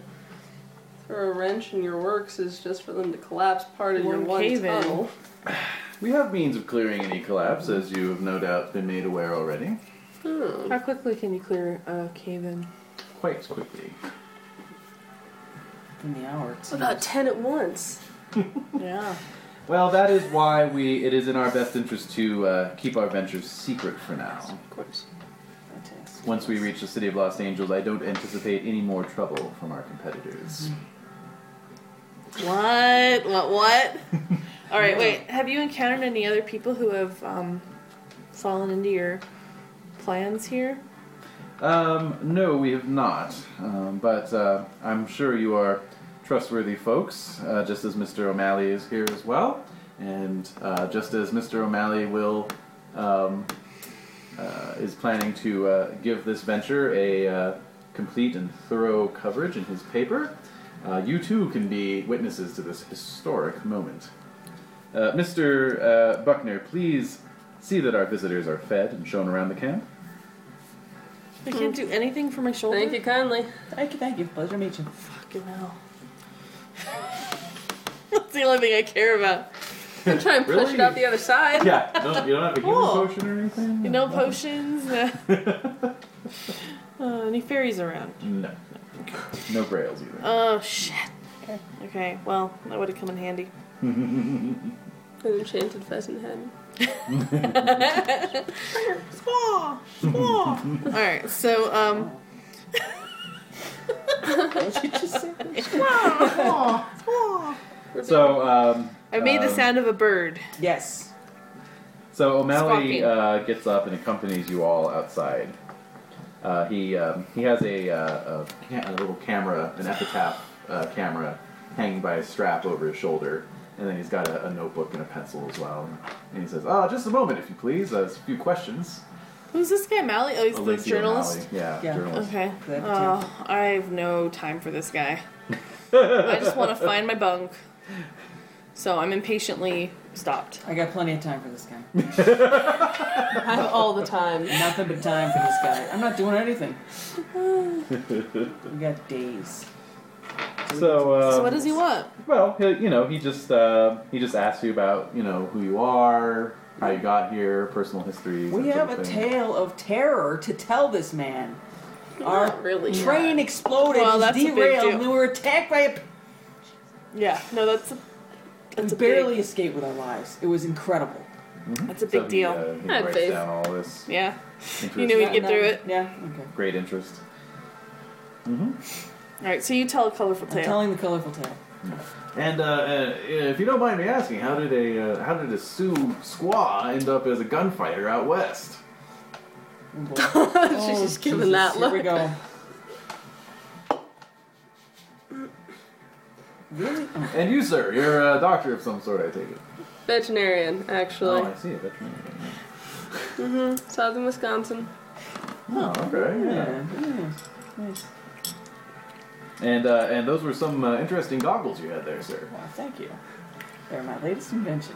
throw a wrench in your works is just for them to collapse part of your
One
one
cave in.
tunnel.
We have means of clearing any collapse, as you have no doubt been made aware already.
Hmm.
How quickly can you clear a cave in?
Quite quickly.
In the hour. it seems.
About ten at once.
Yeah.
Well, that is why we. It is in our best interest to uh, keep our ventures secret for now.
Of course.
Fantastic.
Once we reach the city of Lost Angels, I don't anticipate any more trouble from our competitors.
What? What? What? All right, wait. Have you encountered any other people who have um, fallen into your plans here?
Um, no, we have not. Um, but uh, I'm sure you are trustworthy folks, uh, just as Mr. O'Malley is here as well, and uh, just as Mr. O'Malley will um, uh, is planning to uh, give this venture a uh, complete and thorough coverage in his paper. Uh, you too can be witnesses to this historic moment. Uh, Mr. Uh, Buckner, please see that our visitors are fed and shown around the camp.
I can't do anything for my shoulder.
Thank you kindly.
Thank you, thank you. Pleasure to meet you.
Fucking hell. That's the only thing I care about.
I'm trying to push
Really?
it out the other side.
Yeah, no, you don't have a healing
Cool.
potion or anything?
No potions. uh, uh, any fairies around?
No. No brails either.
Oh shit. Okay, well that would have come in handy.
An enchanted pheasant head.
Squaw! Squaw! All right, so um.
Don't you just say that?
Oh.
So, um,
I made the
Um,
sound of a bird.
Yes.
so O'Malley
Squawking.
uh, gets up and accompanies you all outside. Uh, he um, he has a, uh, a, ca- a little camera, an epitaph uh, camera, hanging by a strap over his shoulder, and then he's got a, a notebook and a pencil as well. And he says, "Ah, just a moment, if you please. Uh, a few questions."
Who's this guy, Malley? Oh, he's the
Alicia
journalist.
O'Malley. Yeah,
Yeah.
journalist.
Okay.
That
Oh, I have no time for this guy. I just want to find my bunk. So I'm impatiently stopped.
I got plenty of time for this guy.
I have all the
Um,
time.
Nothing but time for this guy. I'm not doing anything. we got days.
So, um,
so what does he want?
Well, he, you know, he just uh, he just asks you about you know who you are, how you got here, personal histories.
We
that
have
sort of
a
thing.
tale of terror to tell this man. Our
Not really.
train exploded,
Well,
it was
that's a big
derailed,
deal.
and we were attacked by a.
Yeah. No, that's a, that's
We
a
barely
Big,
escaped with our lives. It was incredible.
that's a
So
big
he,
deal.
uh, he
I had
writes
faith.
down all this
yeah.
interest,
You knew he'd
Yeah,
get
no,
through it.
Yeah, okay.
great interest.
All right. So you tell a colorful
I'm
tale.
telling the colorful tale. Oh,
And uh, uh, if you don't mind me asking, how did a uh, how did a Sioux squaw end up as a gunfighter out west?
Oh,
She's just giving
Jesus,
that
Here we
look.
go. Really? Oh,
And you, sir, you're a doctor of some sort, I take it.
Veterinarian, actually.
Oh, I see. That's right.
Southern Wisconsin.
Oh, okay. Yeah.
yeah. yeah. Nice.
And uh, and those were some uh, interesting goggles you had there, sir.
Well, thank you. They're my latest invention.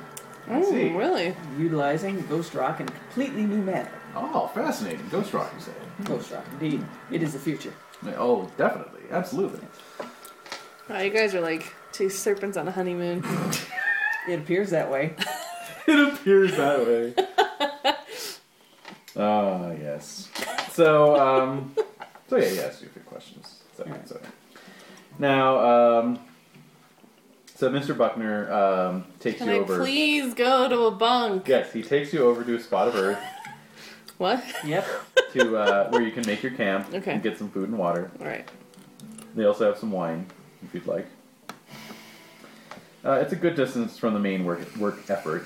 I see.
really?
utilizing the ghost rock in a completely new manner.
Oh, fascinating. Ghost Rock, you say?
Ghost rock, indeed. It is the future.
Oh, definitely. Absolutely.
Wow, you guys are like two serpents on a honeymoon.
It appears that way.
it appears that way. Ah, yes. So, um, so yeah, yeah, stupid questions. So,
Alright.
so. Now, um, so Mr. Buckner um, takes
Can
you
I
over.
please go to a bunk?
Yes, he takes you over to a spot of earth
What?
Yep.
to uh, where you can make your camp
Okay.
and get some food and water.
All right.
They also have some wine, if you'd like. Uh, it's a good distance from the main work work effort.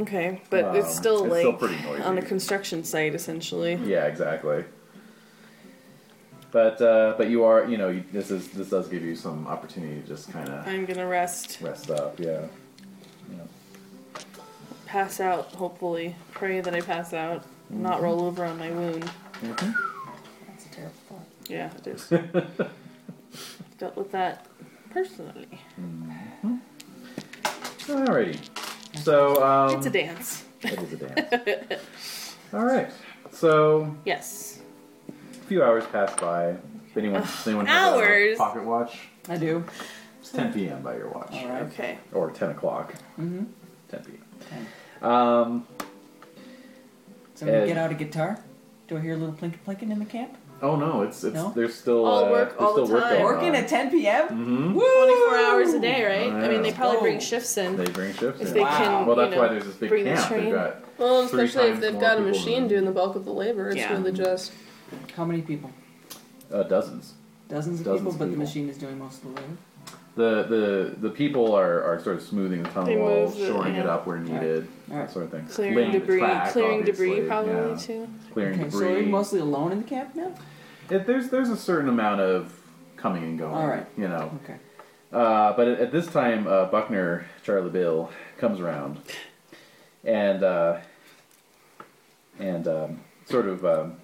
Okay, but
Um,
it's still
it's
like
still pretty noisy.
on a construction site, essentially.
Yeah, exactly. But uh, but you are you know you, this is this does give you some opportunity to just kind of
I'm gonna rest,
rest up. Yeah. yeah.
pass out, hopefully. Pray that I pass out, not roll over on my wound. Mm-hmm.
That's a terrible thought.
Yeah, it is. Dealt with that personally.
Alrighty. So um,
It's a dance.
It is a dance. All right. So
Yes.
a few hours pass by. If anyone does anyone have a
Hours?
pocket watch,
I do.
it's 10 p.m. by your watch,
All right.
Okay.
or 10 o'clock.
Mm-hmm.
10 p.m. Um,
So when
Uh,
you get out a guitar, do I hear a little plinking plinking in the camp?
oh no, it's it's
No?
there's still
All
uh,
work
there's
all
still
the
work
time.
going
Working
on.
at 10 p.m.
Mhm.
Woo!
24 hours a day, right? Oh. I mean,
Yeah.
they probably
Whoa.
bring shifts in.
They bring shifts
If
in.
they can,
Well, that's
you know,
why there's this big
bring the
camp. They've
train.
got
Well,
Three
especially if
times
they've
more
got a
people
machine
than-
doing the bulk of the labor, it's
Yeah.
really just
How many people?
uh, dozens.
Dozens of
Dozens
people,
of
but the
people.
machine is doing most of the labor.
The the the people are, are sort of smoothing the tunnel
They
walls,
move the-
shoring it
yeah.
up where needed,
Alright.
that sort of thing.
Clearing
Laying the
debris,
track,
clearing debris,
obviously,
probably
yeah.
too.
Clearing
Okay, so
debris.
are we mostly alone in the camp now?
It- there's there's a certain amount of coming and going.
All right.
You know,
Okay.
uh, but at, at this time, uh, Buckner Charlie Bill comes around, and uh, and um, sort of um,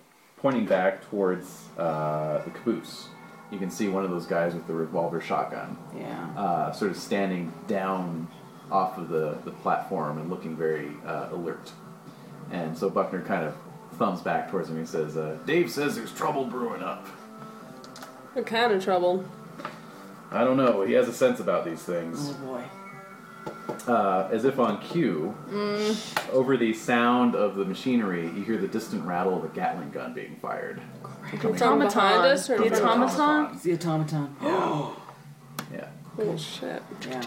pointing back towards uh, the caboose. You can see one of those guys with the revolver shotgun.
Yeah.
uh, sort of standing down off of the, the platform and looking very uh, alert. And so Buckner kind of thumbs back towards him. He says, uh, Dave says there's trouble brewing up.
what kind of trouble.
I don't know. He has a sense about these things.
Oh boy.
Uh, as if on cue, over the sound of the machinery, you hear the distant rattle of a Gatling gun being fired. Coming
From
up
behind us or
from
in front of us?
It's the automaton.
Yeah. yeah.
Oh shit.
yeah.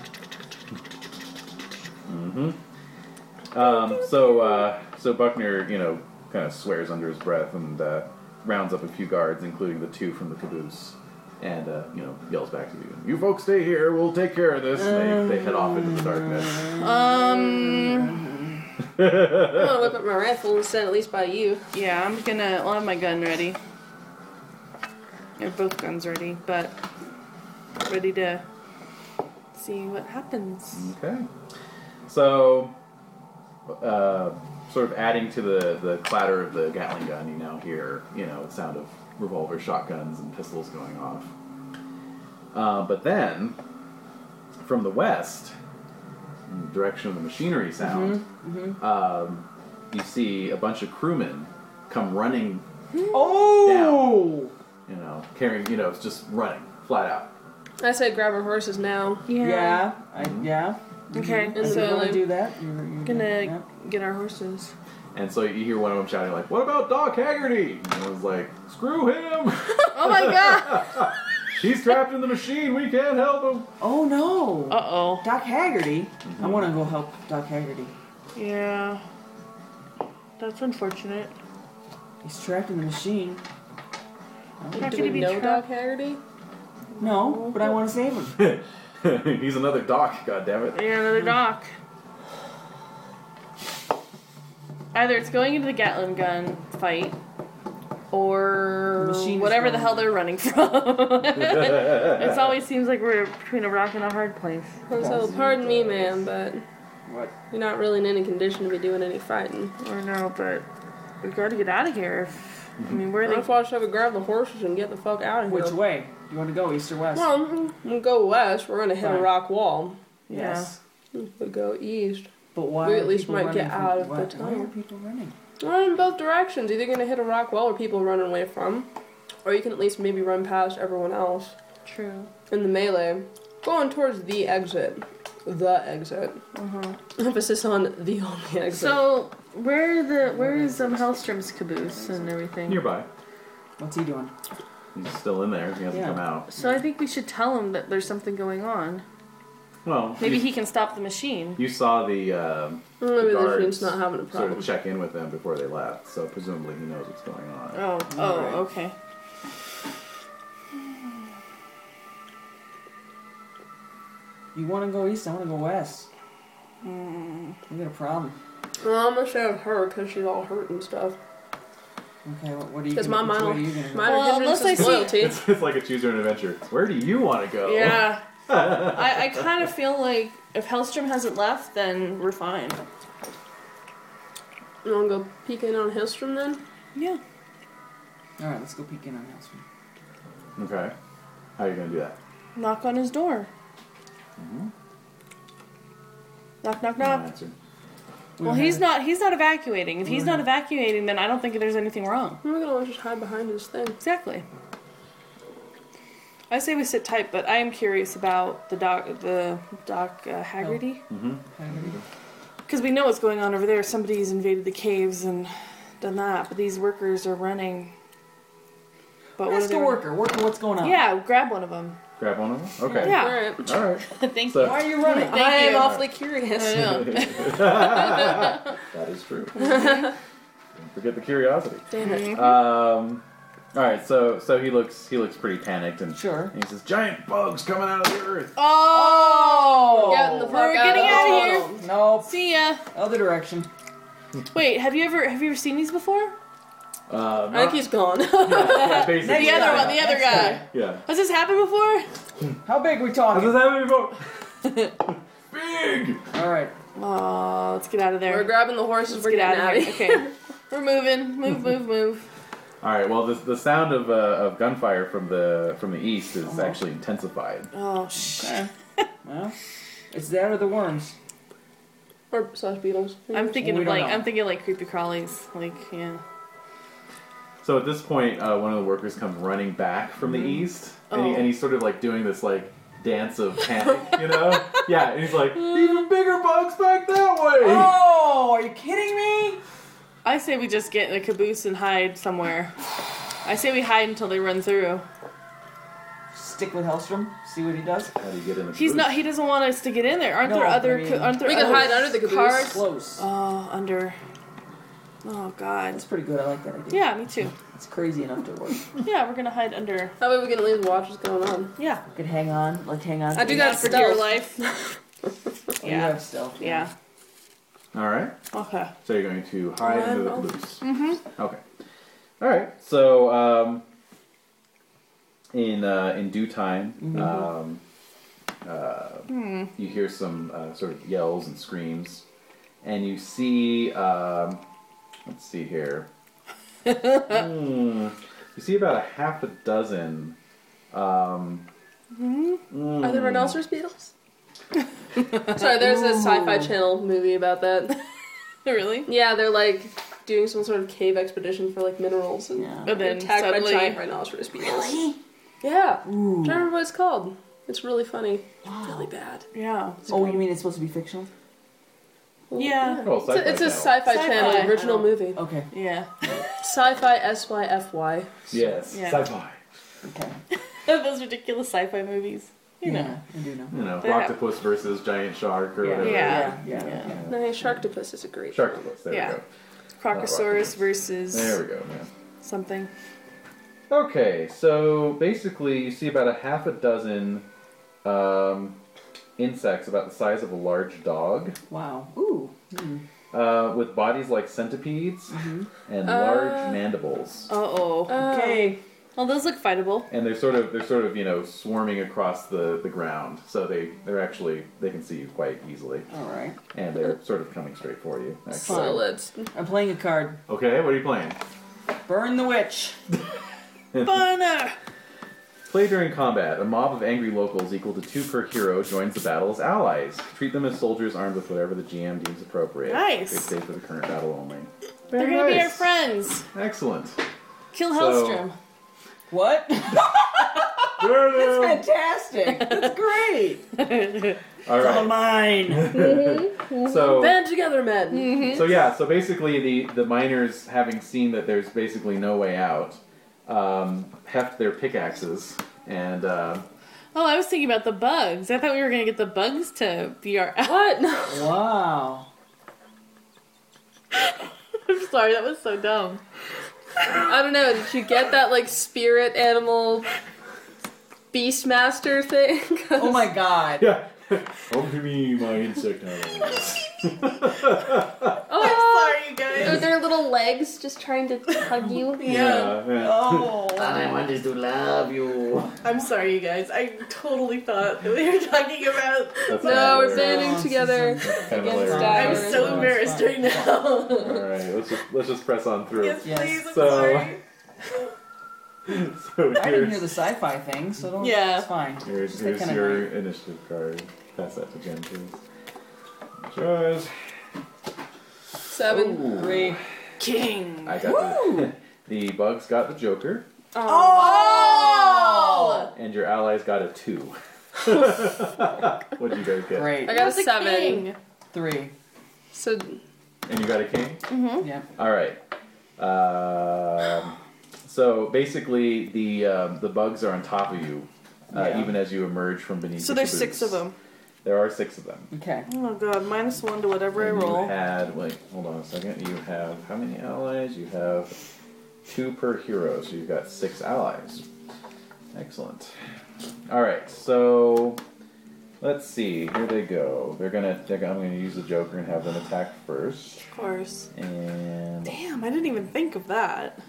Um, so, uh, so Buckner, you know, kind of swears under his breath and uh, rounds up a few guards, including the two from the caboose, and uh, you know, yells back to you, "You folks stay here. We'll take care of this." And they, they head off into the darkness.
Um,
I'm gonna whip up my rifle and stand at least by you.
yeah, I'm gonna. I'll have my gun ready. I have both guns ready, but ready to see what happens.
Okay. So, uh, sort of adding to the the clatter of the Gatling gun, you now hear you know the sound of revolver shotguns and pistols going off. Uh, but then, from the west, in the direction of the machinery sound, Um, you see a bunch of crewmen come running.
Oh!
You know, carrying. You know, it's just running flat out.
I say grab our horses now.
Yeah. I, yeah.
Okay, so
I didn't want
I'm
to do that. You're, you're
gonna
yeah.
get our horses.
And so you hear one of them shouting like, "What about Doc Haggerty?" And I was like, "Screw him!
Oh my god!
He's trapped in the machine. We can't help him."
Oh no!
Uh oh.
Doc Haggerty. I want to go help Doc Haggerty.
Yeah. That's unfortunate.
He's trapped in the machine.
Not
Do
gonna
we
be
know Doc
trapped.
Haggerty?
No, but I want to save him.
He's another Doc. God damn it!
Yeah, another dock. Either it's going into the Gatlin gun fight, or
The machine is
whatever the
going.
hell they're running from. it always seems like we're between a rock and a hard place.
So pardon me, ma'am, but
What?
you're not really in any condition to be doing any fighting.
I don't know, but we gotta get out of here. If, I mean, where are
That's
they?
why I should have grabbed the horses and get the fuck out of here.
Which way? You want to go east or west?
Well, mm, we go west. We're gonna hit a
Right.
rock wall.
Yeah.
yes.
We go east.
But why?
We
are
at least
people
might
running
get
from-
out of
why-
the
Why are
tunnel.
people running?
Run Uh, in both directions. Either you're gonna hit a rock wall or people running away from, or you can at least maybe run past everyone else
True.
in the melee, going towards the exit. The exit. Uh-huh. Emphasis on the only exit.
So where the where is um Hellstrom's caboose and everything?
Nearby.
What's he doing?
He's still in there. He hasn't
Yeah.
come out.
So I think we should tell him that there's something going on.
Well,
Maybe
you,
he can stop the machine.
you saw the, um,
maybe
the
the
guards
machine's not having a
sort
problem.
of check in with them before they left, so presumably he knows what's going on.
Oh, oh, okay.
You want to go east? I want to go west.
Mm.
We got a problem.
Well, I'm gonna show her because she's all hurt and stuff.
Okay, what, what are you?
Because my
gonna,
mind,
what are you gonna do?
my
Well,
hindrance
unless
is
I
loyalty.
It's, it's like a choose your own adventure. Where do you want to go?
Yeah. I, I kind of feel like if Hellstrom hasn't left, then we're fine.
You wanna go peek in on Hillstrom then?
Yeah.
All right, let's go peek in on house.
Okay. How are you going to do that?
Knock on his door. Mm-hmm. Knock, knock,
No
knock.
answer.
Well, he's not. He's not evacuating. If he's not evacuating, then I don't think there's anything wrong.
I'm gonna let just hide behind his thing.
Exactly. I say we sit tight, but I am curious about the doc, the doc uh, Haggerty, because we know what's going on over there. Somebody's invaded the caves and done that, but these workers are running. But what
Let's
are they
go
run-
worker. Worker, what's going on?
Yeah, grab one of them.
Grab one of them? Okay.
Yeah.
Alright.
All right.
Thank
So-
Why are you running?
Thank
I am
you.
awfully curious.
That is true. Don't forget the curiosity.
Damn it.
Um, all right, so so he looks he looks pretty panicked and
Sure.
and he says, "Giant bugs coming out of the earth."
Oh,
Getting the fuck
We're getting
of
out of
the
here.
tunnel.
Nope.
See ya.
Other direction.
Wait, have you ever have you ever seen these before?
Uh,
I think he's gone.
yeah, basically,
The other
yeah.
one, the other guy.
Yeah.
Has this happened before?
How big we
Has this
talking?
happened before? Big.
All right.
Oh, let's get out of there.
We're grabbing the horses.
let's
we're
get
getting
out
out
of here. Okay, we're moving. Move, move, move.
All right. Well, the, the sound of, uh, of gunfire from the from the east is
Uh-huh.
actually intensified.
Oh shh.
Well, it's that or the worms.
Or slash beetles.
I'm thinking
We
of
don't
like
know.
I'm thinking like creepy crawlies. Like yeah.
So at this point, uh, one of the workers comes running back from the east, and, he,
Oh.
and he's sort of like doing this like dance of panic, you know? yeah, and he's like,
Mm.
even bigger bugs back that way.
Oh, are you kidding me?
I say we just get in a caboose and hide somewhere. I say we hide until they run through.
Stick with Hellstrom. See what he does.
How do you get in the
He's
booth?
not. He doesn't want us to get in there. Aren't
No,
there
I
other?
mean-
co- aren't there
We can
other
hide under the caboose.
Cars?
Close.
Oh, under. Oh God.
That's pretty good. I like that idea.
Yeah, me too.
It's crazy enough to work.
Yeah, we're gonna hide under.
That way we can at least watch what's going on.
Yeah.
Could hang on. Like hang on.
I do got
for
stealth.
dear life.
Oh, You
yeah.
have stealth.
Yeah.
All right.
Okay.
So you're going to hide under the
Well-
loose. Mm-hmm. Okay. All right. So um, in uh, in due time, um, uh, you hear some uh, sort of yells and screams, and you see. Um, let's see here. Hmm. You see about a half a dozen. Um,
Are there rhinoceros beetles? Sorry, there's a sci-fi channel movie about that.
Really?
Yeah, they're like doing some sort of cave expedition for like minerals and
Yeah.
they're
And then
attacked
suddenly-
by giant rhinoceros beetles. Yeah. I don't remember what it's called. It's really funny. Really bad.
Yeah.
Oh, you mean it's supposed to be fictional?
Well,
Yeah.
oh,
It's a, it's a
sci-fi
sci-fi,
Sci-fi.
channel original
Oh.
movie.
Okay.
Yeah.
Sci-fi S Y F Y.
channel. Yes,
Yeah.
sci-fi.
Okay.
Those ridiculous sci-fi movies. You know.
Yeah, I do know.
You know,
They have-
octopus versus giant shark or
Yeah.
whatever.
Yeah.
Yeah.
Yeah.
yeah.
No, Sharktopus is a great.
Shark
one.
There
Yeah.
we go.
Crocosaurus versus
There we go, man.
something.
Okay, so basically, you see about a half a dozen um, insects about the size of a large dog,
Wow. Ooh.
uh, with bodies like centipedes and large mandibles.
Uh oh.
Okay.
Well, those look fightable.
And they're sort of they're sort of you know swarming across the, the ground, so they they're actually they can see you quite easily,
All right.
and they're sort of coming straight for you. Actually.
So let's.
I'm playing a card.
Okay, what are you playing?
Burn the witch.
Burner.
Play during combat. A mob of angry locals equal to two per hero joins the battle as allies. Treat them as soldiers armed with whatever the GM deems appropriate.
Nice.
They stay for the current battle only.
They're
Very
gonna be our
nice.
friends.
Excellent.
Kill
So-
Hellstrom.
What? That's fantastic. That's great.
All
All
right.
mine.
So
Band together, men.
Mm.
So yeah, so basically the the miners, having seen that there's basically no way out, um, heft their pickaxes and uh,
oh, I was thinking about the bugs. I thought we were gonna get the bugs to be our.
What? No.
Wow.
I'm sorry, that was so dumb.
I don't know. Did you get that like spirit animal beastmaster thing? 'Cause
Oh my god.
yeah. Over me, my insect animals.
Oh,
you guys.
are their little legs just trying to hug you?
yeah. yeah.
Oh.
I wanted to love you.
I'm sorry, you guys. I totally thought that we were talking about.
That's
No, we're
hilarious.
banding together.
That's kind of
against
hilarious.
I was
Sorry.
so embarrassed right now.
All right, let's just let's just press on through.
yes,
Yes.
please. I'm
So-
sorry.
So
I didn't hear
here's,
the sci-fi thing, so don't,
Yeah.
it's fine.
here's,
Just that
here's
kind of
your
thing.
initiative card. Pass that to Jen, please. Jars.
Seven.
Ooh.
Three.
King.
I got the, the bugs got the Joker,
Oh!
and your allies got a two. what did you guys get?
Great.
I got a seven.
Three.
So
And you got a king.
Yeah.
All right. Um, so basically, the um, the bugs are on top of you, uh,
Yeah.
even as you emerge from beneath.
So
the
there's six of
caboose.
them.
There are six of them.
Okay.
Oh my god, minus one to whatever I
And You
roll.
had wait, hold on a second. You have how many allies? You have two per hero, so you've got six allies. Excellent. All right, so let's see. Here they go. They're gonna. They're, I'm gonna use the Joker and have them attack first.
Of course.
And
Damn, I didn't even think of that.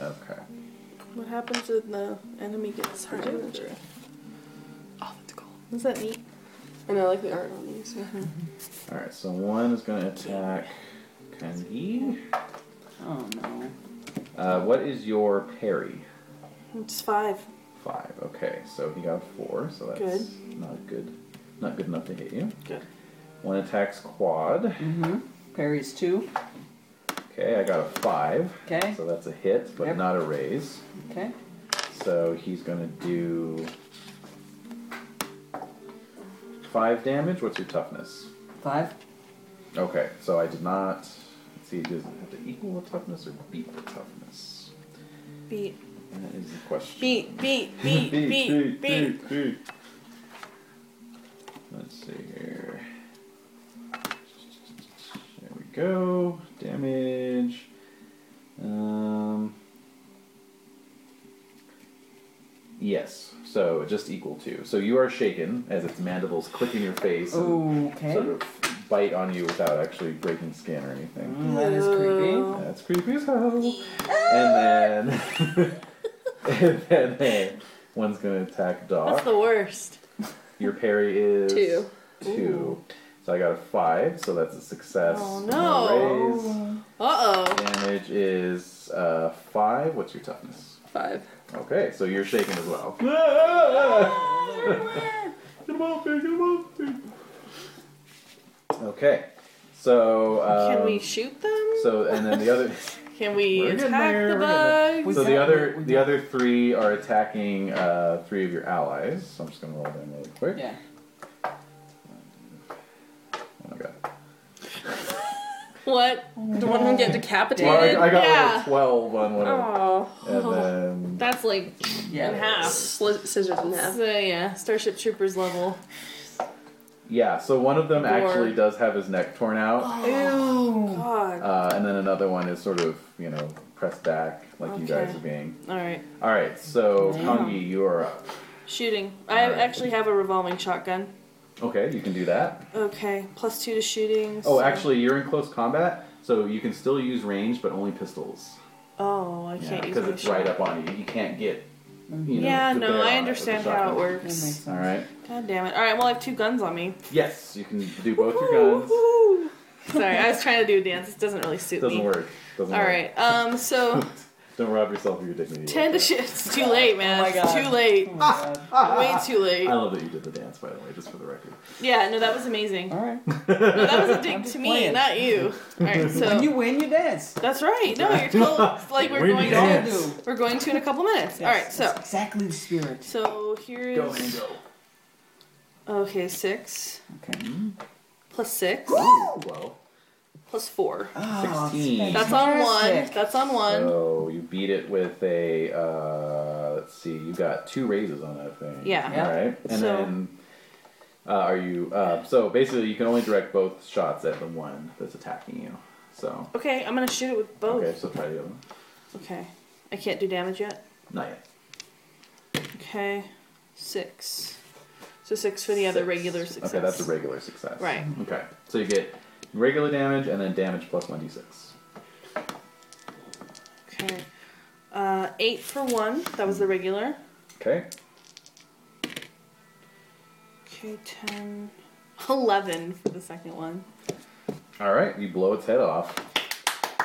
okay.
What happens when the enemy gets hurt? Oh, that's cool. Is that neat?
and I like the art on these.
All right, so one is gonna attack Kangi.
Oh no.
Uh, what is your parry?
It's five.
Five. Okay, so he got four, so that's not good. Not good enough to hit you.
Good.
One attacks quad.
Mm-hmm. Parry's two.
Okay, I got a five.
Okay.
So that's a hit, but
Yep.
not a raise.
Okay.
So he's gonna do five damage. What's your toughness?
Five.
Okay, so I did not. Let's see, does it have to equal the toughness or beat the toughness?
Beat,
That is the question.
beat, beat, beat, beat, beat.
beat. Let's see here. There we go. Damage. Um. Yes. So just equal to. So you are shaken as its mandibles click in your face
Oh.
and
Okay.
sort of bite on you without actually breaking skin or anything.
Mm, that is creepy.
That's creepy as hell. And then, and then eh, one's gonna attack
That's
Doc.
the worst.
Your parry is
Two.
Two. So I got a five, so that's a success.
Oh,
no!
Uh oh.
Raise. Damage is uh, five. What's your toughness?
Five.
Okay, so you're shaking as well.
Ah,
Get him off me, get him off me. Okay, so um,
Can we shoot them?
so and then the other.
Can we
We're getting
attack
there,
the
we're getting
bugs?
We
so
got-
the other
we-
the other three are attacking uh, three of your allies. So I'm just gonna roll them really quick.
Yeah.
Oh my god.
What?
The one of them get
Well, I,
decapitated.
I got
Yeah.
over twelve on one of
Oh,
them. And then
That's like in
Yeah.
half.
Sli- scissors in half.
So yeah, Starship Troopers level.
yeah, so one of them
Four. Oh.
actually does have his neck torn out,
Ew.
God.
uh, and then another one is sort of you know pressed back like you guys
Okay.
are being.
All right,
All right, so Kongi, you are up.
shooting. I
All right.
actually have a revolving shotgun.
Okay, you can do that.
Okay, plus two to shooting.
Oh,
so-
actually, you're in close combat, so you can still use range, but only pistols.
Oh, I can't use
because
my
it's
shot.
right up on you. You can't get. You know,
yeah,
to bear
no,
on it
I
with
understand
the
how it
shotgun.
That makes
works.
sense.
All right.
God damn it! All right, well I have two guns on me.
Yes, you can do both your guns.
Woo-hoo. Sorry, I was trying to do a dance. It doesn't really suit
Doesn't
me.
work. Doesn't
All
work.
right. Um. So
Don't rob yourself of your dignity.
Ten to shit. It's too late, man.
Oh my
It's
God.
too late.
Oh my God.
Way too late.
Ah! I love that you did the dance, by the way, just for the record.
Yeah, no, that was amazing.
All right.
No, that was a dig
just
to me,
playing.
not you. All right, so
When you win, you dance.
that's right. No, you're told. It's like we're
Win
going.
your
To,
dance.
All do.
we're going to in a couple minutes.
Yes,
All right, so
that's exactly the spirit.
so here's
Go and go.
okay six
Okay.
plus six
Well,
plus four.
Oh,
16.
That's on one.
fantastic.
That's on one.
so you beat it with a. Uh, let's see, you got two raises on that thing.
Yeah.
Yeah.
All right. And
So-
then. Uh, are you. Uh, so basically, you can only direct both shots at the one that's attacking you. So.
Okay, I'm gonna shoot it with both.
Okay, so try the other one.
Okay. I can't do damage yet.
Not yet.
Okay. Six. So six for the other
Six.
regular success.
Okay, that's a regular success. Mm-hmm.
Right.
Okay, so you get regular damage and then damage plus 1d6.
Okay. Uh, eight for one. That was the regular.
Okay?
Okay, ten. Eleven for the second one.
Alright, you blow its head off.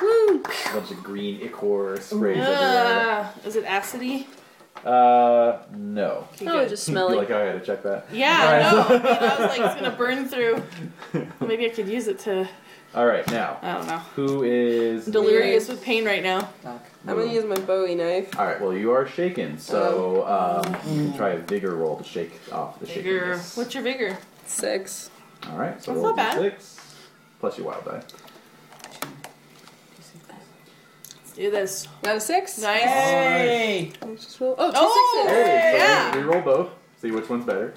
Woo!
A bunch of green ichor sprays everywhere.
Uh, is it acidy?
Uh, no.
Okay,
Oh,
good.
just
You're
smelly.
like, oh, I gotta check that.
Yeah, no. You know, I was like, it's gonna burn through. Maybe I could use it to.
Alright, now,
I don't know.
who is.
Delirious with pain right now.
Doc.
I'm gonna use my Bowie knife.
Alright, well, you are shaken, so um, you can try a vigor roll to shake off the
Oh. Vigor.
shakiness.
What's your vigor?
Six.
Alright, so
That's not
roll
bad.
d6 plus your wild die.
Let's do this.
Got a six.
Nice.
Hey.
Let's just roll- Oh, two
Oh!
sixes.
Hey,
Yeah.
so we roll both, see which one's better.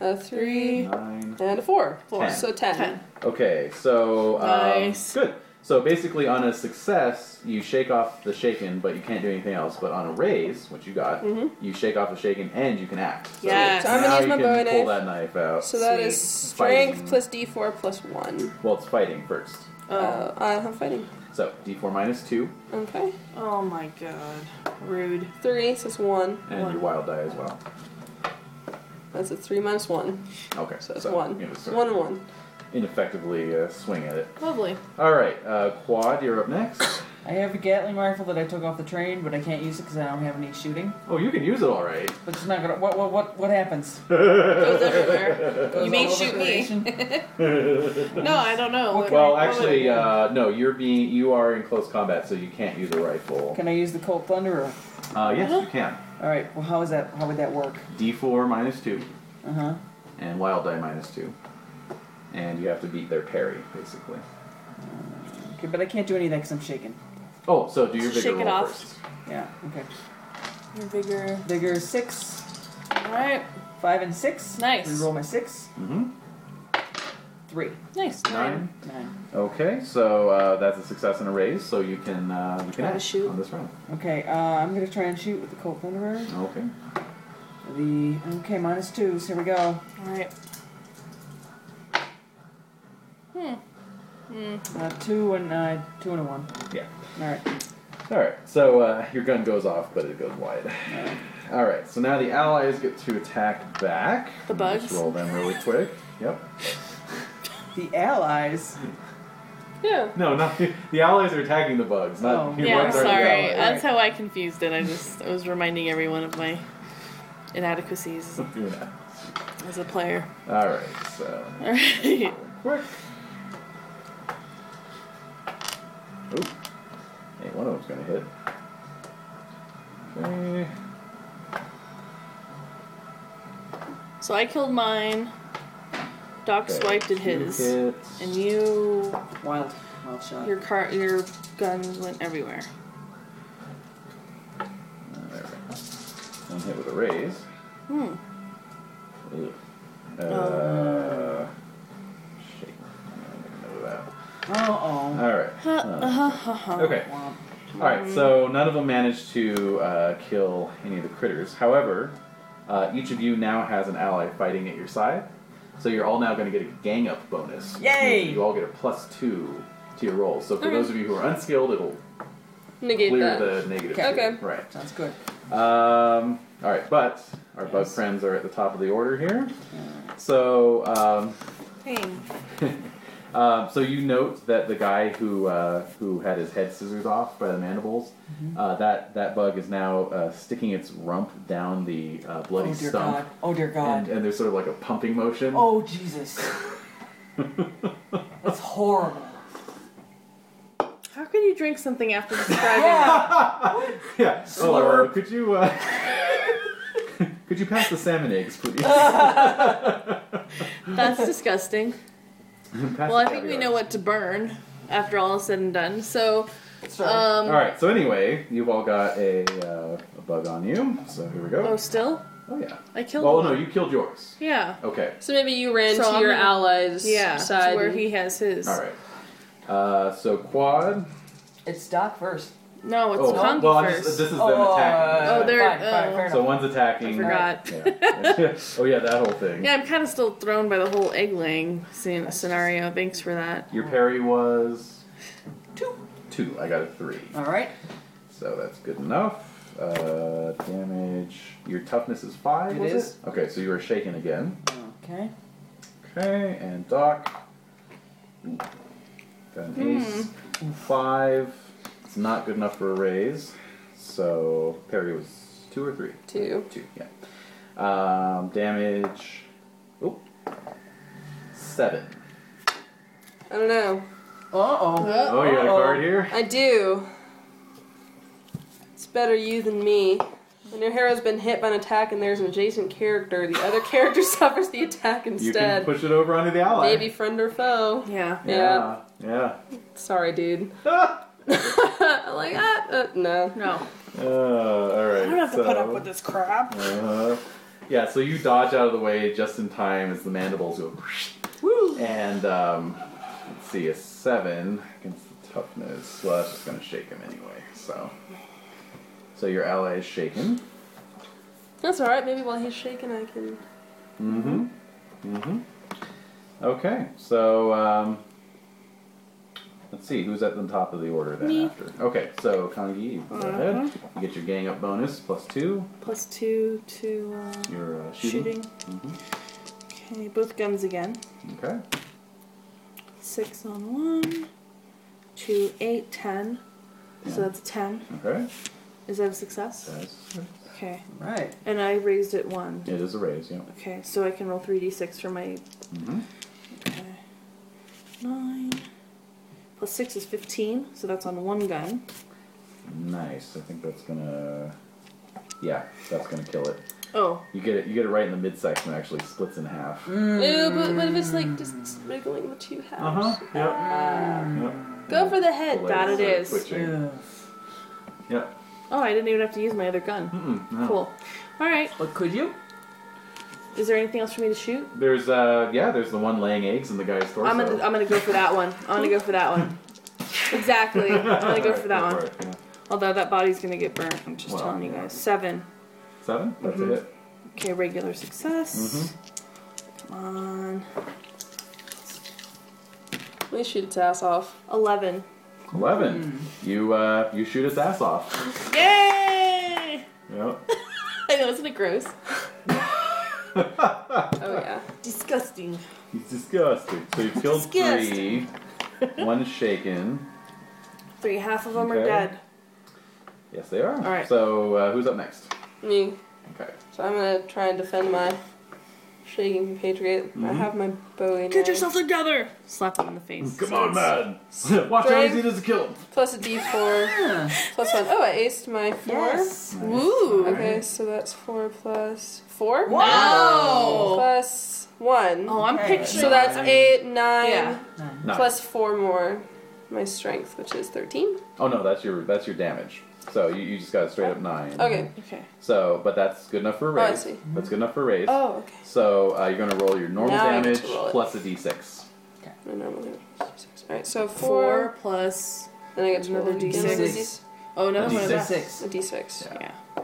A three
Nine.
and a four.
Four.
So ten.
Oh! Ten.
Okay, so um,
Nice.
good. So basically, on a success, you shake off the shaken, but you can't do anything else. But on a raise, which you got, you shake off the shaken and you can act. So
Mm-hmm. Yes.
So I'm gonna
now
use
you
my
can
bow
pull
knife.
that knife out.
So that is
Sweet.
strength
Fighting.
plus D4 plus one.
well, it's fighting first.
Oh, uh, I'm fighting.
So D4 minus two,
Okay,
Oh my god. Rude.
three. So it's one.
and your wild die as well.
That's a three minus one.
Okay,
So it's one.
It was
One and one.
Ineffectively uh, swing at it.
Lovely.
All right, uh, quad, you're up next.
I have a Gatling rifle that I took off the train, but I can't use it because I don't have any shooting.
oh, you can use it all right.
But it's not gonna. What? What? What? What happens?
Goes everywhere.
Goes
may
all over
shoot me.
creation?
No, I don't know. What-
Well,
what would-
actually, uh, no. You're being you are in close combat, so you can't use a rifle.
Can I use the Colt Thunderer?
Uh, yes, you can.
All right. Well, how is that? How would that work?
D4 minus two,
Uh huh.
and wild die minus two, and you have to beat their parry, basically.
Okay, but I can't do any of that because I'm shaking.
Oh, so do your
Shake
vigor
it
roll
off.
first.
Yeah. Okay.
Your vigor.
Vigor is six,
Alright.
five, and six.
Nice.
Reroll my six,
Mm-hmm.
three,
Nice.
Nine.
nine.
Okay, so uh, that's a success and a raise, so you can uh, you can
Try to
act
shoot.
on this round.
Okay. Uh, I'm gonna try and shoot with the Colt Thunderer.
Okay.
The okay minus twos. Here we go.
Alright.
Uh, two and uh, two and a one.
Yeah.
All right.
All right. So uh, your gun goes off, but it goes wide. All right. So now the allies get to attack back.
The
Let me just
bugs?
roll them really quick. Yep.
The allies.
Yeah.
No, not the allies are attacking the bugs. Not
Oh.
the
Yeah, I'm
bugs aren't the
sorry.
allies.
That's how I confused it. I just I was reminding everyone of my inadequacies
Yeah.
as a player.
All right. So
Alright.
quick. Oop. Hey, one of them's gonna hit. Okay.
So I killed mine. Doc
Okay,
swiped at
two
his.
hits.
And you
Wild. Wild shot.
your car your guns went everywhere.
Uh, there we go. One hit with a raise.
Hmm. Oh,
Ugh. Uh, shit. I'm gonna make a note of that.
Uh
All right. Uh, okay.
oh.
All right, so none of them managed to uh, kill any of the critters. However, uh, each of you now has an ally fighting at your side, so you're all now going to get a gang up bonus. which means
Yay!
that You all get a plus two to your rolls. So for those of you who are unskilled, it'll
Negate
clear
that.
the negative. two.
Okay.
Right.
Sounds good.
Um, all right, but our bug
Yes.
friends are at the top of the order here. So um,
Pain.
Uh, so you note that the guy who uh, who had his head scissors off by the mandibles,
Mm-hmm.
uh, that that bug is now uh, sticking its rump down the uh, bloody
oh dear
stump,
God. Oh dear
and, uh,
God.
and there's sort of like a pumping motion.
oh Jesus. That's horrible.
How can you drink something after describing?
Yeah.
yeah. Oh,
Slurp.
could you uh, could you pass the salmon eggs, please?
That's disgusting. Well, I think we know what to burn after all is said and done. So,
Sorry.
All right. So anyway, you've all got a, uh, a bug on you. So here we
oh,
go.
still?
Oh yeah.
I killed
Oh
him.
no, you killed yours.
Yeah.
Okay.
So maybe you ran
So
to
I'm
your
gonna-
allies'
Yeah. to
side.
where
and-
he has his.
All right. Uh, so quad.
It's Doc first.
No, it's
oh,
Conky
well, I'm
first.
Just, this is
Oh,
them
uh,
attacking.
Oh, they're-
fine, fine,
oh.
fair
so
enough.
one's attacking.
I forgot.
Yeah. oh yeah, that whole thing.
Yeah, I'm kind of still thrown by the whole egg laying scen- scenario. Thanks for that.
Your parry was
Two.
two. I got a three.
All right.
So that's good enough. Uh, damage. Your toughness is five.
It
was
is.
It? Okay, so you are shaken again.
Okay.
Okay, and Doc. Got an ace.
Hmm.
Five. It's not good enough for a raise. So Perry was two or three.
Two.
Two. Yeah. Um, damage. Oh. Seven.
I don't know.
Uh oh.
Oh, you got a
Uh-oh.
card here.
I do. It's better you than me. When your hero's been hit by an attack and there's an adjacent character, the other character suffers the attack
You can
instead.
push it over onto the ally.
Maybe friend or foe.
Yeah.
Yeah. Yeah.
Sorry, dude. I'm like, ah, uh, no.
No.
Uh, all right.
I don't have to
so,
put up with this crap.
Uh-huh. Yeah, so you dodge out of the way just in time as the mandibles go. And um, let's see, a seven against the toughness. Well, that's just gonna shake him anyway. So, so your ally is shaken.
That's alright, maybe while he's shaking, I can.
Mm-hmm. Mm-hmm. Okay, so um, let's see who's at the top of the order then. After okay, so Kangi, you go ahead. You get your gang up bonus plus two.
Plus two to uh,
Your uh, shooting.
shooting. Mm-hmm. Okay, both guns again.
Okay.
Six on one. Two, eight, ten. So that's a ten.
Okay.
Is that a success?
That's-
Okay.
All right.
And I raised it one.
It is a raise, yeah.
Okay, so I can roll 3d6 for my.
Mhm.
Okay. 9. Plus 6 is 15, so that's on one gun.
Nice. I think that's gonna. Yeah, that's gonna kill it.
Oh,
You get it. You get it right in the midsection. Actually, splits in half.
Mm.
Ooh, but what if it's like just wiggling the two halves?
Yep.
Go for the head.
That
it is.
Yeah.
Yep.
oh, I didn't even have to use my other gun.
Mm-mm, no.
Cool. Alright,
But could you?
is there anything else for me to shoot?
There's uh yeah. There's the one laying eggs in the guy's torso.
I'm gonna, I'm gonna go for that one. I'm gonna go for that one. Exactly. I'm gonna go for that one. Although that body's gonna get burnt, I'm just
Well,
telling you
yeah.
guys. Seven.
7 That's
Mm-hmm.
a hit.
Okay, regular success.
Mm-hmm.
Come on.
At least shoot its ass off.
Eleven.
Eleven.
Mm.
You uh you shoot its ass off.
Yay!
Yep.
I know, isn't it gross? oh, yeah.
Disgusting.
He's disgusting. So you killed three. One shaken.
Three, half of them
Okay.
are dead.
Yes, they are. All
right.
So uh, who's up next?
Me.
Okay.
So I'm gonna try and defend my shaking compatriot. I have my bowie.
Get
knife.
yourself together! Slap him in the face.
Come on, man. Watch how
Brave.
easy it is to kill him.
Plus a d4. plus one. Oh, I aced my four.
Yes.
Woo!
Okay, so that's four plus four.
Wow!
Plus one.
Oh, I'm
Okay.
picturing.
so that's eight, nine,
Yeah.
Nice.
plus four more. My strength, which is 13.
Oh no, that's your that's your damage. So you, you just got a straight up nine.
Okay.
Okay.
So, but that's good enough for a
Oh, I
raise.
see.
That's good enough for a raise.
Oh, okay.
So uh, you're gonna roll your normal
Now I get to
damage
roll it.
plus a d6.
No, no, no, no. Alright, so
Four
four.
plus.
Then I get to
Another
roll again.
D6. Oh, another one of
D6.
that.
Six.
A d6.
Yeah.
Yeah.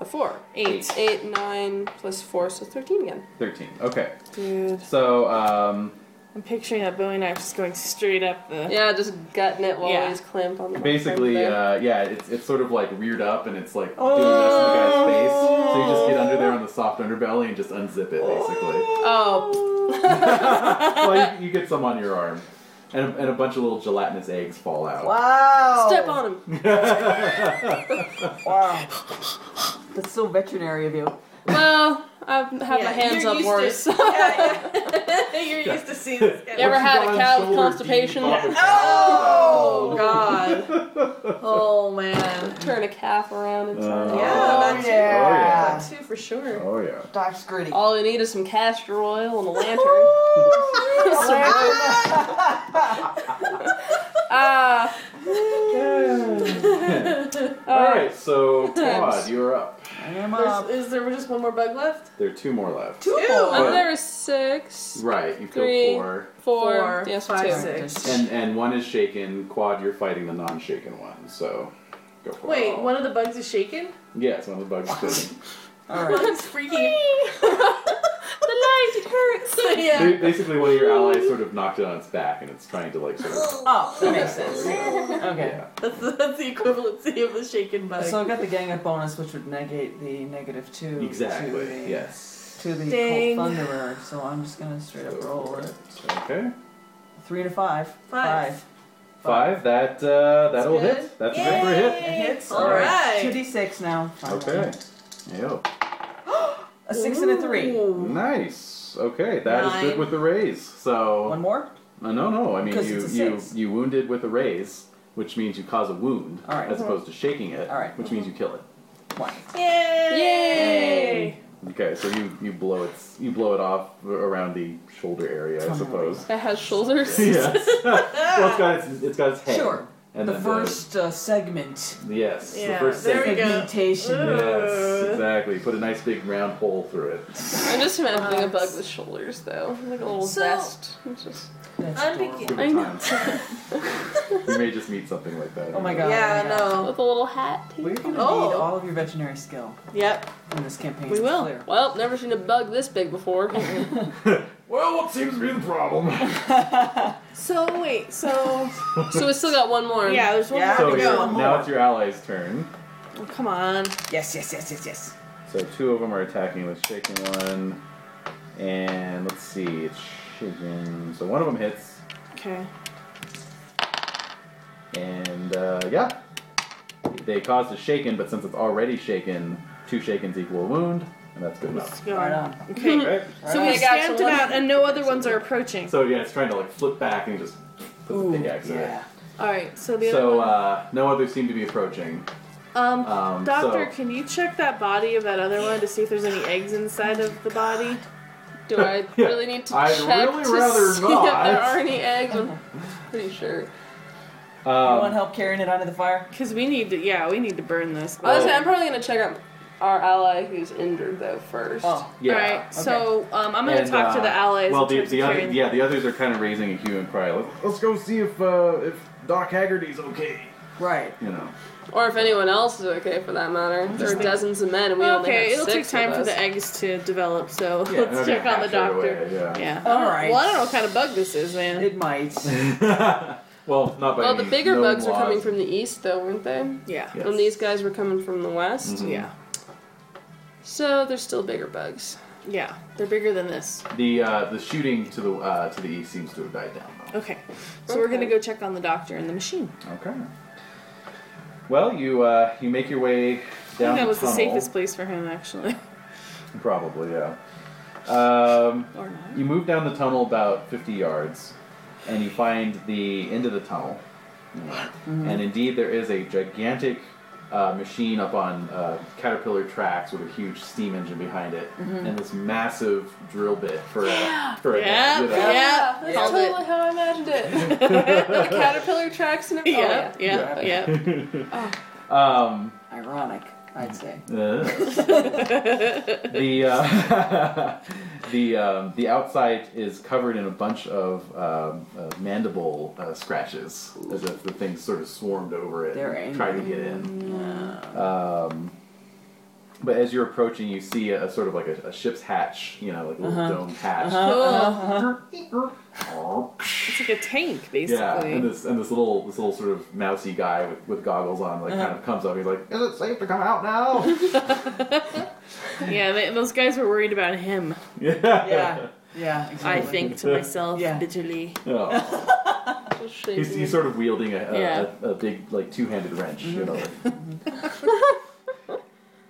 A four.
Eight.
Eight, nine, plus four, so 13 again.
Thirteen. Okay.
Dude.
So um,
I'm picturing that Bowie knife just going straight up the.
Yeah, just gutting it while
Yeah.
he's clamped on the
basically,
bottom
uh, yeah, it's it's sort of like reared up and it's like doing this in the
Oh.
guy's face. So you just get under there on the soft underbelly and just unzip it, basically.
there. Oh,
well, you, you get some on your arm. And a, and a bunch of little gelatinous eggs fall out.
Oh.
Wow.
Step on him.
Wow. That's so veterinary of you.
Well, I've had
Yeah,
my hands
you're
up
used
worse.
to- yeah, yeah. You're used to seeing this. kind of-
Ever
Once you
had
go
a
on
cow with
shoulder deep,
constipation?
pop it
Oh God. Oh man.
Turn a calf around and
Yeah,
Uh,
that too.
Oh, yeah.
That too for sure.
Oh yeah.
Doc's gritty.
All you need is some castor oil and a lantern.
Ah,
All right, so Quad, you're up.
I am
There's,
up.
is there just one more bug left?
There are two more left.
Two.
But-
there is six,
Right, you feel
Three.
four,
four,
Four,
yes,
five,
two.
six.
and and one is shaken. Quad, you're fighting the non-shaken one, so go for it.
Wait, one of the bugs is shaken.
Yeah, it's one of the bugs. too.
All
One
right.
is freaking.
The light, it hurts.
yeah.
Ba- Basically, one of your allies sort of knocked it on its back, and it's trying to like sort of.
Oh, that makes sense. Okay.
Yeah.
That's, that's the equivalency of the shaken bug.
So I got the gang up bonus, which would negate the negative two. To the,
Exactly. Yes.
To the
Dang.
Colt Thunderer. So I'm just gonna straight up roll it.
Okay.
Three and a five.
Five.
Five. That uh, that'll
That's
hit. That's a good for a hit.
It hits.
All
Two
right.
d six now. finally.
Okay. Yo.
A six and a three.
Ooh.
Nice. Okay, that is good
Nine.
with the raise. So
One more.
Uh, no, no. I mean,
Because
you
it's a
you
six.
you wounded with a raise, which means you cause a wound,
All right.
as opposed to shaking it,
All right. Mm-hmm.
which means you kill it.
One.
Yay!
Okay, so you you blow it you blow it off around the shoulder area, I
Totally.
suppose.
It has shoulders.
yes. well, it's got its, it's got its head.
Sure.
And
the
then
first uh, segment.
yes. The
Yeah,
first
there we
segment.
go.
Segmentation.
Yes, exactly. Put a nice big round hole through it.
I'm just imagining a bug with shoulders, though, like a little
So-
vest. It's just
That's
I'm
adorable.
begin-
Give it
I know.
time. we may just meet something like that.
Oh my god.
Yeah,
oh my god.
no.
with a little hat.
We're gonna
Oh.
need all of your veterinary skill
Yep.
in this campaign.
We
it's
will.
Clear.
Well, never seen a bug this big before.
Well, what seems to be the problem?
So wait, so
so we still got one more.
yeah, there's one
Yeah.
more
so
to
you're-
go.
now it's your ally's turn.
Oh, come on.
Yes, yes, yes, yes, yes.
So two of them are attacking with shaking one, and let's see, it's shaking. So one of them hits,
Okay.
and uh, yeah, they cause a shaken, but since it's already shaken, two shakens equal a wound, and that's good
Let's
enough.
go.
Right on.
Okay.
Right?
So we stamped it out, and no other ones are approaching.
So yeah, it's trying to like flip back and just put the pickaxe in
yeah.
it.
All right. So the
So
other
uh, no others seem to be approaching.
one. Um,
Um,
doctor,
so
can you check that body of that other one to see if there's any eggs inside of the body?
Do I
Yeah.
really need to
I'd
check
really
to
rather
see
not.
if there are any eggs? I'm pretty sure.
you want
um,
help carrying it onto the fire?
Because we need to. Yeah, we need to burn this.
I was saying, I'm probably gonna check out our ally who's injured though first.
Oh,
yeah.
All right. So um, I'm going to
And,
talk to
uh,
the allies.
Well,
in
the,
terms
the
of
other,
carrying-
yeah, the others are kind of raising a hue and cry. Like, Let's go see if uh, if Doc Haggerty's okay.
right.
You know.
Or if anyone else is okay for that matter. There are dozens of men and we only
okay,
have
it'll take
six
time
of
for
us.
the eggs to develop, so
Yeah,
let's
they're
check
gonna
on the
hatch right
doctor.
away, yeah.
Yeah.
All
I don't-
right.
Well, I don't know what kind of bug this is, man.
It might.
well, not by
Well,
any
the bigger
known
bugs were
laws.
coming from the east though, weren't they?
yeah.
Yes.
And these guys were coming from the west.
Mhm.
Yeah.
So they're still bigger bugs.
Yeah. They're bigger than this.
The uh, the shooting to the uh, to the east seems to have died down. Though.
Okay. So we're going to
Okay.
go check on the doctor and the machine.
Okay. Well, you uh, you make your way
I think
down
that was
the
the
tunnel.
safest place for him, actually.
Probably, yeah. Um,
or not.
You move down the tunnel about 50 yards, and you find the end of the tunnel. And indeed, there is a gigantic uh, machine up on uh, caterpillar tracks with a huge steam engine behind it, and this massive drill bit for a for a
Yeah,
with a-
yeah,
that's
called
totally
it.
how I imagined it. the caterpillar tracks and oh, everything.
Yeah, yeah, yeah.
Um,
Ironic, I'd say.
uh, the uh, the um, the outside is covered in a bunch of um, uh, mandible uh, scratches, as if the thing sort of swarmed over it,
They're
and tried to get in. Um, but as you're approaching, you see a, sort of like a, a ship's hatch, you know, like a little domed hatch. Uh-huh.
It's like a tank,
Yeah, and
basically.
this and this little this little sort of mousy guy with, with goggles on, like kind of comes up. He's like, "Is it safe to come out now?"
Yeah, they, those guys were worried about him.
yeah.
Yeah. Yeah,
I
exactly.
think to myself
Yeah.
bitterly.
Oh. he's, he's sort of wielding a, a,
Yeah.
a, a big, like, two handed wrench, you know.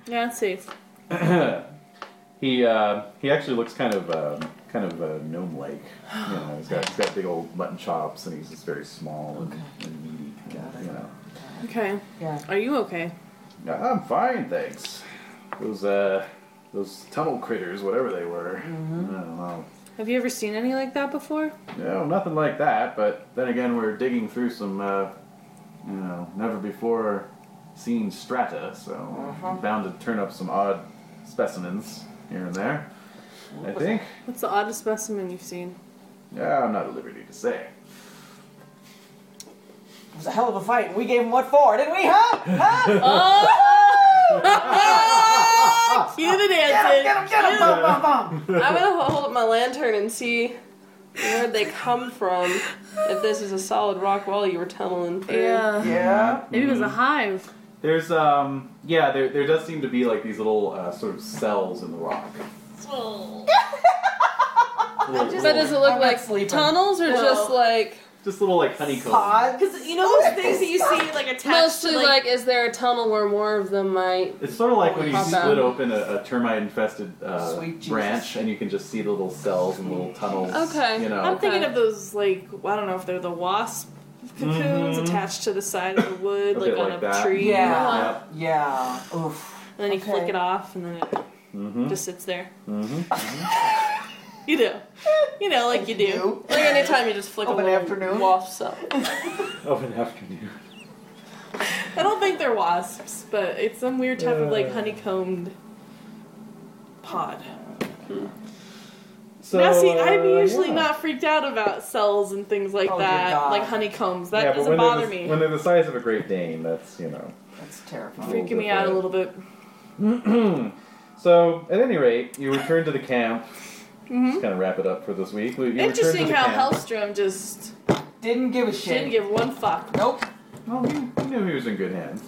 Yeah, it's safe.
He uh, he actually looks kind of um, kind of uh, gnome like. You know, he's got he's got big old mutton chops, and he's just very small and, and meaty. You know,
Okay.
Yeah.
Are you okay?
Yeah, I'm fine, thanks. Those uh, those tunnel critters, whatever they were. I don't know.
Have you ever seen any like that before?
No, nothing like that. But then again, we're digging through some, uh, you know, never before seen strata, so bound to turn up some odd specimens here and there. I think.
What's the oddest specimen you've seen?
Yeah, I'm not at liberty to say.
It was a hell of a fight, and we gave him what for, didn't we? Huh? Huh?
Oh! Cue the dancing.
get him, get him, bum, bum, bum.
I'm gonna hold up my lantern and see where they come from. If this is a solid rock wall you were tunneling through.
Yeah.
Yeah.
Maybe it was a hive.
There's um yeah there there does seem to be like these little uh, sort of cells in the rock. little,
But
little-
does it look
I'm not
like
sleeping.
tunnels or just like
just little like honeycombs.
Pod.
Because you know those things that you see like attached
mostly
to
like, is there a tunnel where more of them might?
It's sort of like when you
Pop
split
out.
open a, a termite infested uh,
Sweet Jesus.
branch and you can just see the little cells and little tunnels.
Okay.
You
I'm
Oh,
know.
Okay.
thinking of those like I don't know if they're the wasp cocoons
Mm-hmm.
Mhm.
attached to the side of the wood,
A
like
bit
on
like
a
that.
tree.
Yeah.
Yep.
Yeah. Oof.
And then you flick
Okay.
it off, and then it
Mm-hmm.
just sits there.
mm-hmm.
You do. You know, like you do.
You.
Like anytime you just flick
Of
a
an
little
afternoon.
wasp cell.
Of an afternoon.
I don't think they're wasps, but it's some weird type of like honeycombed pod.
So
now, see, I'm
uh,
usually
yeah.
not freaked out about cells and things like
Oh, dear
that,
God.
like honeycombs. That
Yeah, but
doesn't
when they're
bother
the-
me.
When they're the size of a Great Dane, that's you know.
That's terrifying.
Freaking me out a little bit.
So, at any rate, you return to the camp. Just kind of wrap it up for this week. You return to
Mm-hmm. Interesting
the
how
camp.
Hellstrom just
Didn't give a shit.
didn't give one fuck.
Nope.
Well, he, he knew he was in good hands.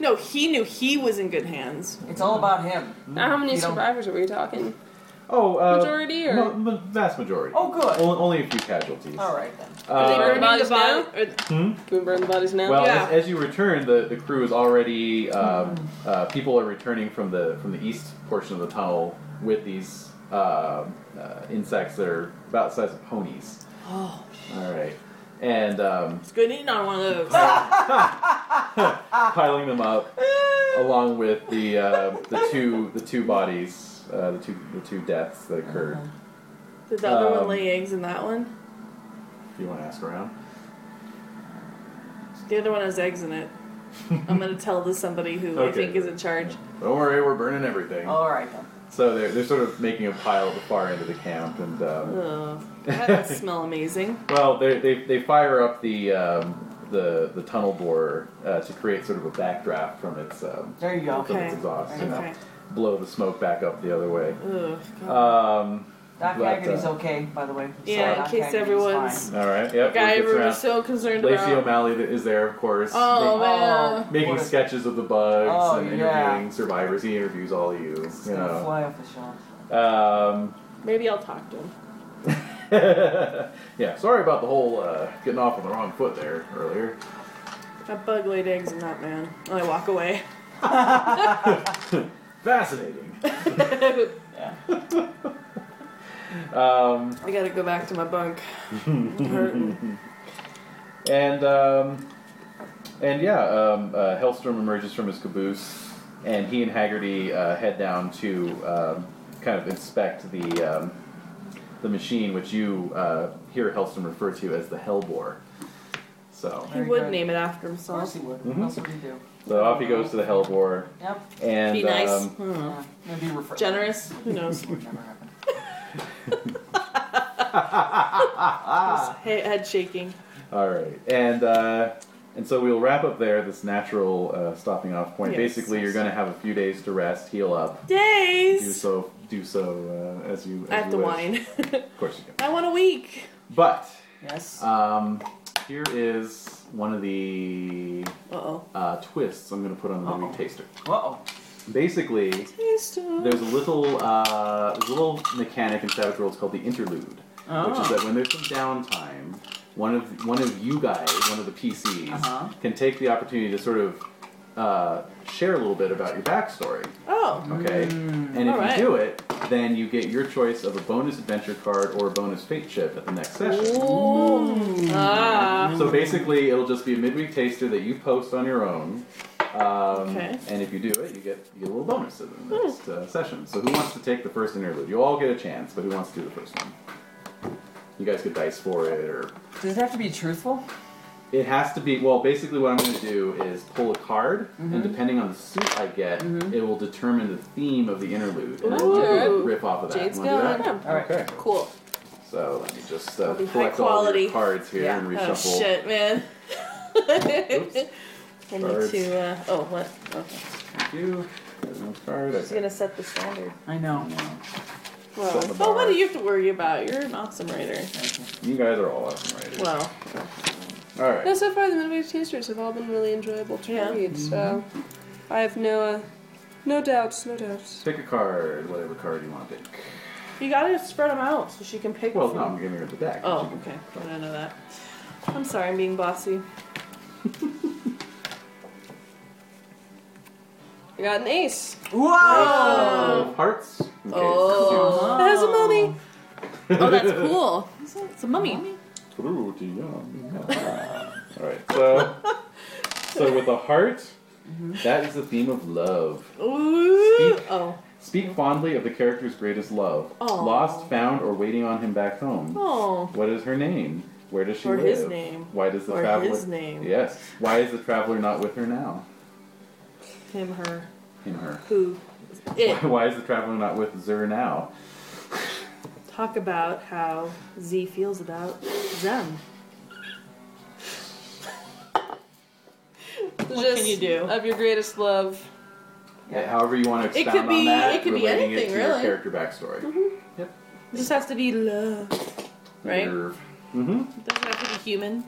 No, he knew he was in good hands.
It's all about him.
Now, Uh, how many
You don't-
survivors are we talking?
Oh, uh,
Majority or-
mo- mo- vast majority.
Oh, good.
Only, only a few casualties.
All right then.
Are they
Uh,
burning
bodies
the
now?
body? Or,
Can we burn the bodies now?
Hmm? Well,
Yeah.
as, as you return, the, the crew is already. Um, uh, people are returning from the from the east portion of the tunnel with these uh, uh, insects that are about the size of ponies.
oh,
All right, and um,
it's good eating on one of those.
Ah!
Ah.
piling them up along with the uh, the two the two bodies, uh, the two the two deaths that occurred.
Uh-huh. Did the other
Um,
one lay eggs in that one?
If you want to ask around,
The other one has eggs in it. I'm gonna tell this somebody who I
Okay.
think is in charge.
don't worry, we're burning everything.
Oh.
All right then.
So they're, they're sort of making a pile at the far end of the camp, and um,
Ugh, that does smell amazing.
well, they, they, they fire up the um, the the tunnel borer uh, to create sort of a backdraft from its um,
There you go.
from
Okay.
its exhaust, you know,
Okay.
blow the smoke back up the other way.
Ugh. God.
Um,
Doc
But,
Haggerty's
uh,
okay, by the way.
Yeah,
Doc
in case
Haggerty's
everyone's-
all right, yep.
guy
word gets
everyone
around.
was so concerned
Lacey
about.
O'Malley th- is there, of course.
Oh
ma-
man.
Oh.
Making
What a-
sketches of the bugs
Oh,
and
yeah.
interviewing survivors. He interviews all of you.
It's
You
gonna
know.
fly off the shelf.
Um,
Maybe I'll talk to him.
yeah, sorry about the whole uh, getting off on the wrong foot there earlier.
That bug laid eggs in that man. And I walk away.
Fascinating.
Yeah.
Um,
I gotta go back to my bunk. I'm hurting.
and um, and yeah, um, uh, Hellstrom emerges from his caboose, and he and Haggerty uh, head down to um, kind of inspect the um, the machine, which you uh, hear Hellstrom refer to as the Hellbore. So,
He
Very
would
good.
name it after
Of
himself.
course he would.
Mhm.
What else would he do?
so off he goes to the Hellbore,
Yep.
and
Be nice.
um,
I don't know.
Yeah. Maybe refer-
Uh-huh. Generous. Who knows?
Would never happen.
Just he- head shaking.
All right, and uh, and so we'll wrap up there. This natural uh, stopping off point.
Yes.
Basically, you're going to have a few days to rest, heal up, do
Days.
so, do so uh, as you. As
I have
you
to
wish.
whine.
Of course you can.
I want a week.
But
Yes.
um, here is one of the
Uh oh.
uh, twists I'm going to put on the movie taster.
Uh oh.
basically, there's a little uh, there's a little mechanic in Savage Worlds called the interlude, which is
Oh.
that when there's some downtime, one of one of you guys, one of the PCs,
Uh-huh.
can take the opportunity to sort of uh, share a little bit about your backstory.
Oh,
Okay, and if
Alright.
you do it, then you get your choice of a bonus adventure card or a bonus fate chip at the next session.
Hmm.
ah,
So basically, it'll just be a midweek taster that you post on your own. Um,
Okay. Hmm.
And if you do it, you get you get a little bonus in the next uh, session. So who wants to take the first interlude? You all get a chance, but who wants to do the first one? You guys get dice for it, or
Does it have to be truthful?
it has to be. Well, basically, what I'm going to do is pull a card,
Mm-hmm.
and depending on the suit I get, it will determine the theme of the interlude, and then you can rip off of that.
Jade's
Wanna do
going.
that?
All right.
Okay.
cool.
So let me just uh,
be high
collect all
quality.
your cards here and reshuffle.
Oh shit, man.
Oops.
I need
Cards.
to. Uh, oh, what? Okay.
Thank you. There's no card.
She's gonna set the standard.
I know.
Well,
Set the
well, what
bar.
do you have to worry about? You're an awesome writer.
You guys are all awesome writers.
Well,
all right.
No, so far the midweek tasters have all been really enjoyable to
Yeah.
read, so
Mm-hmm.
I have no uh, no doubts, no doubts.
Pick a card, whatever card you want to pick.
you gotta spread them out so she can pick.
Well,
from-
no, I'm giving her the deck.
Oh,
She
okay.
can-
I didn't know that. I'm sorry, I'm being bossy.
I got an ace.
Whoa!
Oh, hearts. Okay,
Oh.
It has a mummy.
Oh, that's cool. It's a mummy.
Through to young. all right. So, so with a heart,
Mm-hmm.
that is the theme of love.
Ooh.
Speak.
Oh.
Speak fondly of the character's greatest love,
Aw.
lost, found, or waiting on him back home.
Oh.
What is her name? Where does she
Or
live?
his name.
Why does the
Or
traveler?
his name.
Yes. Why is the traveler not with her now?
Him, her,
Him, her.
who, it.
Why is the traveler not with Zur now?
Talk about how Z feels about them.
What
can you do?
Of your greatest love.
Yeah, However you want to
It could
expound
be-
on that,
it could be
relating
anything,
it to
really. Mm-hmm.
your character backstory.
It just has to be love. Right.
Your- Mhm.
It doesn't have to be human.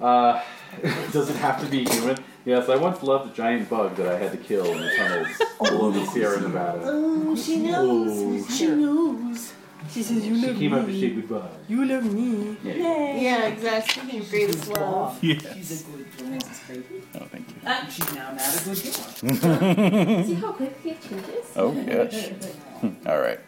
Uh, does it have to be human? Yes, I once loved a giant bug that I had to kill in the tunnels below the Sierra Nevada.
Oh, she
Oh,
knows.
She knows. She says, "You
She came up to say goodbye.
You love me."
Yeah.
Yeah, exactly. Your greatest love.
She's a good girl. Uh,
Oh, thank you.
She's now not a good girl.
See how quickly it changes?
Oh, gosh. All right.